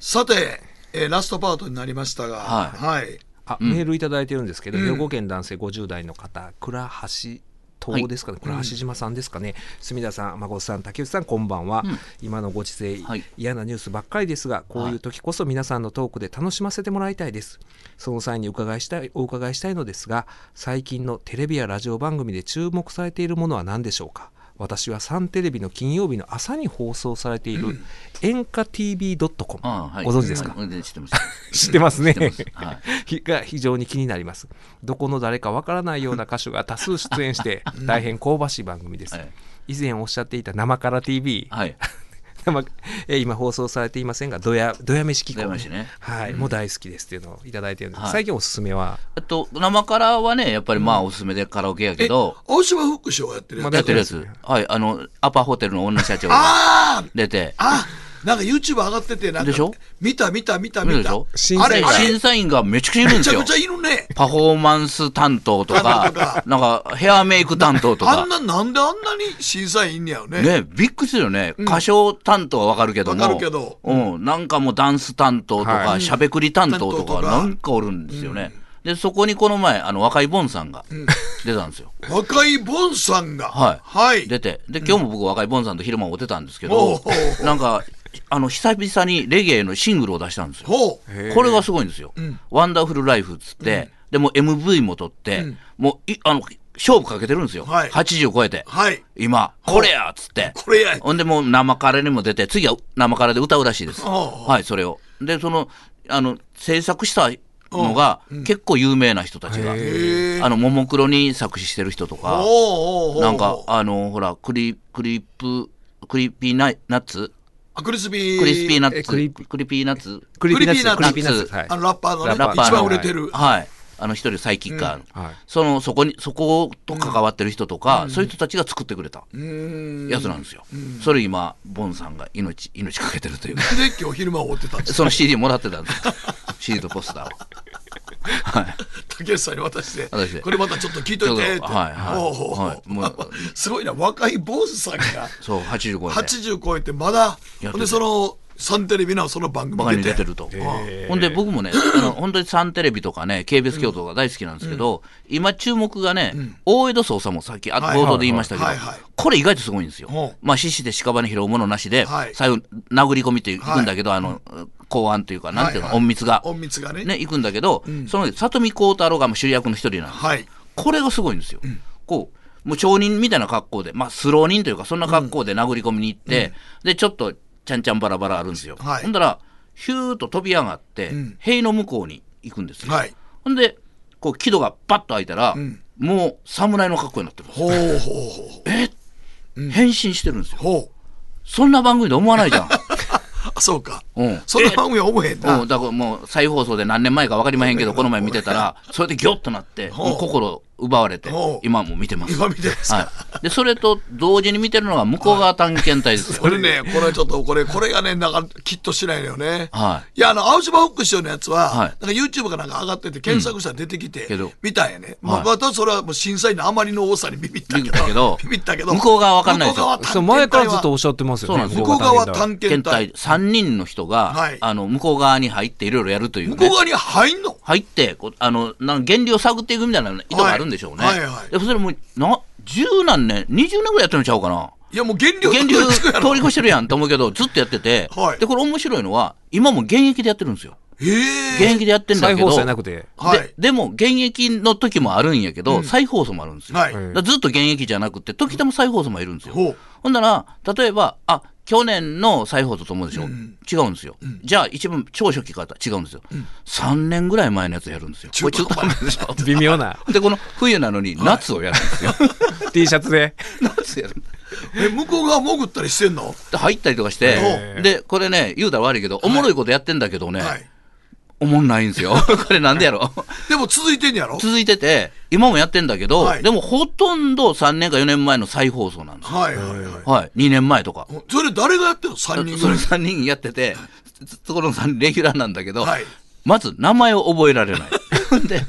Speaker 4: さて、えーラストパートになりましたが、
Speaker 5: は
Speaker 4: はい。
Speaker 3: あメールいただいてるんですけど、兵庫県男性50代の方倉橋
Speaker 5: はい
Speaker 3: 島ですかね、倉橋島さんですかね、墨田さん、孫さん、竹内さん、こんばんは、今のご時世、
Speaker 5: はい
Speaker 3: 嫌なニュースばっかりですが、こういう時こそ皆さんのトークで楽しませてもらいたいです。その際に伺いしたいお伺いしたいのですが、最近のテレビやラジオ番組で注目されているものは何でしょうか私はサンテレビの金曜日の朝に放送されている、演歌 TV.com、
Speaker 5: ああはい、
Speaker 3: ご存知ですか、
Speaker 5: はい知ってます。
Speaker 3: 知ってますね
Speaker 5: 知ってますはい。
Speaker 3: [LAUGHS] ひが非常に気になります。どこの誰かわからないような歌手が多数出演
Speaker 5: [LAUGHS]
Speaker 3: して、大変香ばしい番組です
Speaker 5: え。
Speaker 3: 以前おっしゃっていた生から TV、
Speaker 5: はい。
Speaker 3: 生えー今放送されていませんが、どや、どや飯機構
Speaker 5: どや飯ね
Speaker 3: はい、もう大好きですっていうのをいただいてるんです。
Speaker 5: はい
Speaker 3: 最近おすすめは、
Speaker 5: あと、生カラはね、やっぱりまあおすすめでカラオケやけど、
Speaker 4: 大島フック賞やってるやつ
Speaker 3: まだ
Speaker 5: やってるやつ。はい、あの、アパホテルの女社長が
Speaker 4: あー
Speaker 5: 出て、
Speaker 4: あなんか YouTube 上がってて、なんか
Speaker 5: でしょ
Speaker 4: 見た見た見た
Speaker 5: 見る
Speaker 4: 見
Speaker 5: でしたょ。
Speaker 3: 審査
Speaker 4: あれ、
Speaker 3: 員
Speaker 4: あれ
Speaker 5: 審、査員がめちゃくちゃいるん
Speaker 4: め
Speaker 5: で
Speaker 4: ち
Speaker 5: す
Speaker 4: ゃ
Speaker 5: よ
Speaker 4: くちゃいるね。
Speaker 5: パフォーマンス担当と
Speaker 4: 担当
Speaker 5: か
Speaker 4: とか
Speaker 5: なんかヘアメイク担当と
Speaker 4: あ
Speaker 5: か
Speaker 4: んな、なんであんなに審査員いんねやろね。
Speaker 5: ねびっくりするよね、歌唱担当はわかるけども
Speaker 4: わかるけど
Speaker 5: うん、なんかもうダンス担当とか、
Speaker 3: はい
Speaker 5: しゃべくり担当と
Speaker 4: 担当
Speaker 5: か
Speaker 4: とか
Speaker 5: なんかおるんですよね、でそこにこの前あの若いボンさんが出たんですよ、
Speaker 4: 若いボンさんが。
Speaker 5: はい、
Speaker 4: はい。
Speaker 5: 出てで今日も僕若いボンさんと昼間会ってたんですけ
Speaker 4: おう
Speaker 5: どなんかあの久々にレゲエのシングルを出したんですよ
Speaker 4: ほう。
Speaker 5: これがすごいんですよ。ワンダフルライフっつって、でもう MV も撮って、もういあの勝負かけてるんですよ。
Speaker 4: はい
Speaker 5: 80超えて。
Speaker 4: はい。
Speaker 5: 今、これやっつって。
Speaker 4: これや。
Speaker 5: ほんでもう生カレにも出て、次は生カレで歌うらしいです。
Speaker 4: おう
Speaker 5: はい、それを。で、その、あの、制作したのが、結構有名な人たちが、
Speaker 4: へえ。
Speaker 5: あの、ももクロに作詞してる人とか、
Speaker 4: おうおうおう
Speaker 5: なんか、あの、ほら、クリ、クリップ、クリッピーナイナッツ
Speaker 4: あクリスピー。
Speaker 5: クリスピーナッ
Speaker 3: え
Speaker 5: ツ
Speaker 3: ク
Speaker 5: ク
Speaker 3: リ
Speaker 5: リピーナッツ
Speaker 3: クリーピーナッツ
Speaker 4: ク
Speaker 3: クリー
Speaker 4: リーピ
Speaker 3: ピ
Speaker 4: ー
Speaker 3: ー
Speaker 4: ナ
Speaker 3: ナ
Speaker 4: ッ
Speaker 3: ッ
Speaker 4: ツ
Speaker 3: ツはい
Speaker 4: あのラッパーのね、
Speaker 3: ラッパーの
Speaker 4: 一番売れてる。
Speaker 5: はい。あの一人サイキッカーの、
Speaker 3: うんはい
Speaker 5: そのそこにそこをと関わってる人とか、そういう人たちが作ってくれたやつなんですよ、それ今ボンさんが命命かけてるというか
Speaker 4: で、今日昼間追ってたんです
Speaker 5: その CD もらってたんです CD とポスターをはい
Speaker 4: 竹内さんに渡して
Speaker 5: 渡して
Speaker 4: これまたちょっと聞いといてって、
Speaker 5: ちょっとはいはい
Speaker 4: おうおうおう
Speaker 5: はいもう
Speaker 4: [LAUGHS] すごいな若い坊主さんが
Speaker 5: [LAUGHS] そう85円で
Speaker 4: 80超えてまだ
Speaker 5: やってて
Speaker 4: ほんでそのサンテレビのその番
Speaker 5: バカ
Speaker 4: 組
Speaker 5: に
Speaker 4: 出
Speaker 5: 出
Speaker 4: て
Speaker 5: てると、ほんで僕
Speaker 4: [LAUGHS]
Speaker 5: もねあの本当にサンテレビとかね KBS 京都が大好きなんですけど、今注目がね、大江戸捜査もさっきあ
Speaker 4: はいはい
Speaker 5: 冒頭で言いましたけど、
Speaker 4: はいはい
Speaker 5: これ意外とすごいんですよ
Speaker 4: ほう。
Speaker 5: まあ獅子で屍拾うものなしで、
Speaker 4: はい
Speaker 5: 最後殴り込みっていくんだけど、あの公安というかなんていうの、
Speaker 4: はいはい
Speaker 5: 隠密が、
Speaker 4: 隠密がね
Speaker 5: ね行くんだけど、その里見光太郎がもう主役の一人なんですよ
Speaker 4: はい
Speaker 5: これがすごいんですよ。こうもう町人みたいな格好で、まあ、スロー人というか、そんな格好で殴り込みに行って、で、ちょっと、ちゃんちゃんバラバラあるんですよ。
Speaker 4: はい
Speaker 5: ほんだら、ヒューッと飛び上がって、塀の向こうに行くんですよ。
Speaker 4: はい
Speaker 5: ほんで、こう、木戸がパッと開いたら、もう、侍の格好になってるんですよ
Speaker 4: ほうほう
Speaker 5: 変身してるんですよ。
Speaker 4: ほうほう
Speaker 5: そんな番組で思わないじゃ
Speaker 4: [LAUGHS]
Speaker 5: ん。
Speaker 4: あそうか、
Speaker 5: うん
Speaker 4: そんな番組は思えへんな、
Speaker 5: うん、だからもう再放送で何年前か分かりまへんけ
Speaker 4: [LAUGHS]
Speaker 5: ど、この前見てたら、それでギョッとなって、
Speaker 4: う
Speaker 5: もう心奪われて
Speaker 4: ほう、
Speaker 5: 今も見てます。
Speaker 4: 今見てますか
Speaker 5: はい。で、それと同時に見てるのが向こう側探検隊
Speaker 4: [LAUGHS]
Speaker 5: ですよ。
Speaker 4: これねこれちょっとこれこれがねなんかきっとしないのよね
Speaker 5: はい
Speaker 4: やあの青島フック師匠のやつは、
Speaker 5: はい
Speaker 4: なんか YouTube かなんか上がってて検索したら出てきて、
Speaker 5: けど
Speaker 4: 見たんやね、まあ
Speaker 5: はい
Speaker 4: またそれはもう審査員のあまりの多さにビビったけ
Speaker 5: ビビったけ
Speaker 4: ど
Speaker 5: ど
Speaker 4: ビビったけど
Speaker 5: 向こう側わかんないですよ
Speaker 4: 向こう
Speaker 3: そう前
Speaker 4: 側は探検隊は
Speaker 3: からずっとおっしゃってますよね。
Speaker 5: そうなんです
Speaker 4: 向こう側探検
Speaker 5: 探検
Speaker 4: 隊
Speaker 5: 隊3人の人が、
Speaker 4: はい
Speaker 5: あの、向こう側に入っていろいろやるという
Speaker 4: 向こう
Speaker 5: ね。
Speaker 4: 側に入んの
Speaker 5: 入って、こうあの、なんか原理を探っていくみたいな意図があるんでしょうね。
Speaker 4: はいはいはい
Speaker 5: で、それもう、な、十何年、二十年ぐらいやってるんちゃうかな。
Speaker 4: いやもう源流
Speaker 5: 源流
Speaker 4: つく
Speaker 5: 通
Speaker 4: やろ
Speaker 5: り越してるやんと思うけど、ずっとやってて、
Speaker 4: はい
Speaker 5: で、これ面白いのは、今も現役でやってるんですよ。
Speaker 4: ええ
Speaker 5: 現役でやってんだ
Speaker 3: 再
Speaker 5: けど
Speaker 3: 放送じゃ、なく
Speaker 5: [LAUGHS]
Speaker 3: て。
Speaker 4: はい
Speaker 5: ででも現役の時もあるんやけど、再放送もあるんですよ。
Speaker 4: はい
Speaker 5: だからずっと現役じゃなくて、時たま再放送もいるんですよ。
Speaker 4: ほう
Speaker 5: ほんなら、例えば、あ去年の再放送と思うでしょ、違うんですよ。じゃあ、一番超初期から違うんですよ、3年ぐらい前のやつやるんですよ。これ中途半端でしょ。
Speaker 3: 微妙な
Speaker 5: で、この冬なのに夏をやるんですよ。
Speaker 3: T シャツで。
Speaker 5: 夏やるんだ
Speaker 4: え向こう側潜ったりしてんの
Speaker 5: で入ったりとかして、で、これね、言うたら悪いけど、おもろいことやってんだけどね、
Speaker 4: はい
Speaker 5: おもんないんですよ。これなんでやろ
Speaker 4: でも続いてんやろ
Speaker 5: 続いてて、今もやってんだけど、
Speaker 4: はい
Speaker 5: でもほとんど3年か4年前の再放送なんですよ。
Speaker 4: はいはいはい
Speaker 5: はい、2年前とか。
Speaker 4: それ誰がやってんの3
Speaker 5: そ [LAUGHS]
Speaker 4: 人
Speaker 5: れ
Speaker 4: ぐらい
Speaker 5: 3人やってて、そこの3人レギュラーなんだけど、
Speaker 4: はい
Speaker 5: まず名前を覚えられない。 [LAUGHS] で、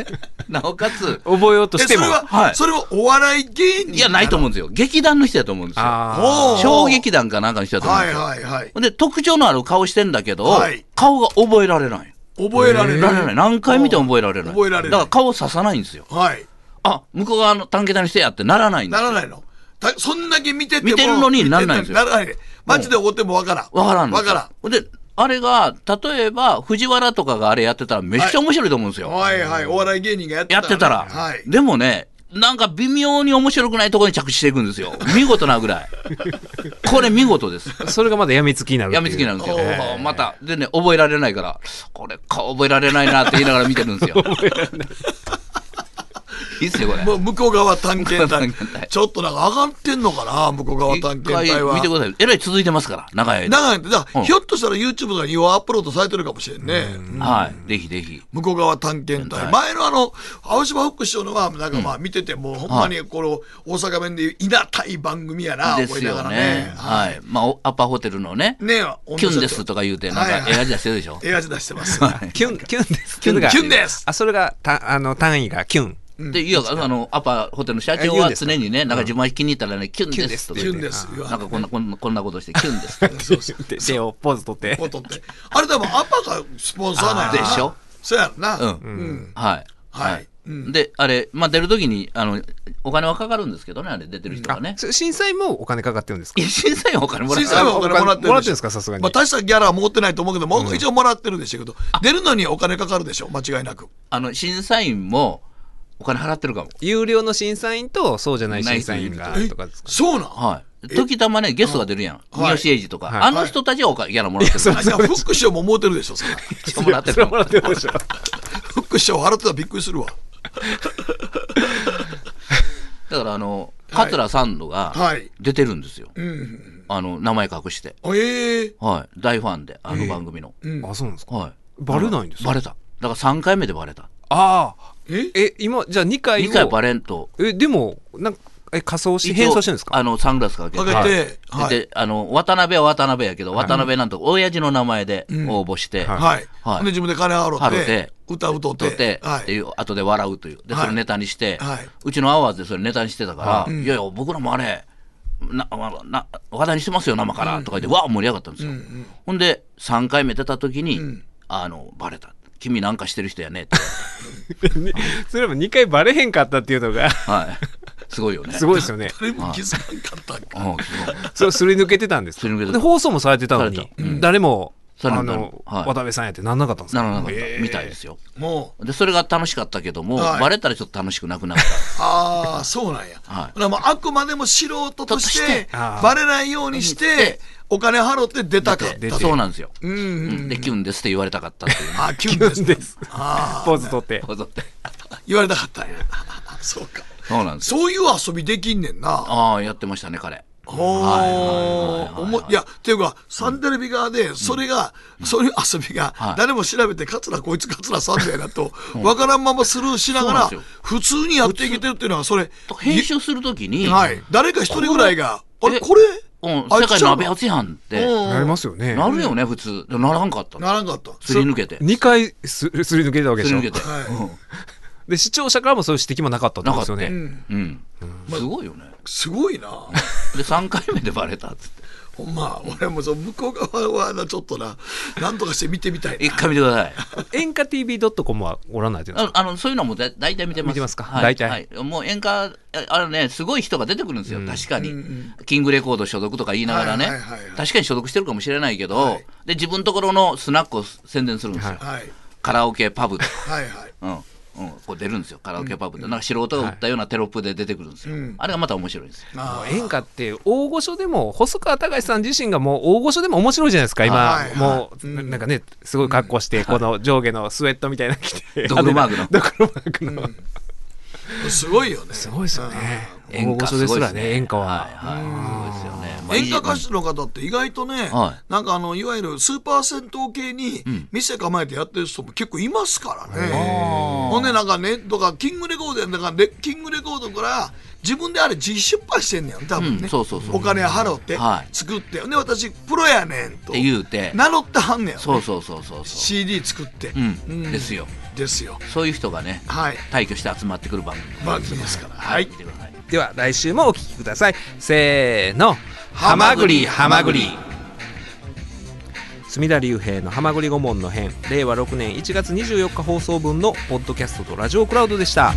Speaker 5: なおかつ、
Speaker 3: 覚えようと
Speaker 4: え
Speaker 3: し
Speaker 4: それ
Speaker 3: ても。
Speaker 4: は、
Speaker 5: はい
Speaker 4: それはお笑い芸人
Speaker 5: いや、ないと思うんですよ。劇団の人やと思うんですよ。
Speaker 3: あ
Speaker 4: おー
Speaker 5: 小劇団かなんかの人やと思うん
Speaker 4: は
Speaker 5: で
Speaker 4: い
Speaker 5: すよ。
Speaker 4: はいはい
Speaker 5: で、特徴のある顔してんだけど、
Speaker 4: はい
Speaker 5: 顔が覚えられない。
Speaker 4: 覚えられな
Speaker 5: られないい。何回見ても覚えられない。
Speaker 4: 覚えられない
Speaker 5: だから顔ささないんですよ。
Speaker 4: はい
Speaker 5: あ、向こう側の探検隊の人やってならないんで
Speaker 4: な
Speaker 5: すよ
Speaker 4: らないのたそんだけ見てても
Speaker 5: 見てるのにならないんですよ
Speaker 4: 見てないマジで怒ってもわからん
Speaker 5: わからんの
Speaker 4: わからん
Speaker 5: んで、あれが、例えば、藤原とかがあれやってたらめっちゃ面白いと思うんですよ。
Speaker 4: はいはいお笑い芸人がやってた
Speaker 5: や
Speaker 4: ら
Speaker 5: ってたら、
Speaker 4: はい
Speaker 5: でもね、なんか微妙に面白くないところに着地していくんで
Speaker 4: [LAUGHS]
Speaker 5: すよ。見事なぐらい。これ見事です。
Speaker 3: あ。それがまだやみつきになるってい
Speaker 5: や
Speaker 3: う。
Speaker 5: みつきになるんですよ
Speaker 4: お。
Speaker 5: また、でね、覚えられないから、これ顔覚えられないなって言いながら見てるんですよ。いっすよ、これ。
Speaker 4: もう向こう側探検隊
Speaker 5: 向こう側探検隊
Speaker 4: ちょっとなんか上がってんのかな向こう側探検隊は
Speaker 5: 一回見てください。えらい続いてますから、長い間。
Speaker 4: 長いんでだから
Speaker 5: うん
Speaker 4: ひょっとしたら YouTube とかにようアップロードされてるかもしれんね、うん
Speaker 5: はい。ぜひぜひ。
Speaker 4: 向こう側探検隊、
Speaker 5: はい
Speaker 4: 前のあの青島フック師匠のはなんかまあ見てても、ほんまにこの大阪弁でいういなたい番組やな
Speaker 5: で
Speaker 4: 思
Speaker 5: す
Speaker 4: いな
Speaker 5: よ
Speaker 4: がらね
Speaker 5: ね。はい。まあ、おアパホテルのね、
Speaker 4: ね
Speaker 5: キュンですとか言うて、なん
Speaker 4: はい
Speaker 5: か
Speaker 4: はい
Speaker 5: ええ味出してるでしょ。
Speaker 4: エアジ出してます
Speaker 5: はい
Speaker 3: キュン、キュンです。
Speaker 4: キュン
Speaker 3: それが
Speaker 4: キュンです
Speaker 3: あ、それが、た、あの、単位がキュン。
Speaker 5: で、いや、あの、アパホテルの社
Speaker 3: え
Speaker 5: 長
Speaker 3: 言うん
Speaker 5: は
Speaker 3: ですか
Speaker 5: 常にね、なんか自分は気に入ったらね、キュン
Speaker 3: キュン
Speaker 5: で
Speaker 3: ですす
Speaker 5: と
Speaker 3: っ
Speaker 5: か
Speaker 3: て
Speaker 4: キュ
Speaker 5: 言っ
Speaker 4: ン
Speaker 5: て。
Speaker 4: です言わ
Speaker 5: な
Speaker 4: れて
Speaker 5: んかこんな、こんな、こんなことして、キュンですとか。
Speaker 4: そうそう
Speaker 3: で手をポーズ取って
Speaker 4: こ。う撮ってあれ多分アパがスポンサーなんやな
Speaker 5: あーでしょ
Speaker 4: そうやろな
Speaker 5: うんはい。
Speaker 4: はいうん
Speaker 5: で、あれ、まあ、出るときに、あの、お金はかかるんですけどね、あれ、出てる人がね
Speaker 3: あ。そ審査員もお金かかってるんですか
Speaker 5: いや、審査員はお金もら
Speaker 4: 審
Speaker 5: う
Speaker 4: 査員はお金もらってる
Speaker 3: もらってるんですかさすがに
Speaker 4: まあ、大したギャラは持ってないと思うけど、もう一応もらってるんでしょうけど、出るのにお金かかるでしょ間違いなく
Speaker 5: あの、審査員も、お金払ってるかも。
Speaker 3: 有料の審査員と、そうじゃない審査員が
Speaker 5: な、
Speaker 4: え
Speaker 3: とかですか
Speaker 4: そうなん、
Speaker 5: はい。時たまね、ゲストが出るやん。
Speaker 4: はい
Speaker 5: 三好英二とか、
Speaker 3: はい
Speaker 5: あの人たちはお金、ギャラもらってる。 [LAUGHS]
Speaker 4: あじゃあフック師匠も持ってるでしょそれ
Speaker 5: 人もらってる
Speaker 3: もらってるでしょ。
Speaker 4: フック師匠払ってたらびっくりするわ
Speaker 5: だから、あの、桂三度が
Speaker 4: はい
Speaker 5: 出てるんですよ。
Speaker 4: うん
Speaker 5: あの、名前隠して。
Speaker 4: ええ
Speaker 5: はい。大ファンで、あの番組の。
Speaker 3: あ、そうなんですか。
Speaker 5: はい。
Speaker 3: バレないんですか
Speaker 5: バレた。だから3回目でバレた。
Speaker 3: ああ。
Speaker 4: え
Speaker 3: え、今、じゃあ2回
Speaker 5: 2回バ
Speaker 3: レ
Speaker 5: レんと。
Speaker 3: え、でも、なんか、え、仮装し、変装してるんです
Speaker 5: 一応あ
Speaker 3: か
Speaker 5: の、サングラスかけて。
Speaker 4: かけて、
Speaker 5: はい
Speaker 4: はい
Speaker 5: で、あの、渡辺は渡辺やけど、渡辺なんと、親父の名前で応募し
Speaker 3: は
Speaker 5: て、
Speaker 3: い
Speaker 4: はい。
Speaker 5: はい
Speaker 4: で、自分で金払っ
Speaker 5: 払
Speaker 4: て、
Speaker 5: って
Speaker 4: 歌うとっ
Speaker 5: 撮
Speaker 4: て、
Speaker 5: って、
Speaker 4: は
Speaker 5: ってい
Speaker 4: い。
Speaker 5: う、後で笑うという。で、
Speaker 4: はい
Speaker 5: それネタにして、
Speaker 4: はいう
Speaker 5: ちのアワーズでそれネタにしてたから、
Speaker 4: はい
Speaker 5: いやいや、僕らもあれ、な、まあな、話題にしてますよ、生から、とか言って、わあ、盛り上がったんですよ。ほんで、3回目出た時に、あの、バレた。君なんかしてる人やね、って。
Speaker 3: [LAUGHS] それでも2回バレへんかったっていうのが、
Speaker 5: はい。すごいよね。
Speaker 3: すごいですよね。
Speaker 4: 誰も気づかんかったんか。
Speaker 5: うんすごい
Speaker 3: そう、すり抜けてたんですか。
Speaker 5: すり抜けて
Speaker 3: で、
Speaker 5: た
Speaker 3: 放送もされてたの
Speaker 5: され
Speaker 3: に
Speaker 5: て、
Speaker 3: 誰も、
Speaker 5: され
Speaker 3: あ
Speaker 5: なかった
Speaker 3: の、
Speaker 5: はい
Speaker 3: 渡辺さんやってなんなかったんです
Speaker 5: な
Speaker 3: か
Speaker 5: らなかっ
Speaker 3: え
Speaker 5: たみたいですよ。
Speaker 4: [LAUGHS] もう、
Speaker 5: で、それが楽しかったけども、
Speaker 4: はい
Speaker 5: バレたらちょっと楽しくなくなった。
Speaker 4: ああ、そうなんや。
Speaker 5: はい
Speaker 4: だからもうあくまでも素人として、
Speaker 5: として
Speaker 3: あー
Speaker 4: バレないようにして、お金払って出たかった
Speaker 3: 出
Speaker 4: と。
Speaker 3: て
Speaker 5: そうなんですよ。
Speaker 4: うんうん。
Speaker 5: で、キュンですって言われたかったっていうね。
Speaker 4: あー、キュンです。
Speaker 3: です。
Speaker 4: あ
Speaker 3: ポーズ取って。
Speaker 5: 踊って
Speaker 4: あ、言われたかっ
Speaker 5: [LAUGHS]
Speaker 4: たんや。そうか。
Speaker 5: そうなんですよ。
Speaker 4: そういう遊びできんねんな。
Speaker 5: ああ、やってましたね、彼。
Speaker 4: ほ
Speaker 5: はい
Speaker 4: ーおもいや、っていうか、サンテレビ側で、それが、そういう遊びが
Speaker 5: は、い
Speaker 4: 誰も調べて、桂こいつ桂さんだよな
Speaker 5: [LAUGHS]
Speaker 4: と、わからんままスルーしながら
Speaker 5: そうなんです、
Speaker 4: 普通にやっていけてるっていうのは、それ、
Speaker 5: と編集するときに、
Speaker 4: はい。誰か一人ぐらいが、あ
Speaker 5: これ
Speaker 4: れ、これ
Speaker 5: うん、
Speaker 4: あい
Speaker 5: 世
Speaker 4: つ
Speaker 5: 界
Speaker 4: ちゃう
Speaker 5: 鍋厚やんって、
Speaker 4: うん
Speaker 3: なりますよね。
Speaker 5: なるよね、普通。でならんかった。
Speaker 4: ならんかった。
Speaker 5: すり抜けて。
Speaker 3: 2回すすり抜けてたわけですし
Speaker 5: り
Speaker 3: ょ
Speaker 5: 抜けて。
Speaker 4: はい
Speaker 3: で視聴者からもそういう指摘もなかったってことですよね
Speaker 5: なかうん。うん。すごいよね。
Speaker 4: すごいな。 [LAUGHS]
Speaker 5: で、3回目でバレたっつって。
Speaker 4: ほんま、俺もそう、向こう側はな、ちょっとな、なんとかして見てみたいな
Speaker 5: 一。回見てください。
Speaker 3: 演歌 TV.com はご覧になってるんです
Speaker 5: ああの、そういうのもだ大体見てます。
Speaker 3: 見てますか
Speaker 5: はい、
Speaker 3: 大体
Speaker 5: はい。もう演歌、ああのね、すごい人が出てくるんですよ、確かに、キングレコード所属とか言いながらね、
Speaker 4: はいはいはいはい
Speaker 5: 確かに所属してるかもしれないけど、
Speaker 4: はい
Speaker 5: で、自分のところのスナックを宣伝するんですよ。
Speaker 4: はい。
Speaker 5: カラオ
Speaker 3: [LAUGHS]
Speaker 5: ケパブとか。
Speaker 4: はいはい。
Speaker 5: うん。うん、こう出るんですよカラオケパブで、なんか素人が打ったようなテロップで出てくるんですよ、あれがまた面白いんですよ、
Speaker 4: あ
Speaker 3: 演歌って大御所でも細川たかしさん自身がもう大御所でも面白いじゃないですか今、
Speaker 4: はい
Speaker 3: もう、なんかねすごい格好してこの上下のスウェットみたい [LAUGHS] なの着て
Speaker 5: ドクロマークの
Speaker 3: ドクロマークの、
Speaker 4: あ、すごいよね。
Speaker 3: すごいですよね
Speaker 5: 演
Speaker 3: 大
Speaker 5: 歌
Speaker 3: 御所
Speaker 5: す
Speaker 3: で
Speaker 5: ご
Speaker 3: す
Speaker 5: いで
Speaker 3: ら
Speaker 5: す
Speaker 3: ね
Speaker 5: ね
Speaker 3: 演歌は、
Speaker 5: はいはいすごいですよね、まあいい
Speaker 4: 演歌歌手の方って意外とね、
Speaker 5: はい
Speaker 4: なんかあのいわゆるスーパー銭湯系に店構えてやってる人も結構いますからね。ほんでなんかねとかキングレコードやなんかレキングレコードから自分であれ自費出版してんねやん多分ね、
Speaker 5: うんそうそうそう
Speaker 4: お金払って
Speaker 5: はい
Speaker 4: 作って、で私プロやねんと
Speaker 5: って言うて
Speaker 4: 名乗ってはんねやろ
Speaker 5: そうそうそうそうそ
Speaker 4: CD 作って、
Speaker 5: う、うんですよ
Speaker 4: ですよ
Speaker 5: そういう人がね、
Speaker 4: はい
Speaker 5: 退去して集まってくる番組
Speaker 4: 番組ですからは
Speaker 5: はいい、見てください
Speaker 3: では来週もお聞きくださいせーの
Speaker 4: はまぐり
Speaker 3: はまぐり隅田竜平の「はまぐり顧問の編」令和6年1月24日放送分のポッドキャストとラジオクラウドでした。